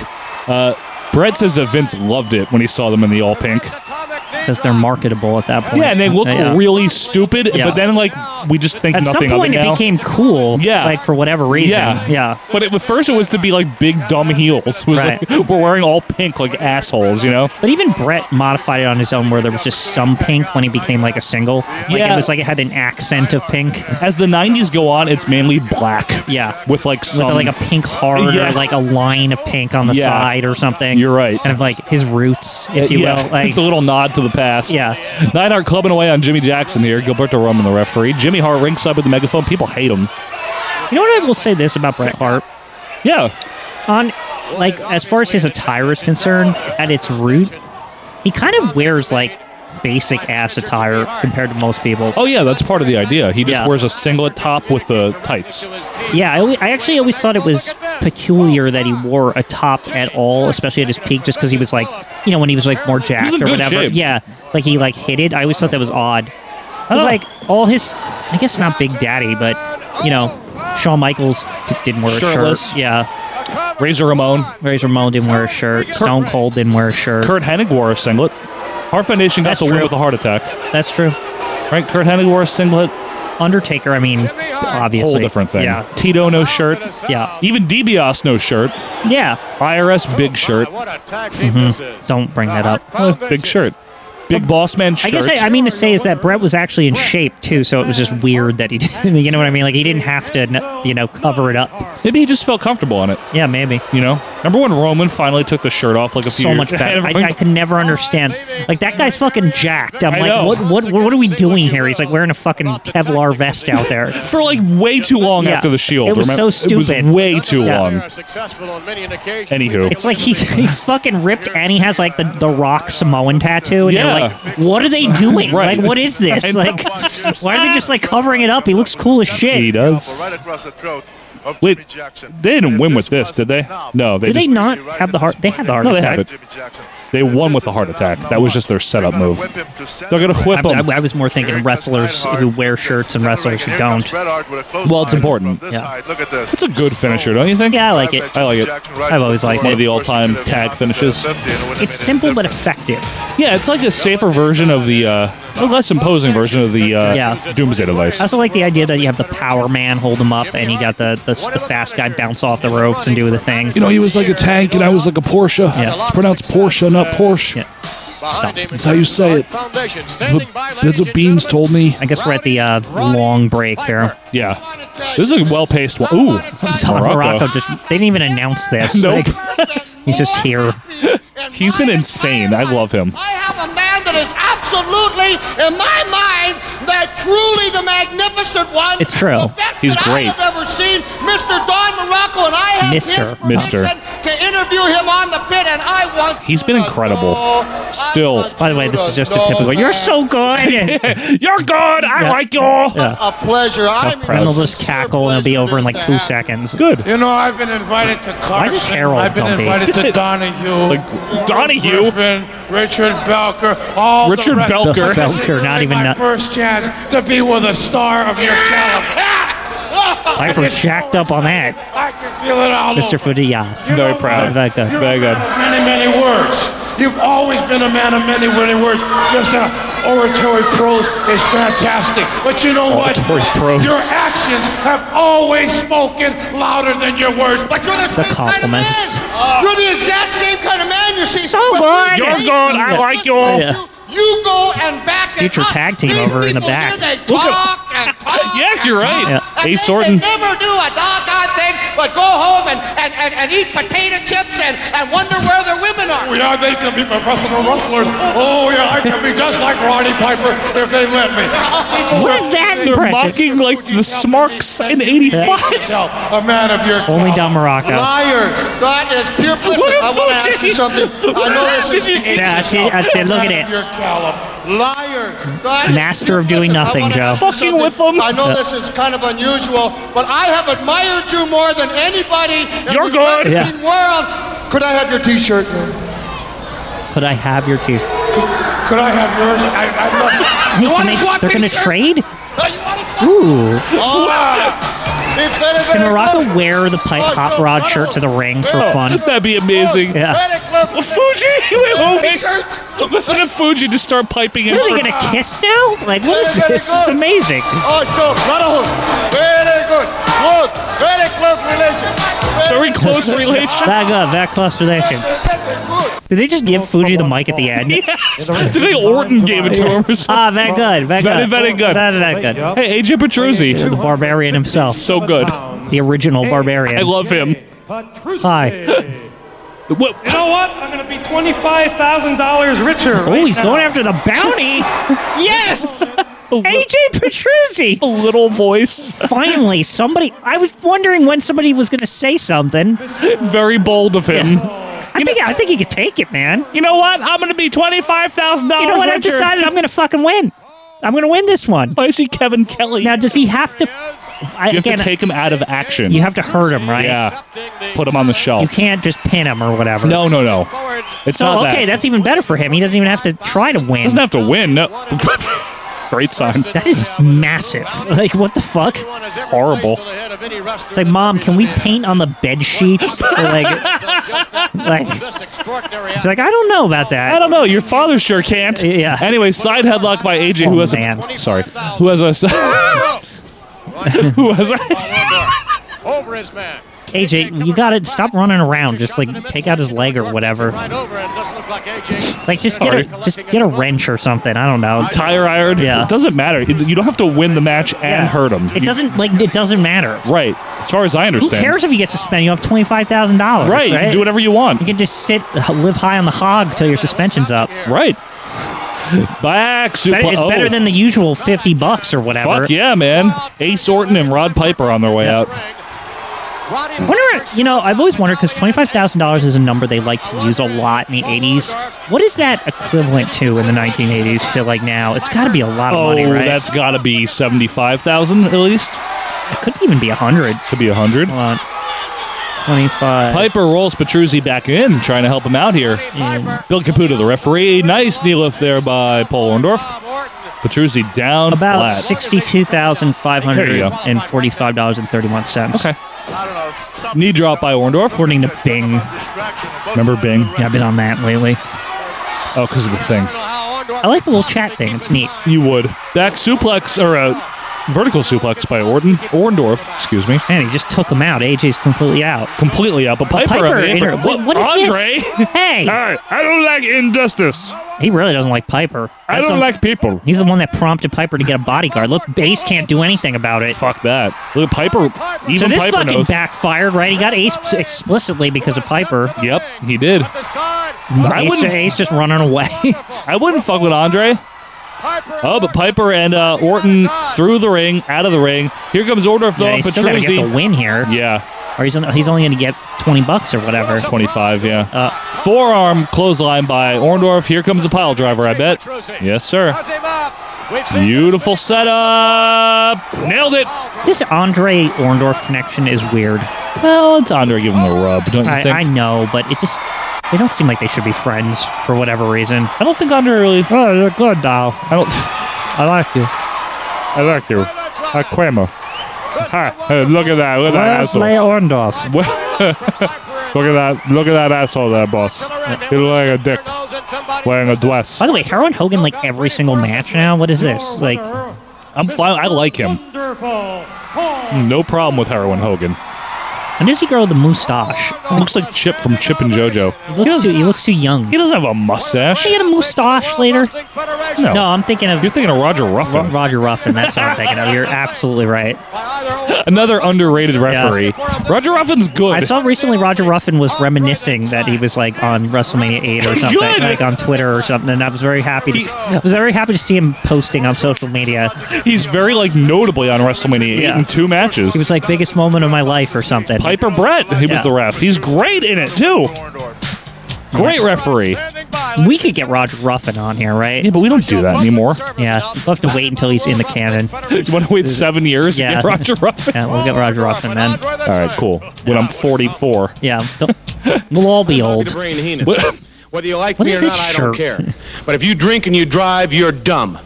[SPEAKER 2] Uh, Brett says that Vince loved it when he saw them in the all pink.
[SPEAKER 1] Because they're marketable at that point.
[SPEAKER 2] Yeah, and they look
[SPEAKER 1] Yeah.
[SPEAKER 2] really stupid,
[SPEAKER 1] Yeah.
[SPEAKER 2] but then like we just think
[SPEAKER 1] At some
[SPEAKER 2] nothing of
[SPEAKER 1] point,
[SPEAKER 2] it
[SPEAKER 1] it
[SPEAKER 2] now.
[SPEAKER 1] became cool.
[SPEAKER 2] Yeah.
[SPEAKER 1] like for whatever reason.
[SPEAKER 2] yeah,
[SPEAKER 1] yeah.
[SPEAKER 2] But it, at first, it was to be like big dumb heels. (laughs) It was
[SPEAKER 1] Right.
[SPEAKER 2] like we're wearing all pink like assholes, you know?
[SPEAKER 1] But even Brett modified it on his own, where there was just some pink when he became like a single. Like,
[SPEAKER 2] Yeah.
[SPEAKER 1] it was like it had an accent of pink.
[SPEAKER 2] As the '90s go on, it's mainly black.
[SPEAKER 1] Yeah.
[SPEAKER 2] with like
[SPEAKER 1] With
[SPEAKER 2] some
[SPEAKER 1] like a pink heart
[SPEAKER 2] Yeah.
[SPEAKER 1] or like a line of pink on the
[SPEAKER 2] Yeah.
[SPEAKER 1] side or something.
[SPEAKER 2] You're right.
[SPEAKER 1] Kind of like his roots, if you
[SPEAKER 2] yeah,
[SPEAKER 1] will. Like,
[SPEAKER 2] it's a little nod to the past.
[SPEAKER 1] Yeah.
[SPEAKER 2] Neidhart clubbing away on Jimmy Jackson here. Gilberto Roman, the referee. Jimmy Hart ringside with the megaphone. People hate him.
[SPEAKER 1] you know what I will say this about Bret Hart?
[SPEAKER 2] Yeah,
[SPEAKER 1] On like as far as his attire is concerned, at its root, he kind of wears like basic ass attire compared to most people.
[SPEAKER 2] Oh yeah, that's part of the idea. He just
[SPEAKER 1] Yeah.
[SPEAKER 2] wears a singlet top with the tights.
[SPEAKER 1] Yeah, I, alwa- I actually always thought it was peculiar that he wore a top at all, especially at his peak, just because he was like, you know, when he was like more jacked
[SPEAKER 2] in
[SPEAKER 1] or
[SPEAKER 2] good
[SPEAKER 1] whatever.
[SPEAKER 2] shape.
[SPEAKER 1] Yeah, like he like hit it. I always thought that was odd. I was
[SPEAKER 2] Oh.
[SPEAKER 1] like, all his, I guess not Big Daddy, but you know, Shawn Michaels d- didn't wear a
[SPEAKER 2] Shirtless.
[SPEAKER 1] shirt. Yeah,
[SPEAKER 2] Razor Ramon,
[SPEAKER 1] Razor Ramon didn't wear a shirt. Stone Cold didn't wear a shirt.
[SPEAKER 2] Kurt Hennig wore a singlet. Heart Foundation got
[SPEAKER 1] That's
[SPEAKER 2] the win
[SPEAKER 1] true.
[SPEAKER 2] with a heart attack,
[SPEAKER 1] That's true.
[SPEAKER 2] right? Kurt Hennig wore a singlet.
[SPEAKER 1] Undertaker, I mean, obviously,
[SPEAKER 2] Whole different thing.
[SPEAKER 1] Yeah,
[SPEAKER 2] Tito no shirt.
[SPEAKER 1] yeah,
[SPEAKER 2] Even DiBiase no shirt.
[SPEAKER 1] yeah.
[SPEAKER 2] IRS big shirt. Mm-hmm. Eh,
[SPEAKER 4] What a tag team this is.
[SPEAKER 1] Don't bring that up.
[SPEAKER 2] Big shirt. Big boss man
[SPEAKER 1] I
[SPEAKER 2] shirt.
[SPEAKER 1] guess I, I mean to say is that Brett was actually in shape too, so it was just weird that he didn't. (laughs) You know what I mean? Like he didn't have to, n- you know, cover it up.
[SPEAKER 2] Maybe he just felt comfortable on it.
[SPEAKER 1] Yeah, maybe.
[SPEAKER 2] You know. Remember when Roman finally took the shirt off like a few
[SPEAKER 1] So
[SPEAKER 2] years- (laughs)
[SPEAKER 1] much better. I, I can never understand. Like that guy's fucking jacked. I'm
[SPEAKER 2] I
[SPEAKER 1] like,
[SPEAKER 2] know.
[SPEAKER 1] what, what, what are we doing here? He's like wearing a fucking Kevlar vest out
[SPEAKER 2] (laughs)
[SPEAKER 1] there.
[SPEAKER 2] for like way too long
[SPEAKER 1] Yeah.
[SPEAKER 2] after the Shield.
[SPEAKER 1] It was
[SPEAKER 2] remember?
[SPEAKER 1] so
[SPEAKER 2] It
[SPEAKER 1] stupid.
[SPEAKER 2] was way too
[SPEAKER 1] Yeah.
[SPEAKER 2] long. Anywho.
[SPEAKER 1] It's like he's he's fucking ripped, and he has like the the Rock Samoan tattoo. And
[SPEAKER 2] Yeah.
[SPEAKER 1] you're like, what are they doing?
[SPEAKER 2] (laughs) Right.
[SPEAKER 1] Like, what is
[SPEAKER 2] I
[SPEAKER 1] this?
[SPEAKER 2] know.
[SPEAKER 1] Like, why are they just like covering it up? He looks cool as shit.
[SPEAKER 2] He does.
[SPEAKER 4] Right across the throat of
[SPEAKER 2] Wait,
[SPEAKER 4] Jimmy Jackson.
[SPEAKER 2] they didn't
[SPEAKER 4] And
[SPEAKER 2] win with this,
[SPEAKER 4] was
[SPEAKER 2] did they?
[SPEAKER 4] enough.
[SPEAKER 2] No, they
[SPEAKER 1] Did
[SPEAKER 2] just,
[SPEAKER 1] they not have the heart? They had the heart.
[SPEAKER 2] No, they
[SPEAKER 1] attack.
[SPEAKER 2] haven't.
[SPEAKER 4] Jimmy Jackson.
[SPEAKER 2] They won
[SPEAKER 4] This
[SPEAKER 2] with the
[SPEAKER 4] is
[SPEAKER 2] heart attack.
[SPEAKER 4] last
[SPEAKER 2] That was just their setup
[SPEAKER 4] They're gonna
[SPEAKER 2] move.
[SPEAKER 4] whip him to
[SPEAKER 2] They're gonna whip
[SPEAKER 1] I,
[SPEAKER 2] him.
[SPEAKER 1] I- I was more thinking wrestlers who wear shirts and wrestlers who don't.
[SPEAKER 2] Well, it's important.
[SPEAKER 1] Yeah.
[SPEAKER 2] It's a good finisher, don't you think?
[SPEAKER 1] Yeah, I like it.
[SPEAKER 2] I like it.
[SPEAKER 1] I've always liked
[SPEAKER 2] One of
[SPEAKER 1] it.
[SPEAKER 2] the all-time tag finishes.
[SPEAKER 1] It's simple but effective.
[SPEAKER 2] Yeah, it's like a safer version of the, uh, a less imposing version of the uh,
[SPEAKER 1] Yeah.
[SPEAKER 2] Doomsday device.
[SPEAKER 1] I also like the idea that you have the power man hold him up, and you got the the, the fast guy bounce off the ropes and do the thing.
[SPEAKER 2] You know, he was like a tank, and I was like a Porsche.
[SPEAKER 1] Yeah.
[SPEAKER 2] It's pronounced Porsche, not Porsche.
[SPEAKER 1] Yeah. Stop.
[SPEAKER 2] That's how you say it. That's what, that's what Beans told me.
[SPEAKER 1] I guess we're at the uh, long break here.
[SPEAKER 2] Yeah. This is a well paced one.
[SPEAKER 1] (laughs)
[SPEAKER 2] Ooe.
[SPEAKER 1] Tom
[SPEAKER 2] Morocco.
[SPEAKER 1] Morocco just they didn't even announce this.
[SPEAKER 2] Nope.
[SPEAKER 1] (laughs) he's just here.
[SPEAKER 2] (laughs) He's been insane. I love him.
[SPEAKER 15] I have a man that is absolutely, in my mind, that truly the magnificent one.
[SPEAKER 1] It's true.
[SPEAKER 15] The best
[SPEAKER 2] He's
[SPEAKER 15] that
[SPEAKER 2] great.
[SPEAKER 15] I have ever seen, Mr. Don Morocco, and I have
[SPEAKER 2] Mister.
[SPEAKER 15] his
[SPEAKER 2] Mister.
[SPEAKER 15] permission to interview him on the pit, and I want.
[SPEAKER 2] He's been incredible. Still.
[SPEAKER 1] By the way, this is just a typical. You're
[SPEAKER 2] (laughs)
[SPEAKER 1] so good.
[SPEAKER 2] You're good. I
[SPEAKER 1] Yeah.
[SPEAKER 2] like you.
[SPEAKER 1] Yeah.
[SPEAKER 15] A pleasure. I'm
[SPEAKER 1] And they'll just cackle and it'll be over in like two seconds.
[SPEAKER 2] Good.
[SPEAKER 6] You know, I've been invited to Carson.
[SPEAKER 1] is Harold
[SPEAKER 6] I've been
[SPEAKER 1] dumpy?
[SPEAKER 6] invited
[SPEAKER 1] (laughs)
[SPEAKER 6] to Donahue.
[SPEAKER 2] Like, Donahue?
[SPEAKER 6] Griffin, Richard Belker, all
[SPEAKER 2] Richard
[SPEAKER 6] the rest.
[SPEAKER 2] Belker?
[SPEAKER 6] This is
[SPEAKER 1] Belker,
[SPEAKER 6] really
[SPEAKER 1] not even
[SPEAKER 6] my
[SPEAKER 1] a-
[SPEAKER 6] first chance to be with a star of your caliber.
[SPEAKER 1] (laughs) I was jacked up on that,
[SPEAKER 6] I can feel it all
[SPEAKER 1] Mr.
[SPEAKER 6] over.
[SPEAKER 1] Fudias.
[SPEAKER 6] You know
[SPEAKER 2] Very proud.
[SPEAKER 1] Like that.
[SPEAKER 6] You're
[SPEAKER 2] Very
[SPEAKER 6] a
[SPEAKER 2] good.
[SPEAKER 6] man of Many, many words. You've always been a man of many, many words. Just a oratory prose is fantastic. But you know what?
[SPEAKER 2] Oratory prose.
[SPEAKER 6] Your actions have always spoken louder than your words. But you're the
[SPEAKER 1] The compliments.
[SPEAKER 15] You're the exact same kind of man, you see.
[SPEAKER 1] So
[SPEAKER 15] But
[SPEAKER 1] good.
[SPEAKER 15] you-
[SPEAKER 1] You're good. I
[SPEAKER 15] you-
[SPEAKER 1] like you. Yeah.
[SPEAKER 15] You go and back and
[SPEAKER 1] Future
[SPEAKER 15] up.
[SPEAKER 1] tag team
[SPEAKER 15] These
[SPEAKER 1] over in the
[SPEAKER 15] people
[SPEAKER 1] back.
[SPEAKER 15] here, They
[SPEAKER 2] Look at-
[SPEAKER 15] talk and
[SPEAKER 2] (laughs)
[SPEAKER 15] talk
[SPEAKER 2] Yeah,
[SPEAKER 15] and
[SPEAKER 2] you're
[SPEAKER 15] talk.
[SPEAKER 2] right.
[SPEAKER 15] And
[SPEAKER 2] Ace
[SPEAKER 15] they-
[SPEAKER 2] Orton.
[SPEAKER 15] They never do a doggone thing but go home and, and, and, and eat potato chips and, and wonder where their women are.
[SPEAKER 6] We are, they can be professional wrestlers. Oh, yeah, I can be just like Roddy Piper if they let me.
[SPEAKER 1] What is that
[SPEAKER 2] They're mocking
[SPEAKER 1] impression?
[SPEAKER 2] like the Smarks in 85.
[SPEAKER 6] Yourself, a man of your
[SPEAKER 1] Only Don Morocco.
[SPEAKER 15] Liars. That is pure
[SPEAKER 2] What
[SPEAKER 15] bullshit.
[SPEAKER 2] a
[SPEAKER 15] I want to ask
[SPEAKER 2] fucking-
[SPEAKER 15] you
[SPEAKER 2] (laughs)
[SPEAKER 15] something. I know this
[SPEAKER 2] Did
[SPEAKER 15] is
[SPEAKER 2] you see
[SPEAKER 1] Yeah, I see- I see- look at it.
[SPEAKER 6] Your caliber.
[SPEAKER 15] Liars. That is
[SPEAKER 1] Master of doing
[SPEAKER 15] pure bullshit. I
[SPEAKER 1] nothing,
[SPEAKER 15] wanna
[SPEAKER 1] Joe.
[SPEAKER 15] ask you
[SPEAKER 2] Fucking
[SPEAKER 15] something.
[SPEAKER 2] with 'em.
[SPEAKER 15] I know
[SPEAKER 1] Yeah.
[SPEAKER 15] this is kind of unusual, but I have admired you more than anybody in
[SPEAKER 2] You're
[SPEAKER 15] the
[SPEAKER 2] good.
[SPEAKER 15] wrestling
[SPEAKER 1] Yeah.
[SPEAKER 15] world. Could I have your T-shirt?
[SPEAKER 1] Could I have your teeth?
[SPEAKER 6] Could I have yours? I, I love
[SPEAKER 1] Hey, can
[SPEAKER 15] wanna
[SPEAKER 1] they,
[SPEAKER 15] swap
[SPEAKER 1] they're gonna
[SPEAKER 15] these shirts?
[SPEAKER 1] trade?
[SPEAKER 15] Oh, you want to swap?
[SPEAKER 1] Ooh.
[SPEAKER 15] Oh, it's very,
[SPEAKER 1] Can
[SPEAKER 15] very
[SPEAKER 1] Morocco
[SPEAKER 15] close.
[SPEAKER 1] wear the pi-
[SPEAKER 15] Oh,
[SPEAKER 1] hot
[SPEAKER 15] so
[SPEAKER 1] rod
[SPEAKER 15] subtle.
[SPEAKER 1] shirt to the ring for
[SPEAKER 15] Well,
[SPEAKER 1] fun?
[SPEAKER 2] (laughs) That'd be amazing.
[SPEAKER 1] Yeah.
[SPEAKER 15] Very close.
[SPEAKER 2] Well, Fuji, (laughs) wait, wait, wait.
[SPEAKER 15] T-shirt.
[SPEAKER 2] Listen to Fuji just start piping in
[SPEAKER 1] What, are
[SPEAKER 2] for
[SPEAKER 1] they gonna kiss now? Like, what is this? This is amazing.
[SPEAKER 15] Oh, so brotherhood. Very good. Close. Very close relation.
[SPEAKER 2] very
[SPEAKER 1] (laughs)
[SPEAKER 2] close relation.
[SPEAKER 1] That good, that close relation. Did they just give Fuji the mic at the end?
[SPEAKER 2] Yes. I think Orton gave it to him or something.
[SPEAKER 1] Ah, that good,
[SPEAKER 2] Very,
[SPEAKER 1] that good.
[SPEAKER 2] very good.
[SPEAKER 1] Very, very good.
[SPEAKER 2] Hey, AJ Petruzzi.
[SPEAKER 1] The barbarian himself.
[SPEAKER 2] So good.
[SPEAKER 1] The original
[SPEAKER 2] I
[SPEAKER 1] barbarian.
[SPEAKER 2] love him.
[SPEAKER 1] Hi.
[SPEAKER 2] What?
[SPEAKER 6] You know what? I'm going to be $25,000 richer.
[SPEAKER 1] Oh, he's going after the
[SPEAKER 2] (laughs)
[SPEAKER 1] bounty. Yes! AJ Petruzzi!
[SPEAKER 2] A little voice.
[SPEAKER 1] Finally, somebody. I was wondering when somebody was going to say something.
[SPEAKER 2] Very bold of him.
[SPEAKER 1] I think, I think he could take it, man.
[SPEAKER 2] You know what? I'm going to be $25,000
[SPEAKER 1] You know what? I've
[SPEAKER 2] richer.
[SPEAKER 1] decided I'm going to fucking win. I'm going to win this one.
[SPEAKER 2] Why is he Kevin Kelly?
[SPEAKER 1] Now, does he have to? I,
[SPEAKER 2] you have
[SPEAKER 1] again,
[SPEAKER 2] to take him out of action.
[SPEAKER 1] you have to hurt him, right?
[SPEAKER 2] Yeah. Put him on the
[SPEAKER 1] You
[SPEAKER 2] shelf.
[SPEAKER 1] can't just pin him or whatever.
[SPEAKER 2] No, no, no. It's
[SPEAKER 1] So
[SPEAKER 2] not
[SPEAKER 1] okay,
[SPEAKER 2] that.
[SPEAKER 1] that's even better for him. He doesn't even have to try to win.
[SPEAKER 2] doesn't have to win. No. (laughs) Great sign.
[SPEAKER 1] That is massive. (laughs) Like what the fuck?
[SPEAKER 2] Horrible.
[SPEAKER 1] It's like, mom, can we paint on the bed sheets? Or, like, like, it's like I don't know about
[SPEAKER 2] I
[SPEAKER 1] that.
[SPEAKER 2] don't know. Your father sure can't.
[SPEAKER 1] Yeah.
[SPEAKER 2] Anyway, side headlock by AJ, who
[SPEAKER 1] Oh,
[SPEAKER 2] has
[SPEAKER 1] man.
[SPEAKER 2] a sorry, who has a (laughs) who has
[SPEAKER 1] (laughs)
[SPEAKER 2] a
[SPEAKER 4] Over his man.
[SPEAKER 1] AJ, you got to stop running around. Just like take out his leg or whatever.
[SPEAKER 4] Right over and doesn't look like AJ.
[SPEAKER 1] Like just get a
[SPEAKER 4] Sorry.
[SPEAKER 1] just get a wrench or something. I don't know.
[SPEAKER 2] tire iron.
[SPEAKER 1] Yeah.
[SPEAKER 2] It doesn't matter. It- You don't have to win the match and
[SPEAKER 1] Yeah.
[SPEAKER 2] hurt him.
[SPEAKER 1] It doesn't like it doesn't matter.
[SPEAKER 2] Right. As far as I
[SPEAKER 1] Who
[SPEAKER 2] understand.
[SPEAKER 1] cares if you get suspended? You have twenty five thousand dollars.
[SPEAKER 2] Right. You can do whatever you want.
[SPEAKER 1] You can just sit, live high on the hog till your suspension's up.
[SPEAKER 2] Right. Back
[SPEAKER 1] Bet-
[SPEAKER 2] suplex.
[SPEAKER 1] It's better than the usual fifty bucks or whatever.
[SPEAKER 2] Oh. Fuck yeah, man. Ace Orton and Rod Piper on their way out.
[SPEAKER 1] Wonder, you know, I've always wondered because twenty five thousand dollars is a number they like to use a lot in the eighties. What is that equivalent to in the nineteen eighties to like now? It's got to be a lot of
[SPEAKER 2] Oh,
[SPEAKER 1] money, right?
[SPEAKER 2] that's got to be 75,000 at least.
[SPEAKER 1] it could even be a hundred.
[SPEAKER 2] Could be 100.
[SPEAKER 1] Hold on, twenty five.
[SPEAKER 2] Piper rolls Petruzzi back in, trying to help him out here.
[SPEAKER 1] Mm.
[SPEAKER 2] Bill Caputo, the referee. Nice knee lift there by Paul Orndorff. Petruzzi down
[SPEAKER 1] About
[SPEAKER 2] flat.
[SPEAKER 1] sixty-two thousand five
[SPEAKER 2] There
[SPEAKER 1] hundred
[SPEAKER 2] you
[SPEAKER 1] and forty-five dollars and thirty-one cents.
[SPEAKER 2] Okay. Knee drop by Orndorff.
[SPEAKER 1] According to Bing.
[SPEAKER 2] Remember Bing?
[SPEAKER 1] Yeah, I've been on that lately.
[SPEAKER 2] Oh, because of the thing.
[SPEAKER 1] I like the little chat thing. It's neat.
[SPEAKER 2] You would. Back suplex, or uh, vertical suplex by Orden Orndorff, excuse me.
[SPEAKER 1] And he just took him out. AJ's completely out.
[SPEAKER 2] Completely out. But Piper,
[SPEAKER 1] Piper
[SPEAKER 2] on the apron-
[SPEAKER 1] inter- what- what is
[SPEAKER 2] Andre? (laughs) Uh,
[SPEAKER 1] this? (laughs) Hey.
[SPEAKER 2] Hey, I don't like injustice.
[SPEAKER 1] He really doesn't like Piper.
[SPEAKER 2] I don't like people.
[SPEAKER 1] He's the one that prompted Piper to get a bodyguard. Look, Ace can't do anything about it.
[SPEAKER 2] Fuck that. Look, Piper. Even
[SPEAKER 1] so this
[SPEAKER 2] Piper
[SPEAKER 1] fucking
[SPEAKER 2] knows.
[SPEAKER 1] backfired, right? He got Ace explicitly because of Piper.
[SPEAKER 2] Yep, he did. (laughs) I
[SPEAKER 1] Ace,
[SPEAKER 2] wouldn't-
[SPEAKER 1] Ace just running away.
[SPEAKER 2] I wouldn't fuck with Andre. Oh, but Piper and uh, Orton through the ring, out of the ring. Here comes Orndorff though.
[SPEAKER 1] yeah, he's still got to get the win here,
[SPEAKER 2] Yeah,
[SPEAKER 1] or he's, he's only going to get twenty bucks or whatever.
[SPEAKER 2] 25, yeah.
[SPEAKER 1] Uh,
[SPEAKER 2] Forearm clothesline by Orndorff. Here comes the pile driver, I bet. Yes, sir. Beautiful setup. Nailed it.
[SPEAKER 1] This Andre Orndorff connection is weird.
[SPEAKER 2] Well, it's Andre giving him a rub, don't you
[SPEAKER 1] I,
[SPEAKER 2] think?
[SPEAKER 1] I
[SPEAKER 2] I,
[SPEAKER 1] know, but it just they don't seem like they should be friends for whatever reason.
[SPEAKER 2] don't think Andre really.
[SPEAKER 1] Oh, you're good now.
[SPEAKER 2] I don't. I like you. I like you. I Quemo. look at that. Look at that
[SPEAKER 1] Where's
[SPEAKER 2] asshole.
[SPEAKER 1] Leia
[SPEAKER 2] (laughs)
[SPEAKER 1] Orndorff?
[SPEAKER 2] look at that. Look at that asshole there, boss. He's wearing a dick. Wearing a dress.
[SPEAKER 1] By the way, Heroin Hogan like every single match now. What is this? Like,
[SPEAKER 2] I'm fine. I like him. No problem with heroin Hogan.
[SPEAKER 1] when does he grow the mustache?
[SPEAKER 2] Looks like Chip from Chip and JoJo.
[SPEAKER 1] He looks too, he looks too young.
[SPEAKER 2] He doesn't have a mustache.
[SPEAKER 1] He get a mustache later.
[SPEAKER 2] No.
[SPEAKER 1] No, I'm thinking of
[SPEAKER 2] You're thinking of Roger Ruffin.
[SPEAKER 1] Ro- Roger Ruffin. That's what I'm thinking of. You're absolutely right.
[SPEAKER 2] Another underrated referee. Roger Ruffin's good.
[SPEAKER 1] I saw recently Roger Ruffin was reminiscing that he was like on
[SPEAKER 2] (laughs)
[SPEAKER 1] WrestleMania 8 or something,
[SPEAKER 2] Good.
[SPEAKER 1] like on Twitter or something, and I was very happy. To, I was very happy to see him posting on social media.
[SPEAKER 2] He's very like notably on WrestleMania 8
[SPEAKER 1] Yeah.
[SPEAKER 2] in two matches.
[SPEAKER 1] He was like biggest moment of my life or something.
[SPEAKER 2] Piper Brett, he was
[SPEAKER 1] Yeah.
[SPEAKER 2] the ref. He's great in it too. Great referee.
[SPEAKER 1] We could get Roger Ruffin on here, right?
[SPEAKER 2] Yeah, but we don't do that anymore.
[SPEAKER 1] Yeah, we'll have to wait until he's in the canon.
[SPEAKER 2] (laughs) You want to wait seven years
[SPEAKER 1] Yeah.
[SPEAKER 2] to get Roger Ruffin?
[SPEAKER 1] Yeah, we'll get Roger Ruffin then.
[SPEAKER 2] All right, cool. When I'm 44.
[SPEAKER 1] Yeah, don't- we'll all be old.
[SPEAKER 4] Brain Heenan.
[SPEAKER 2] What-
[SPEAKER 4] Whether you like
[SPEAKER 1] What
[SPEAKER 4] me
[SPEAKER 1] is
[SPEAKER 4] or not,
[SPEAKER 1] this
[SPEAKER 4] I don't
[SPEAKER 1] shirt?
[SPEAKER 4] care. But if you drink and you drive, you're dumb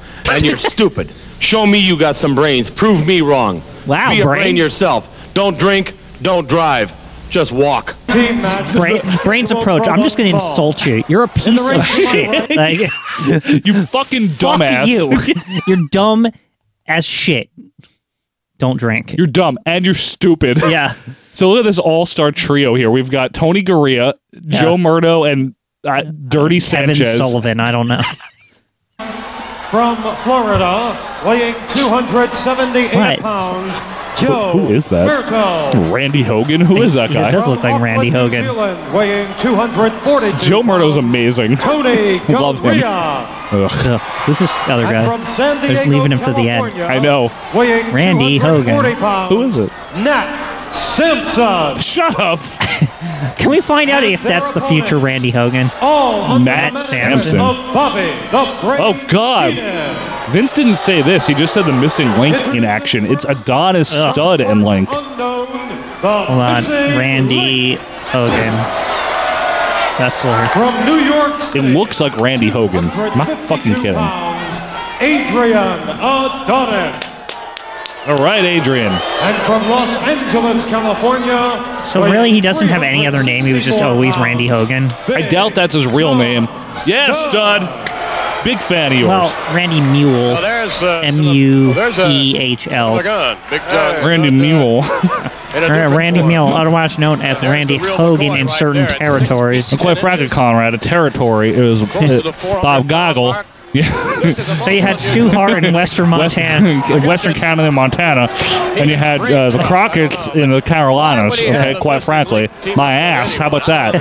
[SPEAKER 1] (laughs)
[SPEAKER 4] and you're stupid. Show me you got some brains. Prove me wrong.
[SPEAKER 1] Wow,
[SPEAKER 4] Be a brain,
[SPEAKER 1] brain.
[SPEAKER 4] yourself. Don't drink. Don't drive. Just walk.
[SPEAKER 3] Oh.
[SPEAKER 5] Team match.
[SPEAKER 1] Brain,
[SPEAKER 4] (laughs)
[SPEAKER 1] brains approach. I'm just going to insult you. You're a piece of shit. Like,
[SPEAKER 2] You fucking
[SPEAKER 1] fuck
[SPEAKER 2] dumbass.
[SPEAKER 1] you. (laughs) You're dumb as shit. Don't
[SPEAKER 2] (laughs)
[SPEAKER 1] drink.
[SPEAKER 2] You're dumb and you're stupid.
[SPEAKER 1] yeah.
[SPEAKER 2] So look at this all-star trio here. We've got Tony Garea, Joe Murdo, and uh, Dirty
[SPEAKER 1] Kevin
[SPEAKER 2] Sanchez.
[SPEAKER 1] Sullivan. I don't know.
[SPEAKER 5] From Florida, weighing 278
[SPEAKER 1] What?
[SPEAKER 5] pounds, Joe
[SPEAKER 2] who is that?
[SPEAKER 5] Murto.
[SPEAKER 2] Randy Hogan. Who is that guy?
[SPEAKER 1] Yeah, that's- Does look like
[SPEAKER 5] From
[SPEAKER 1] Randy
[SPEAKER 5] Auckland,
[SPEAKER 1] Hogan.
[SPEAKER 5] New Zealand, weighing 242
[SPEAKER 2] Joe Murdo's
[SPEAKER 5] pounds,
[SPEAKER 2] amazing. (laughs)
[SPEAKER 5] Tony
[SPEAKER 2] Love him.
[SPEAKER 5] Garea.
[SPEAKER 2] Ugh,
[SPEAKER 1] Ugh, who's this other
[SPEAKER 5] And
[SPEAKER 1] guy?
[SPEAKER 5] from San
[SPEAKER 1] They're
[SPEAKER 5] Diego,
[SPEAKER 1] leaving him to the end.
[SPEAKER 5] California,
[SPEAKER 2] I know.
[SPEAKER 5] Weighing
[SPEAKER 1] Randy
[SPEAKER 5] 240
[SPEAKER 1] Hogan.
[SPEAKER 5] Pounds,
[SPEAKER 2] Who is it?
[SPEAKER 5] Nat Simpson.
[SPEAKER 2] Shut up.
[SPEAKER 1] (laughs) Can we find out if that's the future Randy Hogan?
[SPEAKER 5] All under
[SPEAKER 2] Matt
[SPEAKER 5] the
[SPEAKER 2] Sampson.
[SPEAKER 5] management of Bobby the Brain
[SPEAKER 2] Oh, God.
[SPEAKER 5] Heenan.
[SPEAKER 2] Vince didn't say this. He just said the missing link in action. It's Adonis Stud and Link.
[SPEAKER 5] Hold
[SPEAKER 1] Hold on, Randy Hogan. Wrestler.
[SPEAKER 5] From New York
[SPEAKER 2] It
[SPEAKER 5] City.
[SPEAKER 2] looks like Randy Hogan. I'm not fucking
[SPEAKER 5] 152
[SPEAKER 2] kidding.
[SPEAKER 5] pounds, Adrian Adonis.
[SPEAKER 2] All right, Adrian.
[SPEAKER 5] And from Los Angeles, California.
[SPEAKER 1] So really, he doesn't have any other name. He was just always Randy Hogan.
[SPEAKER 2] I doubt that's his real name. Yeah, Stud. Big fan of yours.
[SPEAKER 1] Well, Randy Mule.
[SPEAKER 4] Well, there's uh,
[SPEAKER 1] M
[SPEAKER 4] some-
[SPEAKER 1] U
[SPEAKER 4] well, there's a-
[SPEAKER 1] E H L.
[SPEAKER 4] Look on. Big John.
[SPEAKER 2] Randy Mule.
[SPEAKER 4] In a
[SPEAKER 1] Or
[SPEAKER 4] different
[SPEAKER 1] Randy
[SPEAKER 4] form.
[SPEAKER 1] Mill, otherwise known as
[SPEAKER 4] There's
[SPEAKER 1] Randy
[SPEAKER 4] the real
[SPEAKER 1] Hogan
[SPEAKER 4] McCoy
[SPEAKER 1] in
[SPEAKER 4] right
[SPEAKER 1] certain
[SPEAKER 4] there at
[SPEAKER 1] territories.
[SPEAKER 2] And (laughs) quite frankly, Conrad, a territory is
[SPEAKER 4] Close to the 400
[SPEAKER 2] Bob Goggle.
[SPEAKER 4] mark.
[SPEAKER 2] (laughs) Yeah.
[SPEAKER 4] This is a
[SPEAKER 1] So you had
[SPEAKER 4] multitude.
[SPEAKER 1] Stu Hart in
[SPEAKER 2] (laughs)
[SPEAKER 1] Western Montana.
[SPEAKER 2] Western, Western Canada and Montana, and you had uh, the Crockett's in the Carolinas. Okay, quite frankly, my ass. How about that,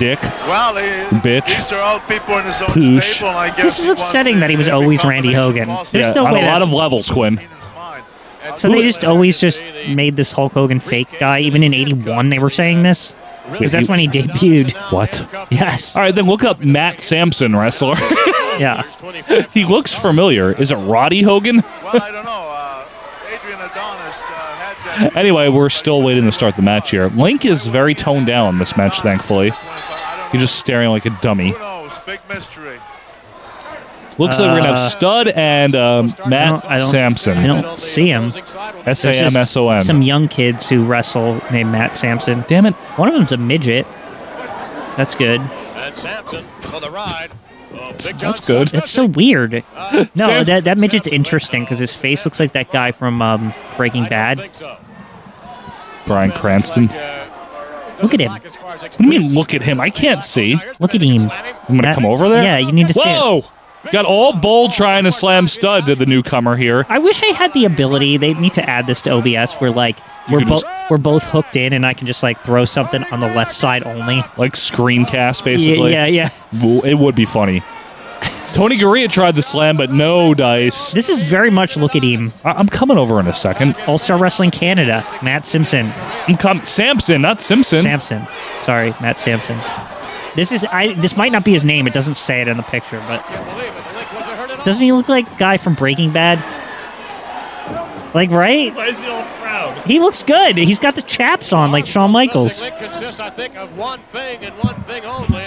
[SPEAKER 2] Dick?
[SPEAKER 12] Well, he,
[SPEAKER 2] Bitch.
[SPEAKER 12] these are all people in his own
[SPEAKER 2] Poosh.
[SPEAKER 12] stable, and I guess
[SPEAKER 1] This is
[SPEAKER 12] he wants
[SPEAKER 1] upsetting
[SPEAKER 12] to
[SPEAKER 1] that he was
[SPEAKER 12] make a
[SPEAKER 1] always Randy
[SPEAKER 12] combination
[SPEAKER 1] Hogan.
[SPEAKER 12] possible.
[SPEAKER 1] There's
[SPEAKER 2] Yeah,
[SPEAKER 1] no
[SPEAKER 2] on
[SPEAKER 1] way
[SPEAKER 2] a lot
[SPEAKER 1] that's-
[SPEAKER 2] of levels, Quinn.
[SPEAKER 12] In his mind. And
[SPEAKER 1] So they just always just made this Hulk Hogan fake guy. Even in '81, they were saying this because that's when he debuted.
[SPEAKER 2] What?
[SPEAKER 1] Yes.
[SPEAKER 2] All right, then look up Matt Sampson wrestler. (laughs)
[SPEAKER 4] Oh,
[SPEAKER 1] Yeah.
[SPEAKER 2] he looks familiar. Is it Roddy Hogan? (laughs)
[SPEAKER 12] well, I don't know. Uh, Adrian Adonis uh, had that.
[SPEAKER 2] Anyway, we're still waiting to start the match here. Link is very toned down this match, thankfully.
[SPEAKER 12] I
[SPEAKER 2] He's just staring like a dummy.
[SPEAKER 12] don't know. Who knows? Big mystery.
[SPEAKER 2] Looks like we're gonna have Stud and um, Matt
[SPEAKER 1] Uh, I don't-
[SPEAKER 2] Sampson.
[SPEAKER 1] I don't see him.
[SPEAKER 2] S A
[SPEAKER 1] There's
[SPEAKER 2] M
[SPEAKER 1] just
[SPEAKER 2] S O N.
[SPEAKER 1] Some young kids who wrestle named Matt Sampson.
[SPEAKER 2] Damn it!
[SPEAKER 1] One of them's a midget. That's good.
[SPEAKER 4] And Sampson for the ride.
[SPEAKER 3] Oh,
[SPEAKER 2] That's good.
[SPEAKER 1] That's so weird. No, that that midget's interesting because his face looks like that guy from um, Breaking Bad.
[SPEAKER 2] Brian Cranston.
[SPEAKER 3] uh,
[SPEAKER 1] Look at him.
[SPEAKER 2] What do you mean, look at him? I can't see.
[SPEAKER 1] Look at him.
[SPEAKER 2] I'm going to
[SPEAKER 1] That-
[SPEAKER 2] come over there?
[SPEAKER 1] yeah, you need to see it.
[SPEAKER 2] Whoa! Got all bold trying to slam stud to the newcomer here.
[SPEAKER 1] I wish I had the ability. They need to add this to OBS where like we're
[SPEAKER 2] can
[SPEAKER 1] both
[SPEAKER 2] just-
[SPEAKER 1] we're both hooked in, and I can just like throw something on the left side only.
[SPEAKER 2] Like screencast, basically.
[SPEAKER 1] Yeah, yeah,
[SPEAKER 2] Well, It would be funny. Tony Garea tried the slam, but no dice.
[SPEAKER 1] This is very much look at him.
[SPEAKER 2] I- I'm coming over in a second.
[SPEAKER 1] All Star Wrestling Canada, Matt Simpson.
[SPEAKER 2] I'm com- Samson, not Simpson.
[SPEAKER 1] Sampson. Sorry, Matt Sampson. This is I. This might not be his name. It doesn't say it in the picture, but doesn't he look like guy from Breaking Bad? Like right?
[SPEAKER 2] Why is he all proud?
[SPEAKER 1] He looks good. He's got the chaps on, like Shawn Michaels.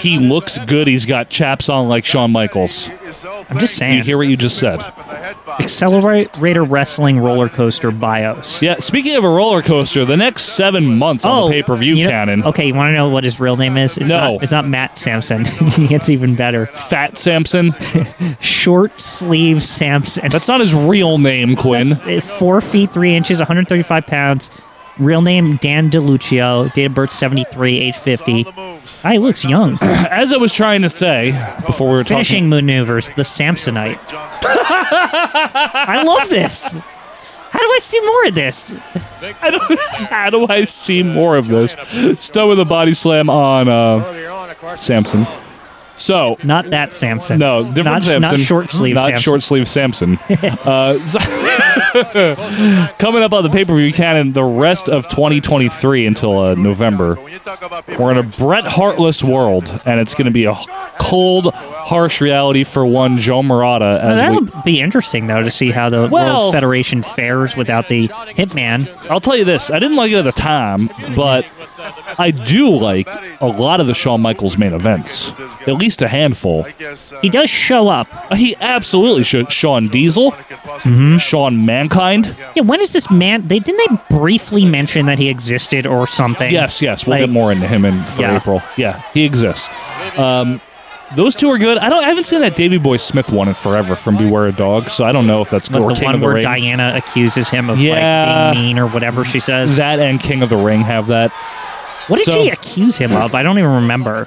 [SPEAKER 2] He looks good. He's got chaps on like Shawn Michaels.
[SPEAKER 1] I'm just
[SPEAKER 2] Do you
[SPEAKER 1] saying.
[SPEAKER 2] hear what you just said?
[SPEAKER 1] Accelerate Raider Wrestling Roller Coaster Bios. Oh,
[SPEAKER 2] Yeah, speaking of a roller coaster, the next seven months on the pay per view
[SPEAKER 1] you know-
[SPEAKER 2] canon,
[SPEAKER 1] Okay, you want to know what his real name is? It's
[SPEAKER 2] No.
[SPEAKER 1] Not, it's not Matt Sampson. (laughs) it's even better.
[SPEAKER 2] Fat Samson.
[SPEAKER 1] Short sleeve Sampson.
[SPEAKER 2] That's not his real name, Quinn.
[SPEAKER 1] Uh, Four feet three inches, 135 pounds. Real name Dan DeLuccio. Date of birth 73, age 50. Ah, he
[SPEAKER 2] (clears throat)
[SPEAKER 1] looks young.
[SPEAKER 2] As I was trying to say before we were
[SPEAKER 1] Finishing maneuvers,
[SPEAKER 2] (laughs)
[SPEAKER 1] the Samsonite. I love this. How do I see more of this?
[SPEAKER 2] talking, I don't, (laughs) how do I see more of this? Stud with a body slam on uh, Samson. So
[SPEAKER 1] Not that Samson.
[SPEAKER 2] No, different
[SPEAKER 1] not,
[SPEAKER 2] Samson.
[SPEAKER 1] Not short sleeve
[SPEAKER 2] Not
[SPEAKER 1] Samson.
[SPEAKER 2] short sleeve
[SPEAKER 1] (laughs)
[SPEAKER 2] Samson. uh, so- (laughs) coming up on the pay per view canon, the rest of 2023 until uh, November, we're in a Bret Hartless world, and it's going to be a cold, harsh reality for one Joe Murata
[SPEAKER 1] Now,
[SPEAKER 2] as
[SPEAKER 1] that
[SPEAKER 2] we
[SPEAKER 1] would be interesting, though, to see how the
[SPEAKER 2] Well-
[SPEAKER 1] World Federation fares without the Hitman.
[SPEAKER 2] I'll tell you this: I didn't like it at the time, but I do like a lot of the Shawn Michaels main events, at least a handful.
[SPEAKER 1] He does show up.
[SPEAKER 2] He absolutely should. Shawn Diesel,
[SPEAKER 1] Mm-hmm.
[SPEAKER 2] Shawn Mankind.
[SPEAKER 1] Yeah, when is this man? They didn't they briefly mention that he existed or something?
[SPEAKER 2] Yes, yes, we'll
[SPEAKER 1] Like-
[SPEAKER 2] get more into him in for
[SPEAKER 1] Yeah.
[SPEAKER 2] April. Yeah, he exists. Um, those two are good. I don't. I haven't seen that Davy Boy Smith one in forever from Beware a Dog, so I don't know if that's
[SPEAKER 1] But
[SPEAKER 2] or
[SPEAKER 1] the
[SPEAKER 2] King
[SPEAKER 1] one
[SPEAKER 2] of the
[SPEAKER 1] where
[SPEAKER 2] Ring.
[SPEAKER 1] Diana accuses him of
[SPEAKER 2] Yeah.
[SPEAKER 1] like being mean or whatever she says.
[SPEAKER 2] that and King of the Ring have that.
[SPEAKER 1] what did
[SPEAKER 2] so-
[SPEAKER 1] she accuse him of? I don't even remember.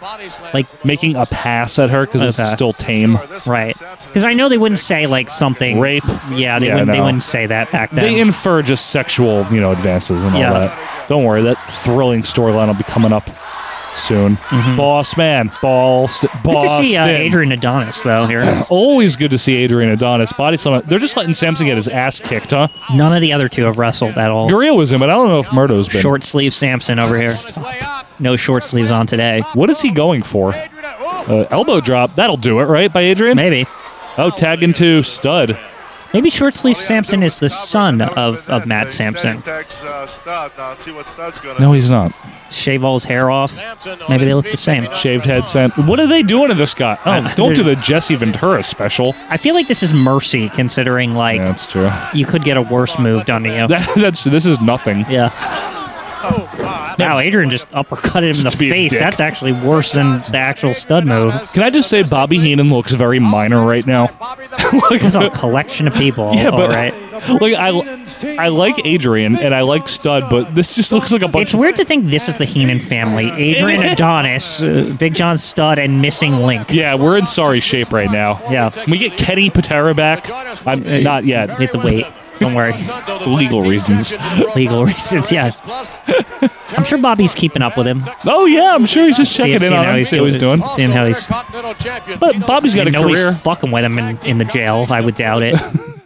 [SPEAKER 1] Like
[SPEAKER 2] Making a pass at her because it's
[SPEAKER 1] Okay.
[SPEAKER 2] still tame.
[SPEAKER 1] right? Because I know they wouldn't say like something
[SPEAKER 2] Rape.
[SPEAKER 1] Yeah, they
[SPEAKER 2] Yeah,
[SPEAKER 1] wouldn't. They
[SPEAKER 2] no.
[SPEAKER 1] wouldn't say that back then.
[SPEAKER 2] They infer just sexual, you know, advances and all
[SPEAKER 1] Yeah.
[SPEAKER 2] that. Don't worry, that thrilling storyline will be coming up soon. Boss man, ball, st-
[SPEAKER 1] Mm-hmm. Good to
[SPEAKER 2] Boston.
[SPEAKER 1] see uh, Adrian Adonis though here.
[SPEAKER 2] Always good to see Adrian Adonis body slam. They're just letting Samson get his ass kicked, huh?
[SPEAKER 1] None of the other two have wrestled at all.
[SPEAKER 2] Gurria was in, but I don't know if Murdo's been.
[SPEAKER 1] Short sleeve Samson over here. No short sleeves on today.
[SPEAKER 2] What is he going for?
[SPEAKER 3] oh,
[SPEAKER 2] Uh, elbow drop. That'll do it, right? By Adrian.
[SPEAKER 1] Maybe.
[SPEAKER 2] Oh, tag into stud.
[SPEAKER 1] Maybe short sleeve Samson is the son of, of Matt Sampson.
[SPEAKER 2] uh, No, he's not.
[SPEAKER 1] Shave all his hair off. Maybe they look the same.
[SPEAKER 2] Shaved head Sam. What are they doing to this guy? Oh,
[SPEAKER 1] Uh,
[SPEAKER 2] don't do
[SPEAKER 1] there's-
[SPEAKER 2] the Jesse Ventura special.
[SPEAKER 1] I feel like this is mercy, considering like
[SPEAKER 2] That's true.
[SPEAKER 1] you could get a worse move done to
[SPEAKER 2] (laughs)
[SPEAKER 1] you.
[SPEAKER 2] That, that's this is nothing.
[SPEAKER 1] yeah. Wow, Adrian just uppercutted him in the
[SPEAKER 2] Just to be a
[SPEAKER 1] face.
[SPEAKER 2] dick.
[SPEAKER 1] That's actually worse than the actual stud move.
[SPEAKER 2] Can I just say Bobby Heenan looks very minor
[SPEAKER 3] oh,
[SPEAKER 2] right now?
[SPEAKER 1] (laughs) It was a collection of people.
[SPEAKER 2] Yeah, but
[SPEAKER 1] all right.
[SPEAKER 2] like I, I like Adrian and I like Stud, but this just (laughs) looks like a bunch.
[SPEAKER 1] It's weird to think this is the Heenan family:
[SPEAKER 2] (laughs)
[SPEAKER 1] Adrian Adonis, uh, Big John Stud, and Missing Link.
[SPEAKER 2] yeah, we're in sorry shape right now.
[SPEAKER 1] Yeah. Uh,
[SPEAKER 2] Can we get Kenny Patera back? I'm not yet.
[SPEAKER 1] You have to wait. Don't worry.
[SPEAKER 2] Legal reasons.
[SPEAKER 1] (laughs) Legal reasons, yes. (laughs) I'm sure Bobby's keeping up with him.
[SPEAKER 2] Oh yeah, I'm sure he's just
[SPEAKER 1] See-
[SPEAKER 2] checking in
[SPEAKER 1] seeing
[SPEAKER 2] on
[SPEAKER 1] how
[SPEAKER 2] him,
[SPEAKER 1] he's
[SPEAKER 2] see what he's doing.
[SPEAKER 1] (laughs) Seeing how he's.
[SPEAKER 2] But Bobby's got
[SPEAKER 1] I
[SPEAKER 2] a
[SPEAKER 1] know
[SPEAKER 2] career.
[SPEAKER 1] he's fucking with him in, in the jail. I would doubt
[SPEAKER 2] (laughs)
[SPEAKER 1] it.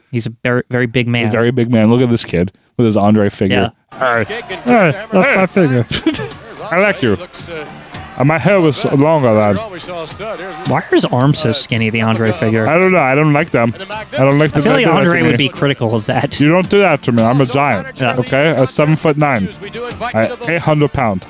[SPEAKER 1] He's a very, very big man.
[SPEAKER 2] Very big man. Look at this kid with his Andre figure. Hey, that's my
[SPEAKER 1] (laughs)
[SPEAKER 2] figure. I like you.
[SPEAKER 3] uh,
[SPEAKER 2] And my hair was longer than.
[SPEAKER 1] Why are his arms so skinny, the Andre figure?
[SPEAKER 2] I
[SPEAKER 1] I
[SPEAKER 2] don't know. I don't like them. I don't like them.
[SPEAKER 1] feel
[SPEAKER 2] They do that
[SPEAKER 1] like
[SPEAKER 2] to
[SPEAKER 1] Andre
[SPEAKER 2] me.
[SPEAKER 1] would be critical of that.
[SPEAKER 2] You don't do that to me. I'm a giant. Okay, a seven foot nine, eight hundred pound.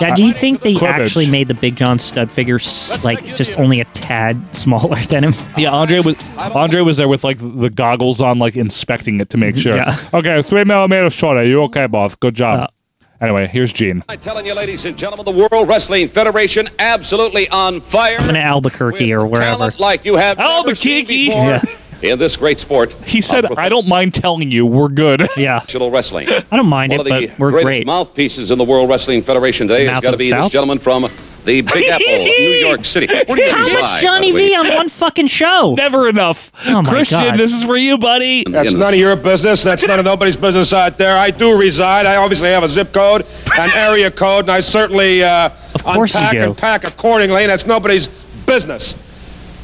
[SPEAKER 1] Now, do you think they
[SPEAKER 2] Cribbage.
[SPEAKER 1] actually made the Big John stud figure s- like just only a tad smaller (laughs) than him?
[SPEAKER 2] Yeah, Andre was Andre was there with like the goggles on, like inspecting it to make sure.
[SPEAKER 1] Yeah.
[SPEAKER 2] Okay, three millimeters shorter. You okay, boss? Good job. Anyway, here's Gene.
[SPEAKER 13] I'm telling you, ladies and gentlemen, the World Wrestling Federation absolutely on fire.
[SPEAKER 1] I'm in Albuquerque or wherever. Oh,
[SPEAKER 13] Talent like you have never seen
[SPEAKER 2] Albuquerque.
[SPEAKER 13] before
[SPEAKER 1] Yeah.
[SPEAKER 13] in this
[SPEAKER 1] (laughs)
[SPEAKER 13] great sport.
[SPEAKER 2] He said, "I don't mind telling you, we're good."
[SPEAKER 1] Yeah.
[SPEAKER 13] Professional wrestling.
[SPEAKER 1] I don't mind
[SPEAKER 13] One
[SPEAKER 1] it,
[SPEAKER 13] of the
[SPEAKER 1] but we're
[SPEAKER 13] greatest
[SPEAKER 1] great.
[SPEAKER 13] mouthpieces in the World Wrestling Federation today has
[SPEAKER 1] Mouth
[SPEAKER 13] got to
[SPEAKER 1] of the
[SPEAKER 13] be this
[SPEAKER 1] South?
[SPEAKER 13] gentleman from the Big Apple, New York City. What do you
[SPEAKER 1] How
[SPEAKER 13] reside, by
[SPEAKER 1] much Johnny
[SPEAKER 13] the way?
[SPEAKER 1] V on one fucking show?
[SPEAKER 2] (laughs) Never enough.
[SPEAKER 1] Oh my
[SPEAKER 2] Christian,
[SPEAKER 1] God.
[SPEAKER 2] this is for you, buddy.
[SPEAKER 4] That's none of your business. That's none of nobody's business out there. I do reside. I obviously have a zip code, an area code, and I certainly uh,
[SPEAKER 1] course you
[SPEAKER 4] unpack
[SPEAKER 1] do.
[SPEAKER 4] and pack accordingly. And that's nobody's business.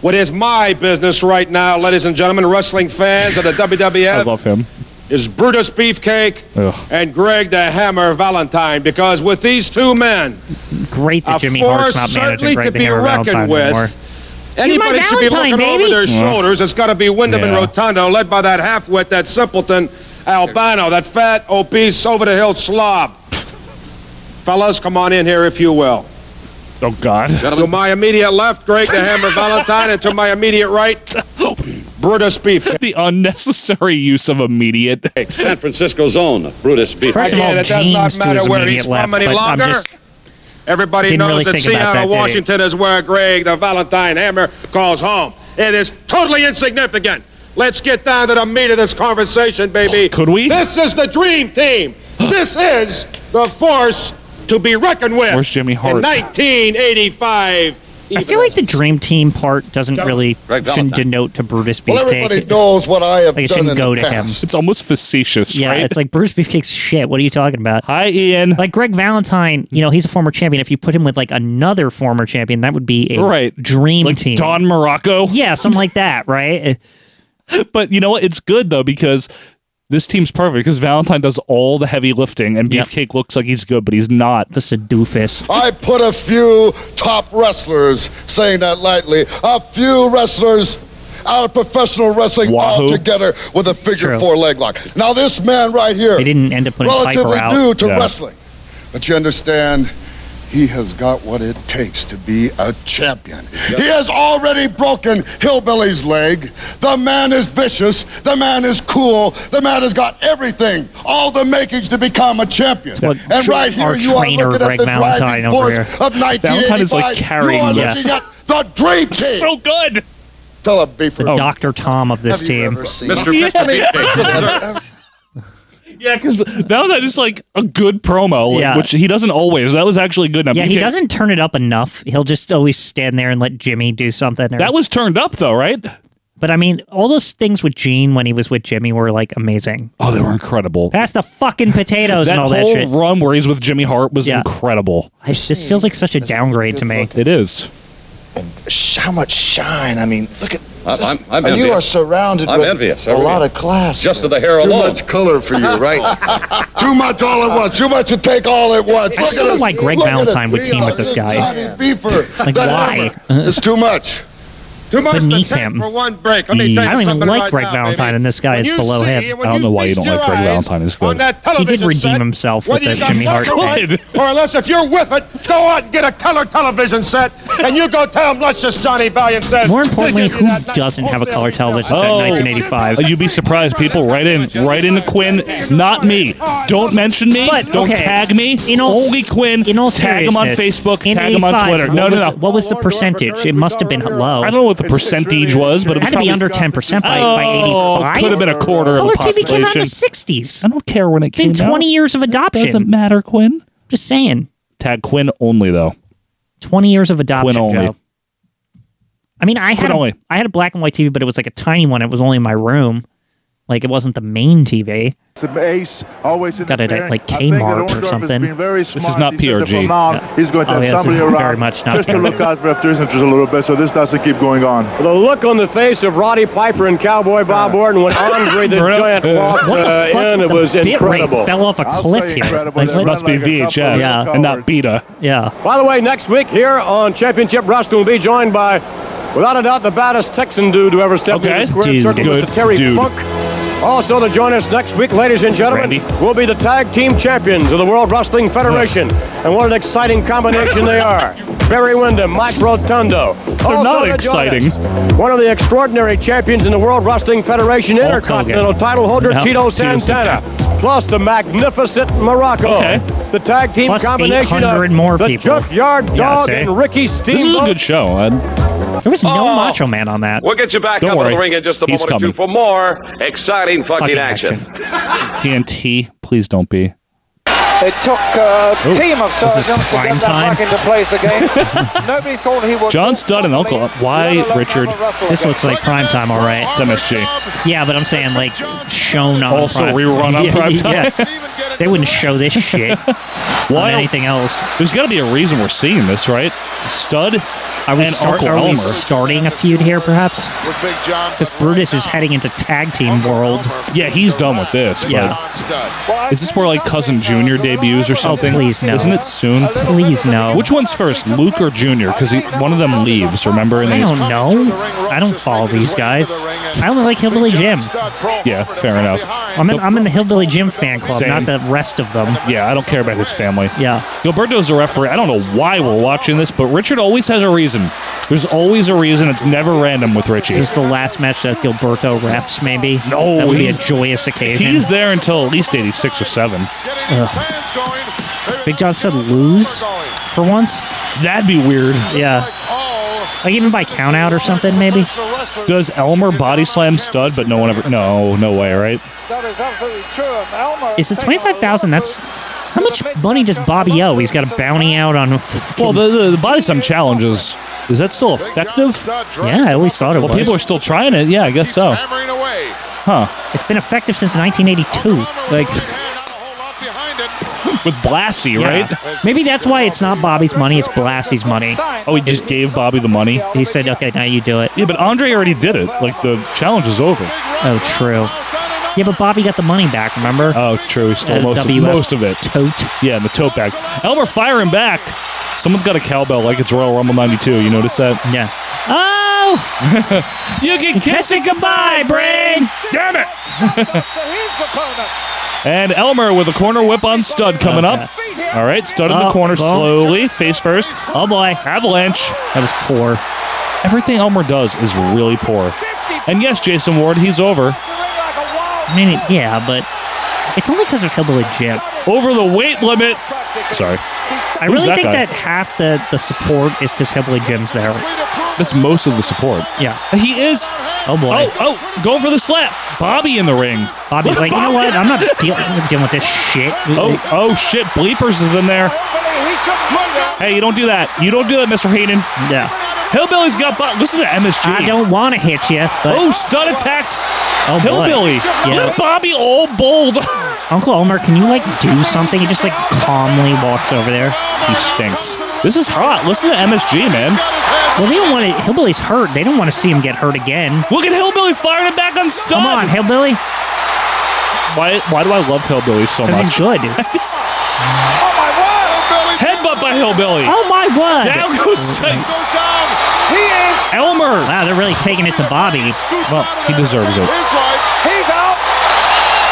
[SPEAKER 4] What is my business right now, ladies and gentlemen, wrestling
[SPEAKER 1] (laughs)
[SPEAKER 4] fans of the
[SPEAKER 2] I
[SPEAKER 4] WWF,
[SPEAKER 2] love him.
[SPEAKER 4] is Brutus Beefcake
[SPEAKER 2] Ugh.
[SPEAKER 4] and Greg the Hammer Valentine. Because with these two men,
[SPEAKER 1] Great that
[SPEAKER 4] a
[SPEAKER 1] Jimmy
[SPEAKER 4] force
[SPEAKER 1] Hart's not managing
[SPEAKER 4] certainly
[SPEAKER 1] Greg
[SPEAKER 4] could
[SPEAKER 1] the
[SPEAKER 4] be
[SPEAKER 1] Hammer
[SPEAKER 4] reckoned
[SPEAKER 1] Valentine
[SPEAKER 4] with.
[SPEAKER 1] anymore. He's my
[SPEAKER 4] Anybody should be
[SPEAKER 1] Valentine,
[SPEAKER 4] looking
[SPEAKER 1] baby.
[SPEAKER 4] over their
[SPEAKER 1] Yeah.
[SPEAKER 4] shoulders. It's got to be Wyndham
[SPEAKER 2] Yeah.
[SPEAKER 4] and Rotundo, led by that halfwit, that simpleton Albano, that fat, obese, over the hill slob. Fellas, come on in here if you will.
[SPEAKER 2] Oh God.
[SPEAKER 4] To my immediate left, Greg the Hammer Valentine, and to my immediate right, Brutus Beef.
[SPEAKER 2] the unnecessary use of immediate.
[SPEAKER 13] San Francisco zone, Brutus Beef.
[SPEAKER 1] First of all,
[SPEAKER 4] Again, it does not
[SPEAKER 1] Jeans to his
[SPEAKER 4] matter where
[SPEAKER 1] immediate
[SPEAKER 4] he's
[SPEAKER 1] left,
[SPEAKER 4] from
[SPEAKER 1] but
[SPEAKER 4] any
[SPEAKER 1] I'm
[SPEAKER 4] longer.
[SPEAKER 1] just
[SPEAKER 4] Everybody
[SPEAKER 1] Didn't
[SPEAKER 4] knows
[SPEAKER 1] really
[SPEAKER 4] that
[SPEAKER 1] think about that,
[SPEAKER 4] Seattle,
[SPEAKER 1] did he?
[SPEAKER 4] Washington is where Greg the Valentine Hammer calls home. It is totally insignificant. Let's get down to the meat of this conversation, baby.
[SPEAKER 1] Oh,
[SPEAKER 2] Could we?
[SPEAKER 4] This is the dream
[SPEAKER 1] (gasps)
[SPEAKER 4] team. this is the force to be reckoned with.
[SPEAKER 2] Where's Jimmy Hart?
[SPEAKER 4] In 1985.
[SPEAKER 1] I feel like the dream team part doesn't really
[SPEAKER 13] Greg
[SPEAKER 1] shouldn't
[SPEAKER 13] Valentine.
[SPEAKER 1] denote to Brutus Beefcake.
[SPEAKER 12] Well, everybody knows what I have
[SPEAKER 1] Like, it
[SPEAKER 12] done
[SPEAKER 1] shouldn't
[SPEAKER 12] in
[SPEAKER 1] go
[SPEAKER 12] the
[SPEAKER 1] to him.
[SPEAKER 12] past.
[SPEAKER 2] It's almost facetious,
[SPEAKER 1] yeah,
[SPEAKER 2] right?
[SPEAKER 1] it's like Brutus Beefcake's shit. What are you talking about?
[SPEAKER 2] Hi, Ian.
[SPEAKER 1] Like Greg Valentine, you know, he's a former champion. If you put him with like another former champion, that would be a
[SPEAKER 2] Right.
[SPEAKER 1] dream
[SPEAKER 2] Like
[SPEAKER 1] team.
[SPEAKER 2] Don Morocco.
[SPEAKER 1] yeah, something like that, right?
[SPEAKER 2] (laughs) But you know what? It's good though because this team's perfect because Valentine does all the heavy lifting and
[SPEAKER 1] Yep.
[SPEAKER 2] Beefcake looks like he's good, but he's not.
[SPEAKER 1] Just a doofus.
[SPEAKER 12] I put a few top wrestlers, saying that lightly, a few wrestlers out of professional wrestling
[SPEAKER 2] Wahoo.
[SPEAKER 12] altogether with a figure
[SPEAKER 1] true.
[SPEAKER 12] four leg lock. Now this man right here,
[SPEAKER 1] They didn't end up putting
[SPEAKER 12] relatively
[SPEAKER 1] Piper out.
[SPEAKER 12] new to
[SPEAKER 2] Yeah.
[SPEAKER 12] wrestling, but you understand. He has got what it takes to be a champion. He has already broken Hillbilly's leg. The man is vicious. The man is cool. The man has got everything, all the makings to become a champion.
[SPEAKER 1] what
[SPEAKER 12] And
[SPEAKER 1] tra-
[SPEAKER 12] right here,
[SPEAKER 1] our
[SPEAKER 12] you are
[SPEAKER 1] trainer,
[SPEAKER 12] looking
[SPEAKER 1] Greg
[SPEAKER 12] at the
[SPEAKER 1] Valentine
[SPEAKER 12] driving
[SPEAKER 1] over
[SPEAKER 12] force
[SPEAKER 1] here.
[SPEAKER 12] of 1985.
[SPEAKER 2] Valentine is, like, carrying
[SPEAKER 12] you are
[SPEAKER 1] this.
[SPEAKER 12] looking (laughs) at the Dream Team.
[SPEAKER 2] So good.
[SPEAKER 12] Tell a beaver.
[SPEAKER 1] The Dr. Tom of this
[SPEAKER 12] Have you
[SPEAKER 1] team.
[SPEAKER 12] ever seen-
[SPEAKER 4] Mr.
[SPEAKER 2] Yeah.
[SPEAKER 4] Mr. Beefcake. Yes, sir.
[SPEAKER 2] Yeah, because that was just like a good promo, like,
[SPEAKER 1] Yeah.
[SPEAKER 2] which he doesn't always. That was actually good. Now,
[SPEAKER 1] Yeah, he
[SPEAKER 2] Beefcake-
[SPEAKER 1] doesn't turn it up enough. He'll just always stand there and let Jimmy do something. Or,
[SPEAKER 2] That was turned up though, right?
[SPEAKER 1] but I mean, all those things with Gene when he was with Jimmy were like amazing.
[SPEAKER 2] Oh, they were incredible.
[SPEAKER 1] That's the fucking potatoes
[SPEAKER 2] that
[SPEAKER 1] and all that
[SPEAKER 2] whole
[SPEAKER 1] shit.
[SPEAKER 2] run where he's with Jimmy Hart was
[SPEAKER 1] Yeah.
[SPEAKER 2] incredible.
[SPEAKER 1] I, this feels like such a downgrade to me.
[SPEAKER 2] It is.
[SPEAKER 16] sh- how much shine. I mean, look at.
[SPEAKER 13] I-
[SPEAKER 16] this-
[SPEAKER 13] I'm- I'm
[SPEAKER 16] and you
[SPEAKER 13] envious.
[SPEAKER 16] are surrounded
[SPEAKER 13] I'm
[SPEAKER 16] with
[SPEAKER 13] envious.
[SPEAKER 16] a
[SPEAKER 13] I'm
[SPEAKER 16] lot
[SPEAKER 13] envious.
[SPEAKER 16] of class.
[SPEAKER 13] Just to
[SPEAKER 16] here.
[SPEAKER 13] the hair
[SPEAKER 12] Too
[SPEAKER 13] alone.
[SPEAKER 12] much color for you,
[SPEAKER 13] (laughs)
[SPEAKER 12] right? Too much all at once. Too much to take all at once.
[SPEAKER 1] I
[SPEAKER 12] Look
[SPEAKER 1] sort
[SPEAKER 12] at
[SPEAKER 1] of
[SPEAKER 12] us.
[SPEAKER 1] like Greg
[SPEAKER 12] Look at us.
[SPEAKER 1] Valentine would
[SPEAKER 12] We
[SPEAKER 1] team
[SPEAKER 12] are
[SPEAKER 1] with this
[SPEAKER 12] the
[SPEAKER 1] guy.
[SPEAKER 12] Johnny Beeper.
[SPEAKER 1] Like,
[SPEAKER 12] The
[SPEAKER 1] why?
[SPEAKER 12] hammer. It's too much.
[SPEAKER 4] Too much
[SPEAKER 1] beneath
[SPEAKER 4] to take
[SPEAKER 1] him.
[SPEAKER 4] For one break. Let me
[SPEAKER 1] Yeah.
[SPEAKER 4] tell you
[SPEAKER 1] I don't even
[SPEAKER 4] something
[SPEAKER 1] like
[SPEAKER 4] right
[SPEAKER 1] Greg
[SPEAKER 4] now,
[SPEAKER 1] Valentine,
[SPEAKER 4] baby.
[SPEAKER 1] and this guy
[SPEAKER 4] When
[SPEAKER 1] is
[SPEAKER 4] you
[SPEAKER 1] below
[SPEAKER 4] see
[SPEAKER 1] him.
[SPEAKER 4] and when
[SPEAKER 2] I don't know why you
[SPEAKER 4] feast
[SPEAKER 2] don't like
[SPEAKER 4] your
[SPEAKER 2] Greg
[SPEAKER 4] eyes
[SPEAKER 2] Valentine. It's good.
[SPEAKER 4] on that
[SPEAKER 1] He did
[SPEAKER 4] television
[SPEAKER 1] redeem
[SPEAKER 4] set,
[SPEAKER 1] himself with
[SPEAKER 4] whether
[SPEAKER 1] that
[SPEAKER 4] you got
[SPEAKER 1] Jimmy Hart
[SPEAKER 4] sucker
[SPEAKER 1] thing.
[SPEAKER 4] with it Or unless if you're with it, go out and get a color television set, and you go tell him, let's just Johnny Valiant says.
[SPEAKER 1] More importantly,
[SPEAKER 4] "They give
[SPEAKER 1] who
[SPEAKER 4] you that night
[SPEAKER 1] doesn't have a
[SPEAKER 4] wholesale
[SPEAKER 1] color
[SPEAKER 4] retail
[SPEAKER 1] television
[SPEAKER 4] price."
[SPEAKER 1] set in
[SPEAKER 2] Oh.
[SPEAKER 1] 1985?
[SPEAKER 2] You'd be surprised. People right in, right into Quinn. Not me. Don't mention me.
[SPEAKER 1] But,
[SPEAKER 2] don't
[SPEAKER 1] okay.
[SPEAKER 2] tag me.
[SPEAKER 1] In all-
[SPEAKER 2] Only Quinn.
[SPEAKER 1] In all
[SPEAKER 2] tag him on
[SPEAKER 1] seriousness,
[SPEAKER 2] Facebook.
[SPEAKER 1] in
[SPEAKER 2] tag him on
[SPEAKER 1] 85,
[SPEAKER 2] Twitter.
[SPEAKER 1] What
[SPEAKER 2] No,
[SPEAKER 1] was,
[SPEAKER 2] no, no.
[SPEAKER 1] What was the percentage? It must have been low.
[SPEAKER 2] I don't know what the percentage was, but it
[SPEAKER 1] It
[SPEAKER 2] was
[SPEAKER 1] had to be
[SPEAKER 2] probably-
[SPEAKER 1] under 10% by, by
[SPEAKER 2] Oh,
[SPEAKER 1] 85.
[SPEAKER 2] could have been a quarter
[SPEAKER 1] Color
[SPEAKER 2] of the
[SPEAKER 1] TV came out in the
[SPEAKER 2] population.
[SPEAKER 1] 60s.
[SPEAKER 2] I don't care when it came
[SPEAKER 1] Been 20 years of
[SPEAKER 2] out. Doesn't
[SPEAKER 1] adoption.
[SPEAKER 2] matter, Quinn.
[SPEAKER 1] Just saying.
[SPEAKER 2] Tag Quinn only though.
[SPEAKER 1] 20 years of adoption,
[SPEAKER 2] Quinn only.
[SPEAKER 1] Joe. I mean, I had,
[SPEAKER 2] Quinn
[SPEAKER 1] a,
[SPEAKER 2] only.
[SPEAKER 1] I had a black and white TV, but it was like a tiny one. It was only in my room. Like, it wasn't the main TV.
[SPEAKER 5] Some ace, always in
[SPEAKER 1] Got it at, like, Kmart or something.
[SPEAKER 2] This is not PRG.
[SPEAKER 5] He's going to
[SPEAKER 1] Oh,
[SPEAKER 5] have
[SPEAKER 1] yeah, this is
[SPEAKER 5] somebody around
[SPEAKER 1] very much not
[SPEAKER 5] just to look
[SPEAKER 1] PRG.
[SPEAKER 5] out for if there's interest a little bit, so this doesn't keep going on.
[SPEAKER 17] The look on the face of Roddy Piper and Cowboy Bob Orton when
[SPEAKER 1] (laughs)
[SPEAKER 17] Andre the
[SPEAKER 2] Bruno.
[SPEAKER 17] Giant walked
[SPEAKER 1] Uh, What the
[SPEAKER 17] uh,
[SPEAKER 1] fuck?
[SPEAKER 17] in, it
[SPEAKER 1] the
[SPEAKER 17] was
[SPEAKER 1] bit rate
[SPEAKER 17] incredible.
[SPEAKER 1] fell off a
[SPEAKER 5] I'll
[SPEAKER 1] cliff
[SPEAKER 5] say
[SPEAKER 1] here.
[SPEAKER 5] incredible.
[SPEAKER 1] Like,
[SPEAKER 5] They're
[SPEAKER 1] what-
[SPEAKER 2] Must be
[SPEAKER 5] Like a couple
[SPEAKER 2] VHS
[SPEAKER 1] of
[SPEAKER 2] and not Beta.
[SPEAKER 1] yeah.
[SPEAKER 17] By the way, next week here on Championship Wrestling will be joined by, without a doubt, the baddest Texan dude who ever stepped
[SPEAKER 2] Okay.
[SPEAKER 17] in the square
[SPEAKER 2] Dude.
[SPEAKER 17] circle,
[SPEAKER 2] Good
[SPEAKER 17] Mr. Terry
[SPEAKER 2] dude.
[SPEAKER 17] Funk. Also to join us next week, ladies and gentlemen,
[SPEAKER 2] Randy.
[SPEAKER 17] will be the tag team champions of the World Wrestling Federation. and what an exciting combination
[SPEAKER 2] (laughs)
[SPEAKER 17] they are. Barry Windham, Mike Rotundo. They're
[SPEAKER 2] not exciting.
[SPEAKER 17] One of the extraordinary champions in the World Wrestling Federation
[SPEAKER 1] Hulk
[SPEAKER 17] Intercontinental
[SPEAKER 1] Hogan.
[SPEAKER 17] title holder,
[SPEAKER 1] No,
[SPEAKER 17] Tito
[SPEAKER 1] Tito
[SPEAKER 17] Santana. plus the magnificent Morocco.
[SPEAKER 2] Okay.
[SPEAKER 17] The tag team
[SPEAKER 2] Plus
[SPEAKER 17] combination
[SPEAKER 2] 800
[SPEAKER 17] of
[SPEAKER 2] more
[SPEAKER 17] the
[SPEAKER 2] people.
[SPEAKER 17] Junkyard Dog
[SPEAKER 2] Yeah, see?
[SPEAKER 17] and Ricky Steamboat.
[SPEAKER 2] This is a good show. Ed.
[SPEAKER 1] There was no Macho Man on that.
[SPEAKER 13] We'll get you back
[SPEAKER 2] Don't
[SPEAKER 13] up in
[SPEAKER 2] worry.
[SPEAKER 13] the ring in just a
[SPEAKER 2] He's
[SPEAKER 13] moment or two for more exciting fucking,
[SPEAKER 2] Fucking
[SPEAKER 13] action.
[SPEAKER 2] TNT, please don't be.
[SPEAKER 18] It took a
[SPEAKER 2] Ooh,
[SPEAKER 18] team of
[SPEAKER 2] this is
[SPEAKER 18] surgeons to
[SPEAKER 2] prime
[SPEAKER 18] get that
[SPEAKER 2] time.
[SPEAKER 18] back into place again.
[SPEAKER 2] (laughs)
[SPEAKER 18] Nobody thought he would.
[SPEAKER 2] John Studd and Uncle. Why, Richard?
[SPEAKER 1] This looks like prime time, all right.
[SPEAKER 2] It's MSG.
[SPEAKER 1] Yeah, but I'm saying like shown on
[SPEAKER 2] Also
[SPEAKER 1] prime.
[SPEAKER 2] rerun on
[SPEAKER 1] (laughs) Yeah,
[SPEAKER 2] prime
[SPEAKER 1] yeah.
[SPEAKER 2] time.
[SPEAKER 1] They wouldn't show this shit on
[SPEAKER 2] (laughs) Why
[SPEAKER 1] anything else.
[SPEAKER 2] There's got to be a reason we're seeing this, right? Stud
[SPEAKER 1] Are we,
[SPEAKER 2] and
[SPEAKER 1] start,
[SPEAKER 2] Uncle
[SPEAKER 1] are we
[SPEAKER 2] Homer.
[SPEAKER 1] starting a feud here, perhaps?
[SPEAKER 12] With Big John.
[SPEAKER 1] Because Brutus is heading into tag team world.
[SPEAKER 2] Yeah, he's done with this.
[SPEAKER 1] Yeah. Oh,
[SPEAKER 2] But is this where like Cousin Junior debuts or something?
[SPEAKER 1] please, no.
[SPEAKER 2] Isn't it soon?
[SPEAKER 1] Please no.
[SPEAKER 2] Which one's first, Luke or Junior? Because one of them leaves. Remember? And
[SPEAKER 1] I
[SPEAKER 2] then he's-
[SPEAKER 1] don't know. I don't follow these guys. I only like Hillbilly Jim.
[SPEAKER 2] Yeah, fair enough.
[SPEAKER 1] I'm in, I'm in the Hillbilly Jim fan club,
[SPEAKER 2] Same.
[SPEAKER 1] not the rest of them.
[SPEAKER 2] Yeah, I don't care about his family.
[SPEAKER 1] Yeah.
[SPEAKER 2] Gilberto's a referee. I don't know why we're watching this, but Richard always has a reason. There's always a reason. It's never random with Richie.
[SPEAKER 1] This is the last match that Gilberto refs, maybe.
[SPEAKER 2] No,
[SPEAKER 1] that would be a
[SPEAKER 2] he's-
[SPEAKER 1] joyous occasion.
[SPEAKER 2] He's there until at least 86 or 7.
[SPEAKER 1] Ugh. Big John said lose for once.
[SPEAKER 2] That'd be weird.
[SPEAKER 1] Yeah. Like even by count out or something, maybe.
[SPEAKER 2] Does Elmer body slam stud, but no one ever. No, no way, right?
[SPEAKER 18] That is absolutely true. And Elmer
[SPEAKER 1] Is it twenty five thousand? That's how much money does Bobby owe? He's got a bounty out on. fucking-
[SPEAKER 2] Well, the, the, the body slam challenge is. Is that still effective?
[SPEAKER 1] yeah, I always thought it
[SPEAKER 2] Well,
[SPEAKER 1] was.
[SPEAKER 2] people are still trying it. Yeah, I guess so. Huh.
[SPEAKER 1] It's been effective since nineteen eighty two. Like
[SPEAKER 2] With Blassie,
[SPEAKER 1] yeah.
[SPEAKER 2] right?
[SPEAKER 1] Maybe that's why it's not Bobby's money. It's Blassie's money.
[SPEAKER 2] Oh, he just gave Bobby the money.
[SPEAKER 1] He said, "Okay, now you do it."
[SPEAKER 2] Yeah, but Andre already did it. Like the challenge is over.
[SPEAKER 1] Oh, true. Yeah, but Bobby got the money back. Remember?
[SPEAKER 2] Oh, true. He stole
[SPEAKER 1] Uh,
[SPEAKER 2] most, of,
[SPEAKER 1] WF
[SPEAKER 2] most of it.
[SPEAKER 1] Tote.
[SPEAKER 2] Yeah, in the tote bag. Elmer firing back. Someone's got a cowbell like it's Royal Rumble 92. You notice that?
[SPEAKER 1] Yeah. Oh! (laughs)
[SPEAKER 2] you can kiss it goodbye, Brain! Damn it! (laughs) And Elmer with a corner whip on Stud coming up. All right, Stud in the
[SPEAKER 1] Oh,
[SPEAKER 2] corner
[SPEAKER 1] well.
[SPEAKER 2] slowly, face first.
[SPEAKER 1] Oh boy,
[SPEAKER 2] Avalanche.
[SPEAKER 1] That was poor.
[SPEAKER 2] Everything Elmer does is really poor. And yes, Jason Ward, he's over.
[SPEAKER 1] I mean, it- yeah, but it's only because of Hillbilly Jim.
[SPEAKER 2] Over the weight limit. Sorry.
[SPEAKER 1] I
[SPEAKER 2] Who's
[SPEAKER 1] really
[SPEAKER 2] that
[SPEAKER 1] think
[SPEAKER 2] guy?
[SPEAKER 1] that half the, the support is because Hillbilly Jim's there.
[SPEAKER 2] That's most of the support.
[SPEAKER 1] Yeah.
[SPEAKER 2] He is.
[SPEAKER 1] Oh boy.
[SPEAKER 2] Oh, oh, going for the slap. Bobby in the ring.
[SPEAKER 1] Bobby's
[SPEAKER 2] Look
[SPEAKER 1] like,
[SPEAKER 2] at
[SPEAKER 1] you know
[SPEAKER 2] Bobby."
[SPEAKER 1] what?
[SPEAKER 2] (laughs)
[SPEAKER 1] I'm not deal- I'm not dealing with this shit.
[SPEAKER 2] Oh, oh shit! Bleepers is in there. Hey, you don't do that. You don't do that, Mr. Heenan.
[SPEAKER 1] Yeah.
[SPEAKER 2] Hillbilly's got butt. Listen to MSG.
[SPEAKER 1] I don't want to hit you. But
[SPEAKER 2] Oh, stud attacked.
[SPEAKER 1] Oh, boy.
[SPEAKER 2] Hillbilly. Look
[SPEAKER 1] Yeah.
[SPEAKER 2] at Bobby all bold. (laughs)
[SPEAKER 1] Uncle Omer, can you like do something? He just like calmly walks over there.
[SPEAKER 2] he stinks. This is hot. Listen to MSG, man.
[SPEAKER 1] Well, they don't want to. Hillbilly's hurt. They don't want to see him get hurt again.
[SPEAKER 2] Look at Hillbilly firing it back on stud.
[SPEAKER 1] Come on, Hillbilly.
[SPEAKER 2] Why? Why do I love Hillbilly so much?
[SPEAKER 1] Because he's good.
[SPEAKER 2] (laughs) Headbutt by Hillbilly.
[SPEAKER 1] oh my word.
[SPEAKER 2] Down goes Stud.
[SPEAKER 18] He is.
[SPEAKER 2] Elmer.
[SPEAKER 1] Wow, they're really taking it to Bobby.
[SPEAKER 2] Well, he deserves it.
[SPEAKER 18] He's out.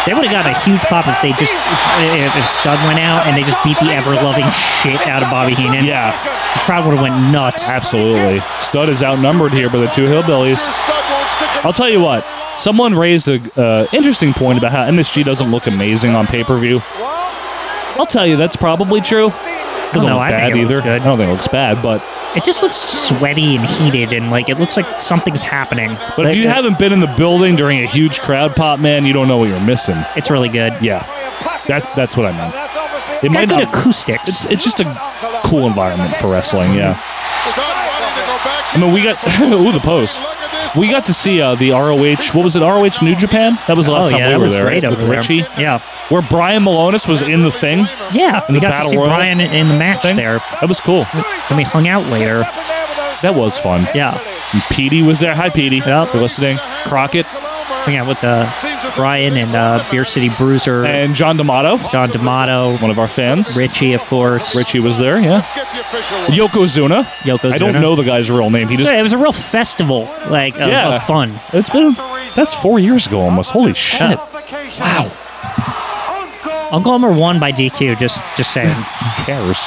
[SPEAKER 1] They would have gotten a huge pop if they just if, if Stud went out and they just beat the ever loving shit out of Bobby Heenan.
[SPEAKER 2] Yeah.
[SPEAKER 1] the crowd would have went nuts.
[SPEAKER 2] Absolutely. Stud is outnumbered here by the two Hillbillies. I'll tell you what. Someone raised a uh, interesting point about how MSG doesn't look amazing on pay per view. I'll tell you that's probably true. Doesn't
[SPEAKER 1] know,
[SPEAKER 2] look
[SPEAKER 1] I think
[SPEAKER 2] bad
[SPEAKER 1] it looks
[SPEAKER 2] either.
[SPEAKER 1] good.
[SPEAKER 2] I don't think it looks bad, but
[SPEAKER 1] It just looks sweaty and heated, and like it looks like something's happening.
[SPEAKER 2] but if you
[SPEAKER 1] Like,
[SPEAKER 2] haven't been in the building during a huge crowd pop, man, you don't know what you're missing.
[SPEAKER 1] it's really good.
[SPEAKER 2] Yeah, that's that's what I meant. It
[SPEAKER 1] It's
[SPEAKER 2] might
[SPEAKER 1] got good
[SPEAKER 2] not.
[SPEAKER 1] acoustics.
[SPEAKER 2] It's, it's just a cool environment for wrestling. Yeah. I mean, we got (laughs) ooh the post. We got to see uh, the ROH. What was it? ROH New Japan. That was the last
[SPEAKER 1] oh
[SPEAKER 2] time
[SPEAKER 1] yeah,
[SPEAKER 2] we
[SPEAKER 1] that
[SPEAKER 2] were
[SPEAKER 1] was
[SPEAKER 2] there right?
[SPEAKER 1] great over
[SPEAKER 2] with
[SPEAKER 1] there.
[SPEAKER 2] Richie.
[SPEAKER 1] Yeah,
[SPEAKER 2] Where Brian Malonis was in the thing.
[SPEAKER 1] yeah.
[SPEAKER 2] In
[SPEAKER 1] we
[SPEAKER 2] the
[SPEAKER 1] got to
[SPEAKER 2] Battle
[SPEAKER 1] see
[SPEAKER 2] Royal
[SPEAKER 1] Brian in the match
[SPEAKER 2] thing?
[SPEAKER 1] there.
[SPEAKER 2] That was cool.
[SPEAKER 1] When we hung out later.
[SPEAKER 2] That was fun.
[SPEAKER 1] Yeah,
[SPEAKER 2] And Petey was there. Hi, Petey. Yeah. For listening. Crockett
[SPEAKER 1] hung out with uh, Brian and uh, Beer City Bruiser,
[SPEAKER 2] and John D'Amato,
[SPEAKER 1] John D'Amato,
[SPEAKER 2] one of our fans.
[SPEAKER 1] Richie, of course.
[SPEAKER 2] Richie was there. Yeah. Yokozuna.
[SPEAKER 1] Yokozuna.
[SPEAKER 2] I don't know the guy's real name. He just
[SPEAKER 1] Yeah, it was a real festival, like of,
[SPEAKER 2] Yeah.
[SPEAKER 1] of fun.
[SPEAKER 2] It's been that's four years ago almost. Holy shit! Wow.
[SPEAKER 1] Uncle Homer won by DQ. Just, just saying.
[SPEAKER 2] Who cares?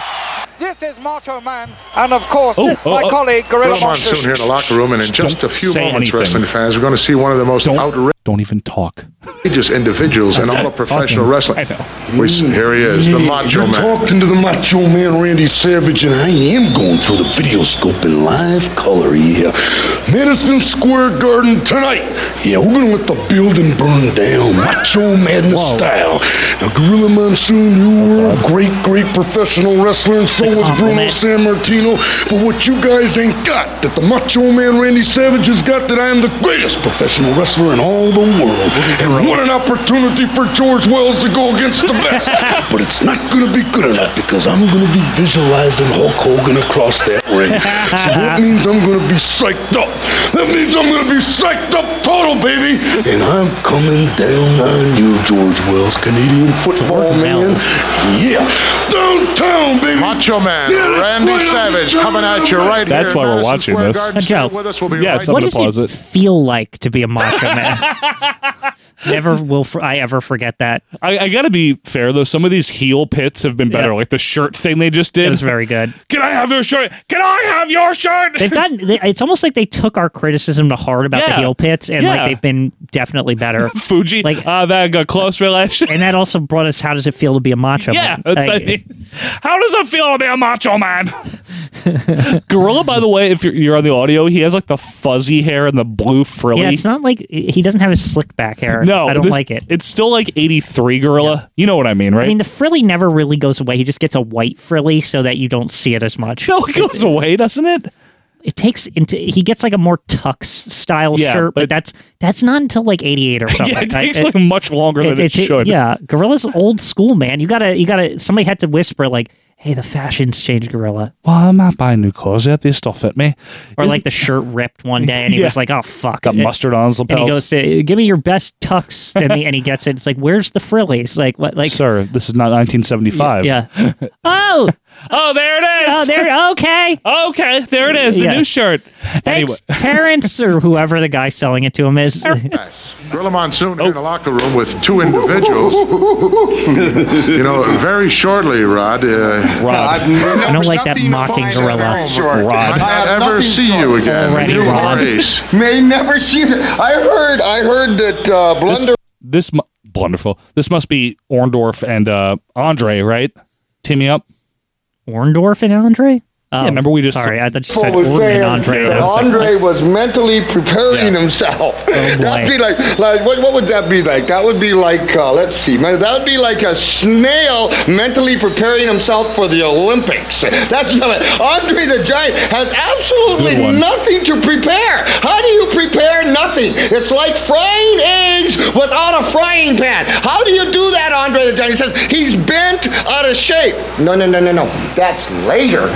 [SPEAKER 18] This is Macho Man, and of course,
[SPEAKER 19] Oh, oh,
[SPEAKER 18] my
[SPEAKER 19] oh.
[SPEAKER 18] colleague Gorilla
[SPEAKER 19] Gorilla Monsoon here in the locker room, and in just a few moments, wrestling fans, we're going to see one of the most outrageous
[SPEAKER 2] Don't even talk.
[SPEAKER 19] individuals in all of professional wrestling. We see, here he is, the
[SPEAKER 20] Yeah,
[SPEAKER 19] Macho
[SPEAKER 20] You're
[SPEAKER 19] Man.
[SPEAKER 20] talking to the Macho Man Randy Savage, and I am going through the video scope in live color here. Madison Square Garden tonight. Yeah, we're gonna let the building burn down, Macho Madness style. Now, Gorilla Monsoon, you were a great, great professional wrestler, and so was Bruno San Martino. But what you guys ain't got that the Macho Man Randy Savage has got that I am the greatest professional wrestler in all the world. And what an opportunity for George Wells to go against the best. but it's not going to be good enough because I'm going to be visualizing Hulk Hogan across that ring. so that means I'm going to be psyched up. That means I'm going to be psyched up total, baby. And I'm coming down on you, George Wells, Canadian football man. Yeah, downtown, baby.
[SPEAKER 19] Macho Man, Randy Savage, coming at you right here.
[SPEAKER 2] That's why we're watching this.
[SPEAKER 1] Joe,
[SPEAKER 19] With us, we'll be
[SPEAKER 2] Yeah,
[SPEAKER 19] right
[SPEAKER 1] what
[SPEAKER 2] someone
[SPEAKER 1] does
[SPEAKER 2] pause
[SPEAKER 1] it,
[SPEAKER 2] it.
[SPEAKER 1] feel like to be a macho
[SPEAKER 2] (laughs)
[SPEAKER 1] man? Never will f I I ever forget that.
[SPEAKER 2] I, I gotta be fair though. Some of these heel pits have been better.
[SPEAKER 1] Yeah.
[SPEAKER 2] Like the shirt thing they just did
[SPEAKER 1] It was very
[SPEAKER 2] (laughs)
[SPEAKER 1] good.
[SPEAKER 2] Can I have your shirt? Can I have your shirt?
[SPEAKER 1] They've gotten. They, it's almost like they took our criticism to heart about
[SPEAKER 2] Yeah.
[SPEAKER 1] the heel pits, and like
[SPEAKER 2] Yeah.
[SPEAKER 1] they've been definitely
[SPEAKER 2] (laughs)
[SPEAKER 1] better.
[SPEAKER 2] Fuji, like I've had a close relation,
[SPEAKER 1] and that also brought us. How does it feel to be a macho?
[SPEAKER 2] yeah,
[SPEAKER 1] man?
[SPEAKER 2] that's,
[SPEAKER 1] Like,
[SPEAKER 2] I mean, (laughs) how does it feel to be a macho man? (laughs) Gorilla, by the way, if you're, you're on the audio, he has like the fuzzy hair and the blue frilly.
[SPEAKER 1] yeah, it's not like he doesn't have his slick back hair.
[SPEAKER 2] No,
[SPEAKER 1] I don't
[SPEAKER 2] this-
[SPEAKER 1] like it.
[SPEAKER 2] It's still like '83 Gorilla. You know what I mean, right?
[SPEAKER 1] I mean, the frilly never really goes away. He just gets a white frilly so that you don't see it as much.
[SPEAKER 2] No, (laughs) it goes away, doesn't it?
[SPEAKER 1] It takes into he gets like a more tux style
[SPEAKER 2] Yeah,
[SPEAKER 1] shirt, but,
[SPEAKER 2] but-
[SPEAKER 1] that's that's not until like eighty eight or
[SPEAKER 2] (laughs)
[SPEAKER 1] something.
[SPEAKER 2] yeah, it
[SPEAKER 1] I-
[SPEAKER 2] takes like much longer than it, should.
[SPEAKER 1] Yeah, Gorilla's old school, man. You gotta you gotta somebody had to whisper like, "Hey, the fashion's changed, Gorilla,"
[SPEAKER 2] Well, I'm not buying new clothes yet. These still fit me.
[SPEAKER 1] or
[SPEAKER 2] Isn't-
[SPEAKER 1] like the shirt ripped one day, and
[SPEAKER 2] (laughs)
[SPEAKER 1] he
[SPEAKER 2] Yeah.
[SPEAKER 1] was like, "Oh fuck,
[SPEAKER 2] Got
[SPEAKER 1] it-
[SPEAKER 2] mustard on his
[SPEAKER 1] And he
[SPEAKER 2] lapels.
[SPEAKER 1] goes, to, "Give me your best tux," and, he, and he gets it. It's like, "Where's the frillies?" Like what? Like
[SPEAKER 2] sir, this is not 1975. (laughs)
[SPEAKER 1] Yeah. Oh,
[SPEAKER 2] oh, there it is.
[SPEAKER 1] Oh, there. Okay.
[SPEAKER 2] Okay, there it is. The
[SPEAKER 1] Yeah.
[SPEAKER 2] new shirt.
[SPEAKER 1] Thanks, Terrence, or whoever the guy selling it to him is.
[SPEAKER 19] Gorilla Monsoon here in the locker room with two individuals. you know, very shortly, Rod. Uh,
[SPEAKER 1] Rod. (laughs) I don't like that mocking gorilla.
[SPEAKER 19] Rod. Not ever see you again.
[SPEAKER 1] Already,
[SPEAKER 19] you are
[SPEAKER 1] Rod.
[SPEAKER 19] ace.
[SPEAKER 20] May never see that. I heard, I heard that uh,
[SPEAKER 2] This,
[SPEAKER 20] Blunder.
[SPEAKER 2] this mu- wonderful. This must be Orndorff and uh, Andre, right? Teaming up.
[SPEAKER 1] Orndorff and Andre. Oh,
[SPEAKER 2] yeah, remember we just
[SPEAKER 1] sorry. I thought you
[SPEAKER 20] People
[SPEAKER 1] said
[SPEAKER 20] was
[SPEAKER 1] Orton
[SPEAKER 20] saying
[SPEAKER 1] and Andre.
[SPEAKER 20] that
[SPEAKER 1] I was like,
[SPEAKER 20] Andre was mentally preparing himself.
[SPEAKER 1] Oh,
[SPEAKER 20] (laughs) That'd be like, like what, what would that be like? That would be like, uh, let's see, man, that would be like a snail mentally preparing himself for the Olympics. That's not it. Andre the Giant has absolutely
[SPEAKER 21] Good one.
[SPEAKER 20] nothing to prepare. How do you prepare nothing? It's like frying eggs without a frying pan. How do you do that, Andre the Giant? He says he's bent out of shape. No, no, no, no, no. That's later.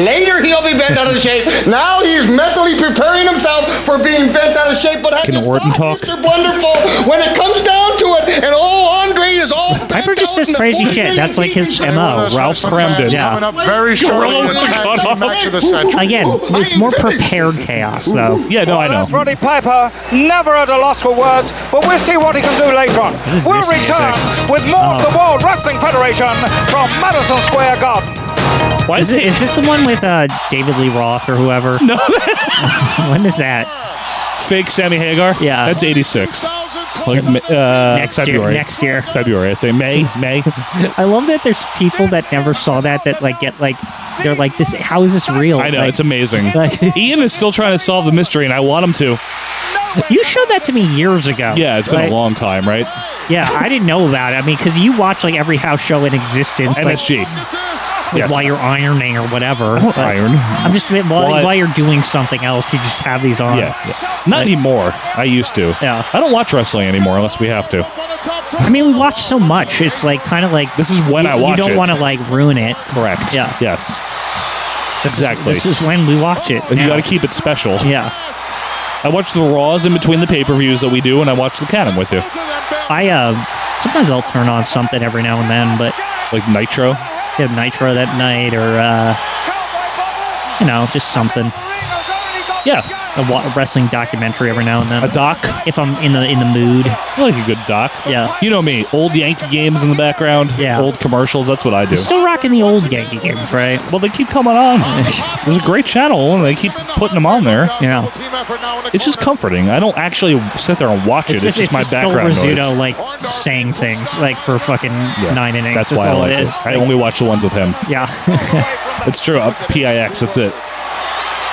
[SPEAKER 20] (laughs) later he'll be bent out of shape. Now he's mentally preparing himself for being bent out of shape. But
[SPEAKER 2] Can Orton talk?
[SPEAKER 20] Mr. Wonderful, when it comes down to it, and oh, Andre is all.
[SPEAKER 1] Piper just says crazy shit. That's like his mo.
[SPEAKER 2] Ralph Kramden.
[SPEAKER 1] Yeah.
[SPEAKER 19] Very shortly
[SPEAKER 2] Gorilla
[SPEAKER 19] with
[SPEAKER 2] with
[SPEAKER 19] the
[SPEAKER 2] the
[SPEAKER 19] tag team match of the century.
[SPEAKER 1] Again, it's more prepared chaos though.
[SPEAKER 2] Yeah, no, I know.
[SPEAKER 1] What
[SPEAKER 18] Roddy Piper, never at a loss for words, but we'll see what he can do later on.
[SPEAKER 1] is
[SPEAKER 18] We'll
[SPEAKER 1] this music?
[SPEAKER 18] return with more of
[SPEAKER 1] Oh.
[SPEAKER 18] the World Wrestling Federation from Madison Square Garden.
[SPEAKER 1] Why is, it, is this the one with uh, David Lee Roth or whoever?
[SPEAKER 2] (laughs) No.
[SPEAKER 1] (laughs) when is that?
[SPEAKER 2] Fake Sammy Hagar. Yeah, that's '86. Like, uh,
[SPEAKER 1] Next year,
[SPEAKER 2] February.
[SPEAKER 1] next year.
[SPEAKER 2] February. I think May. May.
[SPEAKER 1] I love that there's people that never saw that that like get like they're like this. How is this real?
[SPEAKER 2] I know
[SPEAKER 1] Oh, (laughs) Like,
[SPEAKER 2] it's amazing. Ian is still trying to solve the mystery, and I want him to.
[SPEAKER 1] You showed that to me years ago.
[SPEAKER 2] Yeah, it's been
[SPEAKER 1] Like,
[SPEAKER 2] a long time, right?
[SPEAKER 1] Yeah, I didn't know about it. I mean, because you watch like every house show in existence. like,
[SPEAKER 2] NSG.
[SPEAKER 1] like,
[SPEAKER 2] Yes.
[SPEAKER 1] While you're ironing or whatever. Like,
[SPEAKER 2] iron.
[SPEAKER 1] I'm just while,
[SPEAKER 2] Why-
[SPEAKER 1] while, you're doing something else, you just have these on.
[SPEAKER 2] Yeah, yeah. Not anymore. I used to. Yeah. I don't watch wrestling anymore unless we have to.
[SPEAKER 1] I mean, we watch so much. It's like kind of like
[SPEAKER 2] This is when
[SPEAKER 1] you,
[SPEAKER 2] I watch
[SPEAKER 1] You don't
[SPEAKER 2] it.
[SPEAKER 1] want to like ruin it.
[SPEAKER 2] Correct.
[SPEAKER 1] Yeah.
[SPEAKER 2] Yes. Exactly.
[SPEAKER 1] This is when we watch it.
[SPEAKER 2] You
[SPEAKER 1] now.
[SPEAKER 2] got to keep it special.
[SPEAKER 1] Yeah.
[SPEAKER 2] I watch the Raws in between the pay per views that we do, and I watch the Canon with you.
[SPEAKER 1] I uh, sometimes I'll turn on something every now and then, but
[SPEAKER 2] like Nitro.
[SPEAKER 1] Yeah, Nitro that night, or uh, you know, just something.
[SPEAKER 2] Yeah,
[SPEAKER 1] a, wa- a wrestling documentary every now and then.
[SPEAKER 2] A doc,
[SPEAKER 1] if I'm in the in the mood.
[SPEAKER 2] like a good doc.
[SPEAKER 1] Yeah,
[SPEAKER 2] you know me, old Yankee games in the background.
[SPEAKER 1] Yeah.
[SPEAKER 2] old commercials. That's what I do.
[SPEAKER 1] You're still rocking the old Yankee games, right?
[SPEAKER 2] Well, they keep coming on. (laughs) it was a great channel, and they keep putting them on there.
[SPEAKER 1] Yeah.
[SPEAKER 2] It's just comforting. I don't actually sit there and watch it. It's, just, my background
[SPEAKER 1] Phil Rizzuto,
[SPEAKER 2] noise.
[SPEAKER 1] like saying things like for fucking
[SPEAKER 2] Yeah.
[SPEAKER 1] nine innings.
[SPEAKER 2] That's,
[SPEAKER 1] That's
[SPEAKER 2] why I
[SPEAKER 1] all
[SPEAKER 2] like
[SPEAKER 1] it
[SPEAKER 2] it.
[SPEAKER 1] is.
[SPEAKER 2] I only watch the ones with him.
[SPEAKER 1] yeah. (laughs)
[SPEAKER 2] It's true. Uh, PIX. That's it.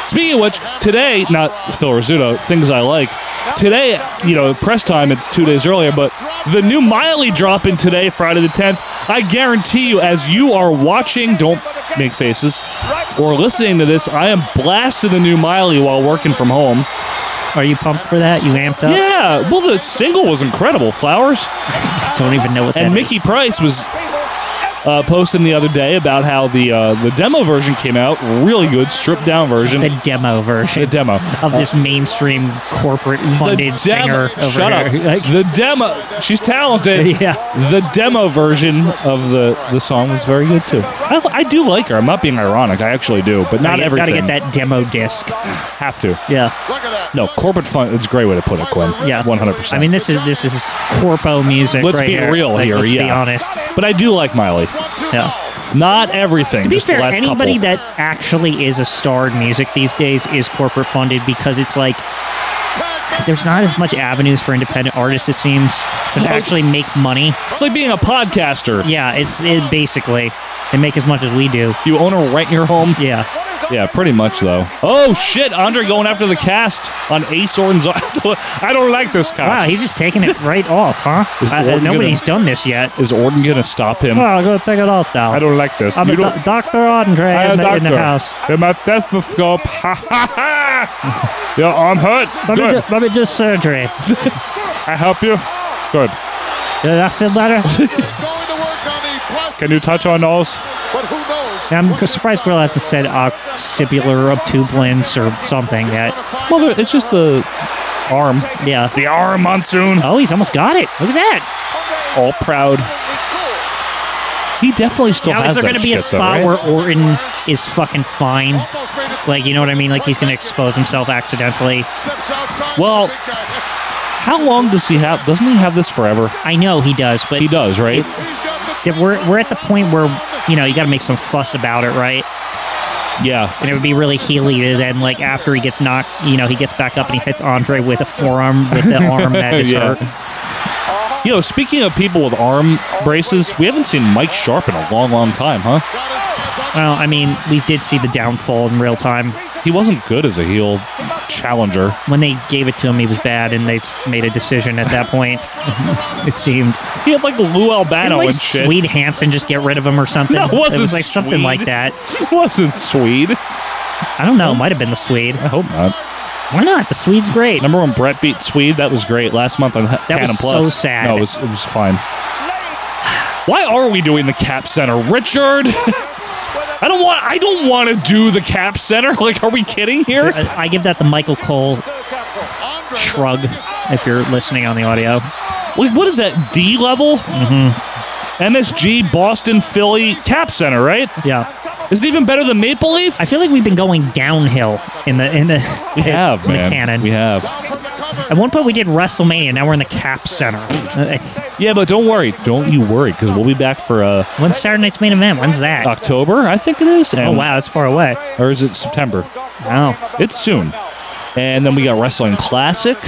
[SPEAKER 2] Speaking of which, today, not Phil Rizzuto, things I like. Today, you know, press time, it's two days earlier, but the new Miley drop in today, Friday the 10th. I guarantee you, as you are watching, don't make faces, or listening to this, I am blasting the new Miley while working from home.
[SPEAKER 1] Are you pumped for that? You amped up?
[SPEAKER 2] Yeah. Well, the single was incredible. Flowers.
[SPEAKER 1] Don't even know what that
[SPEAKER 2] And Mickey Price was uh, posting the other day about how the uh, the demo version came out, really good, stripped down version. The
[SPEAKER 1] demo version.
[SPEAKER 2] The demo
[SPEAKER 1] Of this mainstream corporate funded singer. Over
[SPEAKER 2] Shut up.
[SPEAKER 1] here. (laughs) Like,
[SPEAKER 2] the demo. She's talented.
[SPEAKER 1] (laughs) Yeah.
[SPEAKER 2] The demo version of the the song was very good too. I, I do like her. I'm not being ironic. I actually do, but not
[SPEAKER 1] gotta get-
[SPEAKER 2] everything.
[SPEAKER 1] Gotta get that demo disc.
[SPEAKER 2] Have to.
[SPEAKER 1] Yeah.
[SPEAKER 2] No, corporate fun. It's a great way to put it, Quinn.
[SPEAKER 1] Yeah.
[SPEAKER 2] 100%.
[SPEAKER 1] I mean, this is this is corpo music.
[SPEAKER 2] Let's
[SPEAKER 1] right
[SPEAKER 2] be real
[SPEAKER 1] Like,
[SPEAKER 2] here.
[SPEAKER 1] Let's
[SPEAKER 2] yeah.
[SPEAKER 1] be honest.
[SPEAKER 2] But I do like Miley.
[SPEAKER 1] Yeah.
[SPEAKER 2] Not everything.
[SPEAKER 1] To be
[SPEAKER 2] just
[SPEAKER 1] fair,
[SPEAKER 2] the last
[SPEAKER 1] anybody
[SPEAKER 2] couple.
[SPEAKER 1] that actually is a star in music these days is corporate funded because it's like there's not as much avenues for independent artists. It seems to actually make money.
[SPEAKER 2] It's like being a podcaster.
[SPEAKER 1] Yeah, it's it basically they make as much as we do.
[SPEAKER 2] You own or rent your home.
[SPEAKER 1] Yeah.
[SPEAKER 2] Yeah, pretty much though. Oh shit, Andre going after the cast on Ace Orton's. (laughs) I don't like this cast.
[SPEAKER 1] Wow, he's just taking it right off, huh?
[SPEAKER 2] Is
[SPEAKER 1] Uh,
[SPEAKER 2] Orton
[SPEAKER 1] nobody's
[SPEAKER 2] gonna-
[SPEAKER 1] done this yet.
[SPEAKER 2] Is Orton gonna stop him?
[SPEAKER 1] Well, I'll go take it off now.
[SPEAKER 2] I don't like this.
[SPEAKER 1] I'm
[SPEAKER 2] You
[SPEAKER 1] a
[SPEAKER 2] don't-
[SPEAKER 1] do- Dr. Andre
[SPEAKER 2] I
[SPEAKER 1] in
[SPEAKER 2] am
[SPEAKER 1] the, in the
[SPEAKER 2] doctor.
[SPEAKER 1] house.
[SPEAKER 2] In my stethoscope. (laughs) Ha ha ha! Your arm hurt.
[SPEAKER 1] Let me,
[SPEAKER 2] Good.
[SPEAKER 1] do, let me do
[SPEAKER 2] (laughs)
[SPEAKER 1] surgery.
[SPEAKER 2] I help you. Good.
[SPEAKER 1] Did that feel better?
[SPEAKER 2] Can you touch our nose?
[SPEAKER 1] I'm (laughs) surprised Grill hasn't said uh, occipital obtuberance or something yet.
[SPEAKER 2] Well, there- it's just the arm.
[SPEAKER 1] Yeah.
[SPEAKER 2] The arm monsoon.
[SPEAKER 1] Oh, he's almost got it. Look at that.
[SPEAKER 2] All proud. He definitely still
[SPEAKER 1] now,
[SPEAKER 2] has
[SPEAKER 1] is there
[SPEAKER 2] that
[SPEAKER 1] going to be a
[SPEAKER 2] shit, though,
[SPEAKER 1] spot
[SPEAKER 2] right?
[SPEAKER 1] where Orton is fucking fine? Like, you know what I mean? Like, he's going to expose himself accidentally.
[SPEAKER 2] Well, how long does he have? Doesn't he have this forever?
[SPEAKER 1] I know he does, but
[SPEAKER 2] he does, right?
[SPEAKER 1] That We're, we're at the point where, you know, you got to make some fuss about it, right?
[SPEAKER 2] yeah.
[SPEAKER 1] And it would be really heely to then, like, after he gets knocked, you know, he gets back up and he hits Andre with a forearm with
[SPEAKER 2] (laughs)
[SPEAKER 1] the arm that is
[SPEAKER 2] Yeah.
[SPEAKER 1] hurt.
[SPEAKER 2] You know, speaking of people with arm braces, we haven't seen Mike Sharp in a long, long time, huh?
[SPEAKER 1] Well, I mean, we did see the downfall in real time.
[SPEAKER 2] He wasn't good as a heel challenger.
[SPEAKER 1] When they gave it to him, he was bad, and they s- made a decision at that point. (laughs) it seemed.
[SPEAKER 2] He had like Lou Albano
[SPEAKER 1] Didn't, like,
[SPEAKER 2] and shit.
[SPEAKER 1] Swede Hansen just get rid of him or something.
[SPEAKER 2] (laughs) No, it wasn't
[SPEAKER 1] was like something
[SPEAKER 2] Swede.
[SPEAKER 1] like that.
[SPEAKER 2] It (laughs) wasn't Swede.
[SPEAKER 1] I don't know. It might have been the Swede.
[SPEAKER 2] I hope not.
[SPEAKER 1] Why not? The Swede's great.
[SPEAKER 2] Remember when Brett beat Swede? That was great last month on that Cannon
[SPEAKER 1] was
[SPEAKER 2] Plus.
[SPEAKER 1] so sad.
[SPEAKER 2] No, it was, it was fine. Why are we doing the Cap Center, Richard? (laughs) I don't want. I don't want to do the Cap Center. (laughs) Like, are we kidding here?
[SPEAKER 1] I I give that the Michael Cole shrug if you're listening on the audio.
[SPEAKER 2] Like, what is that? D level? Mm-hmm. MSG, Boston, Philly, Cap Center, right?
[SPEAKER 1] Yeah.
[SPEAKER 2] Is it even better than Maple Leaf?
[SPEAKER 1] I feel like we've been going downhill in the in the
[SPEAKER 2] We have,
[SPEAKER 1] in
[SPEAKER 2] man.
[SPEAKER 1] the canon.
[SPEAKER 2] We have.
[SPEAKER 1] At one point, we did WrestleMania. Now we're in the Cap Center.
[SPEAKER 2] Yeah, but don't worry. Don't you worry, because we'll be back for uh,
[SPEAKER 1] When's Saturday night's main event? When's that?
[SPEAKER 2] October, I think it is.
[SPEAKER 1] Oh
[SPEAKER 2] and-
[SPEAKER 1] wow, that's far away.
[SPEAKER 2] Or is it September?
[SPEAKER 1] Wow,
[SPEAKER 2] It's soon. And then we got Wrestling Classic.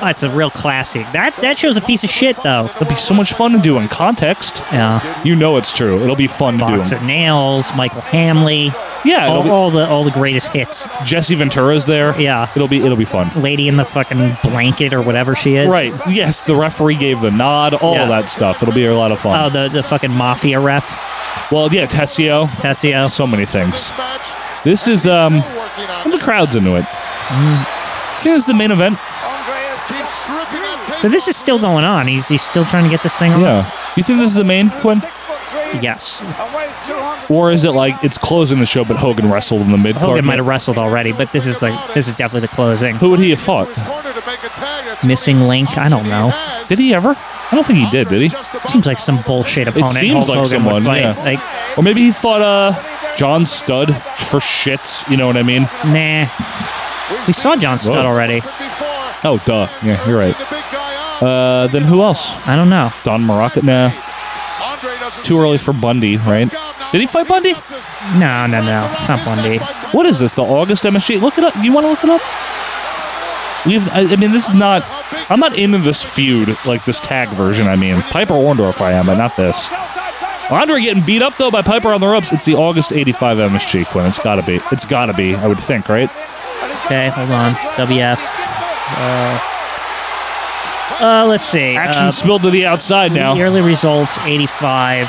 [SPEAKER 1] that's a real classic. That that show's a piece of shit though.
[SPEAKER 2] It'll be so much fun to do in context.
[SPEAKER 1] Yeah,
[SPEAKER 2] You know it's true. It'll be fun to
[SPEAKER 1] Box
[SPEAKER 2] do.
[SPEAKER 1] of Nails, Michael Hamley,
[SPEAKER 2] Yeah, it'll
[SPEAKER 1] all,
[SPEAKER 2] be-
[SPEAKER 1] all the all the greatest hits.
[SPEAKER 2] Jesse Ventura's there.
[SPEAKER 1] Yeah,
[SPEAKER 2] It'll be it'll be fun.
[SPEAKER 1] lady in the fucking blanket or whatever she is.
[SPEAKER 2] Right. Yes, the referee gave the nod, all
[SPEAKER 1] Yeah.
[SPEAKER 2] that stuff. It'll be a lot of fun.
[SPEAKER 1] Oh, the the fucking mafia ref
[SPEAKER 2] well, yeah, Tessio.
[SPEAKER 1] Tessio.
[SPEAKER 2] So many things. This is um the crowd's into it.
[SPEAKER 1] Mm.
[SPEAKER 2] Yeah, it's the main event.
[SPEAKER 1] So this is still going on. He's he's still trying to get this thing on.
[SPEAKER 2] Yeah. You think this is the main, Quinn?
[SPEAKER 1] Yes.
[SPEAKER 2] Or is it like it's closing the show but Hogan wrestled in the mid
[SPEAKER 1] Hogan might have wrestled already, but this is the this is definitely the closing.
[SPEAKER 2] Who would he have fought?
[SPEAKER 1] Missing link? I don't know.
[SPEAKER 2] Did he ever? I don't think he did, did he?
[SPEAKER 1] Seems like some bullshit opponent.
[SPEAKER 2] seems
[SPEAKER 1] Hulk
[SPEAKER 2] like
[SPEAKER 1] Hogan
[SPEAKER 2] someone,
[SPEAKER 1] would fight.
[SPEAKER 2] yeah.
[SPEAKER 1] Like
[SPEAKER 2] Or maybe he fought uh John Stud for shits, you know what I mean?
[SPEAKER 1] nah. We saw John
[SPEAKER 2] Whoa.
[SPEAKER 1] Studd already.
[SPEAKER 2] Oh, duh. Yeah, you're right. Uh, then who else?
[SPEAKER 1] I don't know.
[SPEAKER 2] Don Morocco? Nah. Too early for Bundy, right? Did he fight Bundy?
[SPEAKER 1] No, no, no. It's not Bundy.
[SPEAKER 2] What is this? The August MSG? Look it up. You want to look it up? We've. I, I mean, this is not. I'm not into this feud like this tag version. I mean, Piper Orndorff, I am, but not this. Andre getting beat up though by Piper on the ropes. It's the August '85 MSG, Quinn. It's gotta be. It's gotta be. I would think, right?
[SPEAKER 1] Okay, hold on. WF. Uh, uh, let's see.
[SPEAKER 2] Action
[SPEAKER 1] Uh,
[SPEAKER 2] spilled to the outside now.
[SPEAKER 1] Yearly results 85.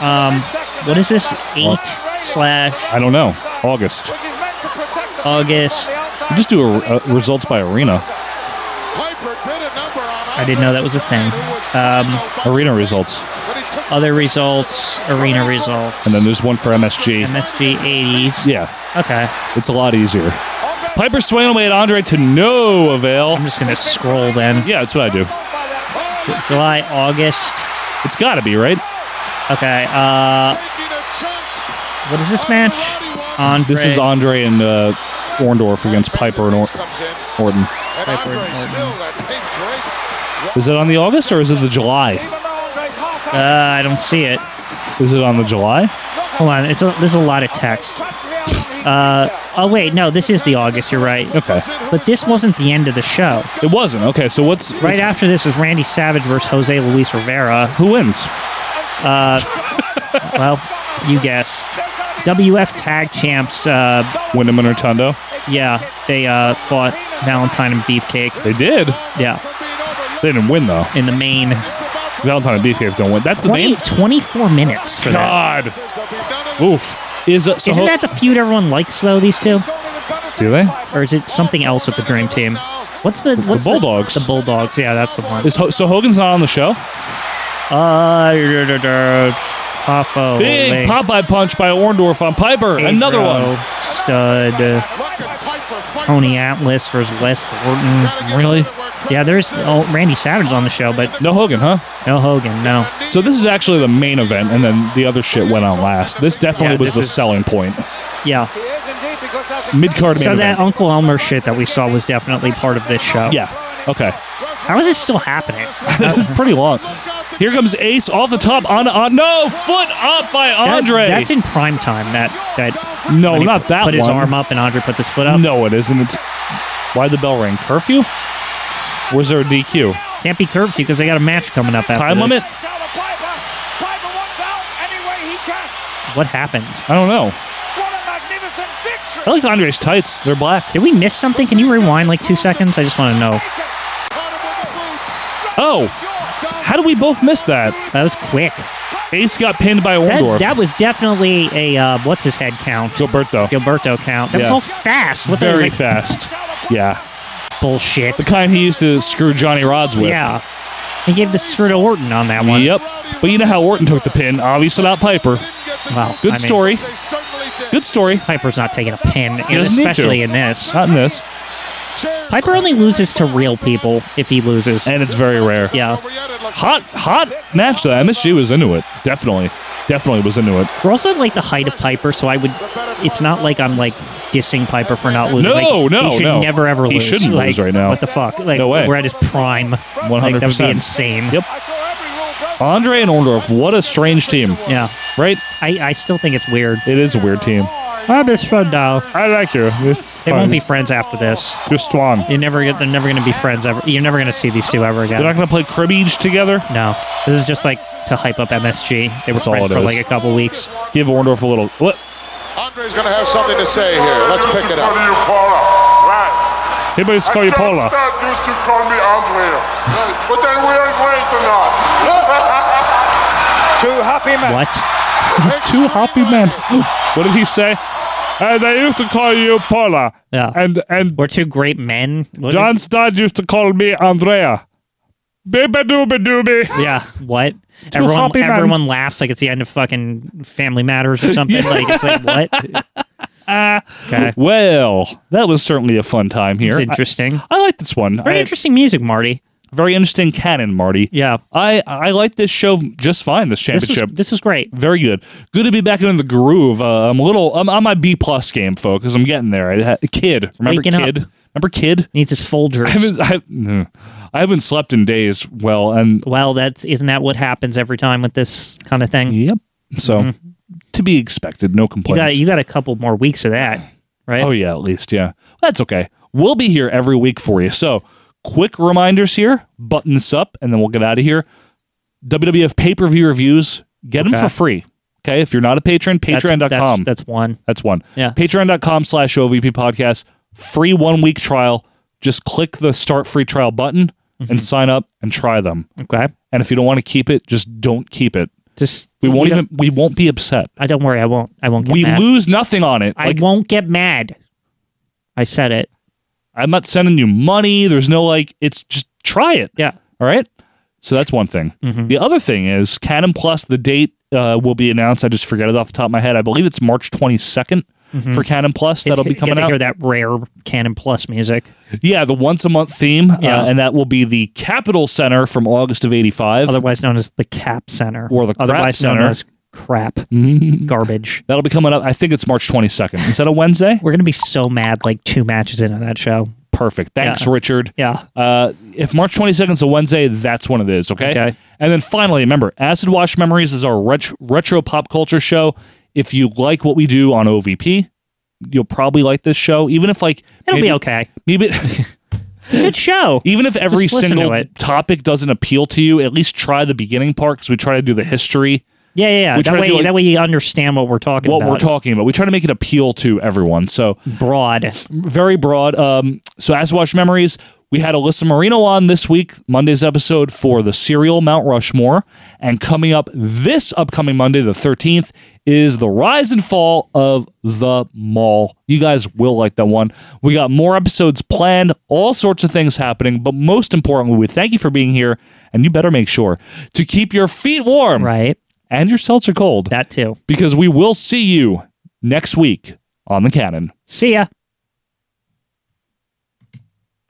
[SPEAKER 1] Um, what is this? 8 slash
[SPEAKER 2] I don't know. August.
[SPEAKER 1] August.
[SPEAKER 2] You just do a, a results by arena.
[SPEAKER 1] I didn't know that was a thing. Um,
[SPEAKER 2] arena results.
[SPEAKER 1] Other results, arena results.
[SPEAKER 2] And then there's one for MSG.
[SPEAKER 1] MSG 80s.
[SPEAKER 2] Yeah.
[SPEAKER 1] Okay.
[SPEAKER 2] It's a lot easier. Piper swung away at Andre to no avail. I'm
[SPEAKER 1] just going to scroll then.
[SPEAKER 2] Yeah, that's what I do.
[SPEAKER 1] Ju- July, August.
[SPEAKER 2] It's got to be, right?
[SPEAKER 1] Okay. Uh, what is this match? Andre.
[SPEAKER 2] This is Andre and uh, Orndorff against Piper and or- Orton.
[SPEAKER 1] Piper and Orton.
[SPEAKER 2] Is it on the August or is it the July?
[SPEAKER 1] Uh, I don't see it.
[SPEAKER 2] Is it on the July?
[SPEAKER 1] Hold on, it's a, there's a lot of text. Uh, oh wait, no, this is the August. You're right.
[SPEAKER 2] Okay,
[SPEAKER 1] but this wasn't the end of the show.
[SPEAKER 2] It wasn't. Okay, so what's
[SPEAKER 1] right
[SPEAKER 2] what's-
[SPEAKER 1] after this is Randy Savage versus Jose Luis Rivera.
[SPEAKER 2] Who wins?
[SPEAKER 1] Uh, well, you guess. WF Tag Champs. Uh,
[SPEAKER 2] Wyndham and Rotundo.
[SPEAKER 1] Yeah, they uh, fought Valentine and Beefcake.
[SPEAKER 2] They did.
[SPEAKER 1] Yeah,
[SPEAKER 2] They didn't win though.
[SPEAKER 1] In the main.
[SPEAKER 2] Valentine and Beefcake don't win. That's the
[SPEAKER 1] 20,
[SPEAKER 2] main.
[SPEAKER 1] 24 minutes. For
[SPEAKER 2] God. Oof. Is uh,
[SPEAKER 1] That.
[SPEAKER 2] so
[SPEAKER 1] Isn't
[SPEAKER 2] ho-
[SPEAKER 1] that the feud everyone likes though? These two.
[SPEAKER 2] Do they?
[SPEAKER 1] or is it something else with the Dream Team? What's the what's
[SPEAKER 2] Bulldogs.
[SPEAKER 1] The, the Bulldogs. Yeah, that's the one.
[SPEAKER 2] Is Ho- so Hogan's not on the show?
[SPEAKER 1] Uh, da- da- da- Popo.
[SPEAKER 2] Big
[SPEAKER 1] Link,
[SPEAKER 2] Popeye punch by Orndorff on Piper.
[SPEAKER 1] Pedro,
[SPEAKER 2] Another one.
[SPEAKER 1] Stud. Tony Atlas versus Wes Thornton.
[SPEAKER 2] Really?
[SPEAKER 1] Yeah, there's oh, Randy Savage on the show, but
[SPEAKER 2] no Hogan, huh?
[SPEAKER 1] No Hogan, no.
[SPEAKER 2] So this is actually the main event, and then the other shit went on last. This definitely
[SPEAKER 1] Yeah,
[SPEAKER 2] was
[SPEAKER 1] this
[SPEAKER 2] the
[SPEAKER 1] is-
[SPEAKER 2] selling point.
[SPEAKER 1] Yeah.
[SPEAKER 2] Mid card main
[SPEAKER 1] So that
[SPEAKER 2] event.
[SPEAKER 1] Uncle Elmer shit that we saw was definitely part of this show.
[SPEAKER 2] Yeah. Okay.
[SPEAKER 1] How is it still happening?
[SPEAKER 2] that was (laughs) pretty long. Here comes Ace off the top on on no foot up by
[SPEAKER 1] That-
[SPEAKER 2] Andre.
[SPEAKER 1] Oh, that's in prime time. That that
[SPEAKER 2] no,
[SPEAKER 1] when he
[SPEAKER 2] not that
[SPEAKER 1] Put
[SPEAKER 2] one.
[SPEAKER 1] his arm up and Andre puts his foot up.
[SPEAKER 2] No, it isn't. It's why the bell ring curfew. Was there a DQ?
[SPEAKER 1] Can't be curfew because they got a match coming up after
[SPEAKER 2] E Time limit?
[SPEAKER 1] this. What happened?
[SPEAKER 2] I don't know. I like Andre's tights. They're black.
[SPEAKER 1] Did we miss something? Can you rewind like two seconds? I just want to know.
[SPEAKER 2] Oh, how do we both miss that?
[SPEAKER 1] That was quick.
[SPEAKER 2] Ace got pinned by Orndorff.
[SPEAKER 1] That, that was definitely a uh, what's his head count?
[SPEAKER 2] Gilberto.
[SPEAKER 1] Gilberto count. That was
[SPEAKER 2] Yeah.
[SPEAKER 1] all fast. What the-
[SPEAKER 2] very
[SPEAKER 1] like-
[SPEAKER 2] fast. Yeah.
[SPEAKER 1] Bullshit.
[SPEAKER 2] The kind he used to screw Johnny Rods with.
[SPEAKER 1] Yeah. He gave the screw to Orton on that one.
[SPEAKER 2] Yep. But you know how Orton took the pin. Obviously not Piper.
[SPEAKER 1] Wow.
[SPEAKER 2] Good
[SPEAKER 1] I mean,
[SPEAKER 2] story. Good story.
[SPEAKER 1] Piper's not taking a pin,
[SPEAKER 2] He
[SPEAKER 1] and
[SPEAKER 2] doesn't need
[SPEAKER 1] especially
[SPEAKER 2] to.
[SPEAKER 1] in this.
[SPEAKER 2] Not in this.
[SPEAKER 1] Piper only loses to real people if he loses.
[SPEAKER 2] And it's very rare.
[SPEAKER 1] Yeah.
[SPEAKER 2] Hot, hot match though. MSG was into it. Definitely. Definitely was into it.
[SPEAKER 1] We're also at like the height of Piper, so I would. It's not like I'm like dissing Piper for not losing.
[SPEAKER 2] No,
[SPEAKER 1] Like,
[SPEAKER 2] no,
[SPEAKER 1] he should
[SPEAKER 2] no.
[SPEAKER 1] Never ever
[SPEAKER 2] He
[SPEAKER 1] lose.
[SPEAKER 2] shouldn't
[SPEAKER 1] Like,
[SPEAKER 2] lose right now.
[SPEAKER 1] What the fuck? Like
[SPEAKER 2] No way.
[SPEAKER 1] we're at his prime. Like, that would be
[SPEAKER 2] 100%.
[SPEAKER 1] insane.
[SPEAKER 2] Yep. Andre and Orndorff, what a strange team.
[SPEAKER 1] Yeah.
[SPEAKER 2] Right?
[SPEAKER 1] I, I still think it's weird.
[SPEAKER 2] It is a weird team.
[SPEAKER 1] My best friend now.
[SPEAKER 2] I like you. They
[SPEAKER 1] uh, They won't be friends after this.
[SPEAKER 2] You're strong.
[SPEAKER 1] You never get. They're never going to be friends ever. You're never going to see these two ever again.
[SPEAKER 2] They're not going to play cribbage together.
[SPEAKER 1] no, this is just like to hype up MSG. They were
[SPEAKER 2] That's all
[SPEAKER 1] friends
[SPEAKER 2] it
[SPEAKER 1] for
[SPEAKER 2] is.
[SPEAKER 1] like a couple weeks.
[SPEAKER 2] Give Orndorff a little. What?
[SPEAKER 21] Andre's going to have something to say here. Let's pick it up.
[SPEAKER 2] Everybody's call you Paula.
[SPEAKER 21] Dad used to call me Andrea. but then we are great tonight. (laughs)
[SPEAKER 18] Two happy men.
[SPEAKER 1] What?
[SPEAKER 2] Two happy men. (gasps) what did he say? Uh, they used to call you Paula.
[SPEAKER 1] Yeah.
[SPEAKER 2] And and
[SPEAKER 1] we're two great men. What-
[SPEAKER 2] John Studd used to call me Andrea. Biba dooba doobie.
[SPEAKER 1] Yeah. What?
[SPEAKER 2] Two
[SPEAKER 1] everyone
[SPEAKER 2] happy men.
[SPEAKER 1] everyone laughs like it's the end of fucking Family Matters
[SPEAKER 2] (laughs)
[SPEAKER 1] or something. Like it's like what? okay.
[SPEAKER 2] Well, that was certainly a fun time here.
[SPEAKER 1] It's interesting.
[SPEAKER 2] I, I like this one.
[SPEAKER 1] Very
[SPEAKER 2] I-
[SPEAKER 1] interesting music, Marty.
[SPEAKER 2] Very interesting canon, Marty. Yeah. I, I like this show just fine, this
[SPEAKER 1] This was-
[SPEAKER 2] championship.
[SPEAKER 1] This is great.
[SPEAKER 2] Very good. Good to be back in the groove. Uh, I'm a little. I'm on my B plus game, folks. I'm getting there. I had, kid, remember
[SPEAKER 1] Waking up.
[SPEAKER 2] kid? Remember kid?
[SPEAKER 1] Needs his Folgers.
[SPEAKER 2] I haven't, I, mm, I haven't slept in days. Well, and
[SPEAKER 1] well, that's isn't that what happens every time with this kind of thing?
[SPEAKER 2] Yep. So to be expected. No
[SPEAKER 1] Mm-hmm. you
[SPEAKER 2] complaints.
[SPEAKER 1] got you got a couple more weeks of that. right?
[SPEAKER 2] Oh yeah, at least yeah. That's okay. We'll be here every week for you. So quick reminders here. Button this up, and then we'll get out of here. WWF pay per view reviews. Get them
[SPEAKER 1] Okay.
[SPEAKER 2] for free. Okay, if you're not a patron,
[SPEAKER 1] That's-
[SPEAKER 2] patreon.com.
[SPEAKER 1] that's- that's one.
[SPEAKER 2] That's one.
[SPEAKER 1] Yeah.
[SPEAKER 2] Patreon.com slash OVP podcast. Free one week trial. Just click the start free trial button
[SPEAKER 1] Mm-hmm.
[SPEAKER 2] and sign up and try them.
[SPEAKER 1] Okay.
[SPEAKER 2] And if you don't want to keep it, just don't keep it.
[SPEAKER 1] Just
[SPEAKER 2] we won't
[SPEAKER 1] you
[SPEAKER 2] even we won't be upset.
[SPEAKER 1] I don't worry. I won't. I won't. Get
[SPEAKER 2] we
[SPEAKER 1] mad.
[SPEAKER 2] lose nothing on it.
[SPEAKER 1] I won't get mad. I said it.
[SPEAKER 2] I'm not sending you money. There's no like. It's just try it.
[SPEAKER 1] Yeah. Mm-hmm.
[SPEAKER 2] All right. So that's one thing. The other thing is Canon Plus. The date uh, will be announced. I just forget it off the top of my head. I believe it's March 22nd
[SPEAKER 1] Mhm.
[SPEAKER 2] for Canon Plus.
[SPEAKER 1] It's-
[SPEAKER 2] That'll be
[SPEAKER 1] you get
[SPEAKER 2] coming
[SPEAKER 1] to
[SPEAKER 2] out.
[SPEAKER 1] Hear that rare Canon Plus music.
[SPEAKER 2] Yeah, the once a month theme,
[SPEAKER 1] Yeah.
[SPEAKER 2] uh, and that will be the Capitol Center from August of '85,
[SPEAKER 1] otherwise known as the Cap Center,
[SPEAKER 2] or the Crap
[SPEAKER 1] otherwise known
[SPEAKER 2] Center. Mm-hmm.
[SPEAKER 1] as
[SPEAKER 2] (laughs)
[SPEAKER 1] crap, garbage.
[SPEAKER 2] That'll be coming up. I think it's March 22nd. Is that a Wednesday?
[SPEAKER 1] We're gonna be so mad like two matches into that show.
[SPEAKER 2] Perfect. Thanks,
[SPEAKER 1] Yeah.
[SPEAKER 2] Richard.
[SPEAKER 1] Yeah.
[SPEAKER 2] Uh, if March 22nd is a Wednesday, that's when it is, okay?
[SPEAKER 1] Okay.
[SPEAKER 2] And then finally, remember, Acid Wash Memories is our ret- retro pop culture show. If you like what we do on OVP, you'll probably like this show, even if, like,
[SPEAKER 1] It'll be
[SPEAKER 2] maybe-
[SPEAKER 1] okay. (laughs)
[SPEAKER 2] Maybe.
[SPEAKER 1] It's a good show.
[SPEAKER 2] (laughs) Even if every
[SPEAKER 1] Just listen
[SPEAKER 2] single
[SPEAKER 1] to it.
[SPEAKER 2] topic doesn't appeal to you, at least try the beginning part because we try to do the history.
[SPEAKER 1] Yeah, yeah, yeah.
[SPEAKER 2] We try
[SPEAKER 1] that
[SPEAKER 2] to
[SPEAKER 1] way,
[SPEAKER 2] do, like,
[SPEAKER 1] that way you understand what we're talking
[SPEAKER 2] what
[SPEAKER 1] about.
[SPEAKER 2] we're talking about. We try to make it appeal to everyone. So (laughs)
[SPEAKER 1] broad,
[SPEAKER 2] very broad. Um, so as watch memories, we had Alyssa Marino on this week, Monday's episode for the serial Mount Rushmore, and coming up this upcoming Monday, the thirteenth, is the rise and fall of the mall. You guys will like that one. We got more episodes planned, all sorts of things happening, but most importantly, we thank you for being here, and you better make sure to keep your feet warm,
[SPEAKER 1] right,
[SPEAKER 2] and your seltzer cold.
[SPEAKER 1] That too,
[SPEAKER 2] because we will see you next week on the Cannon.
[SPEAKER 1] See ya.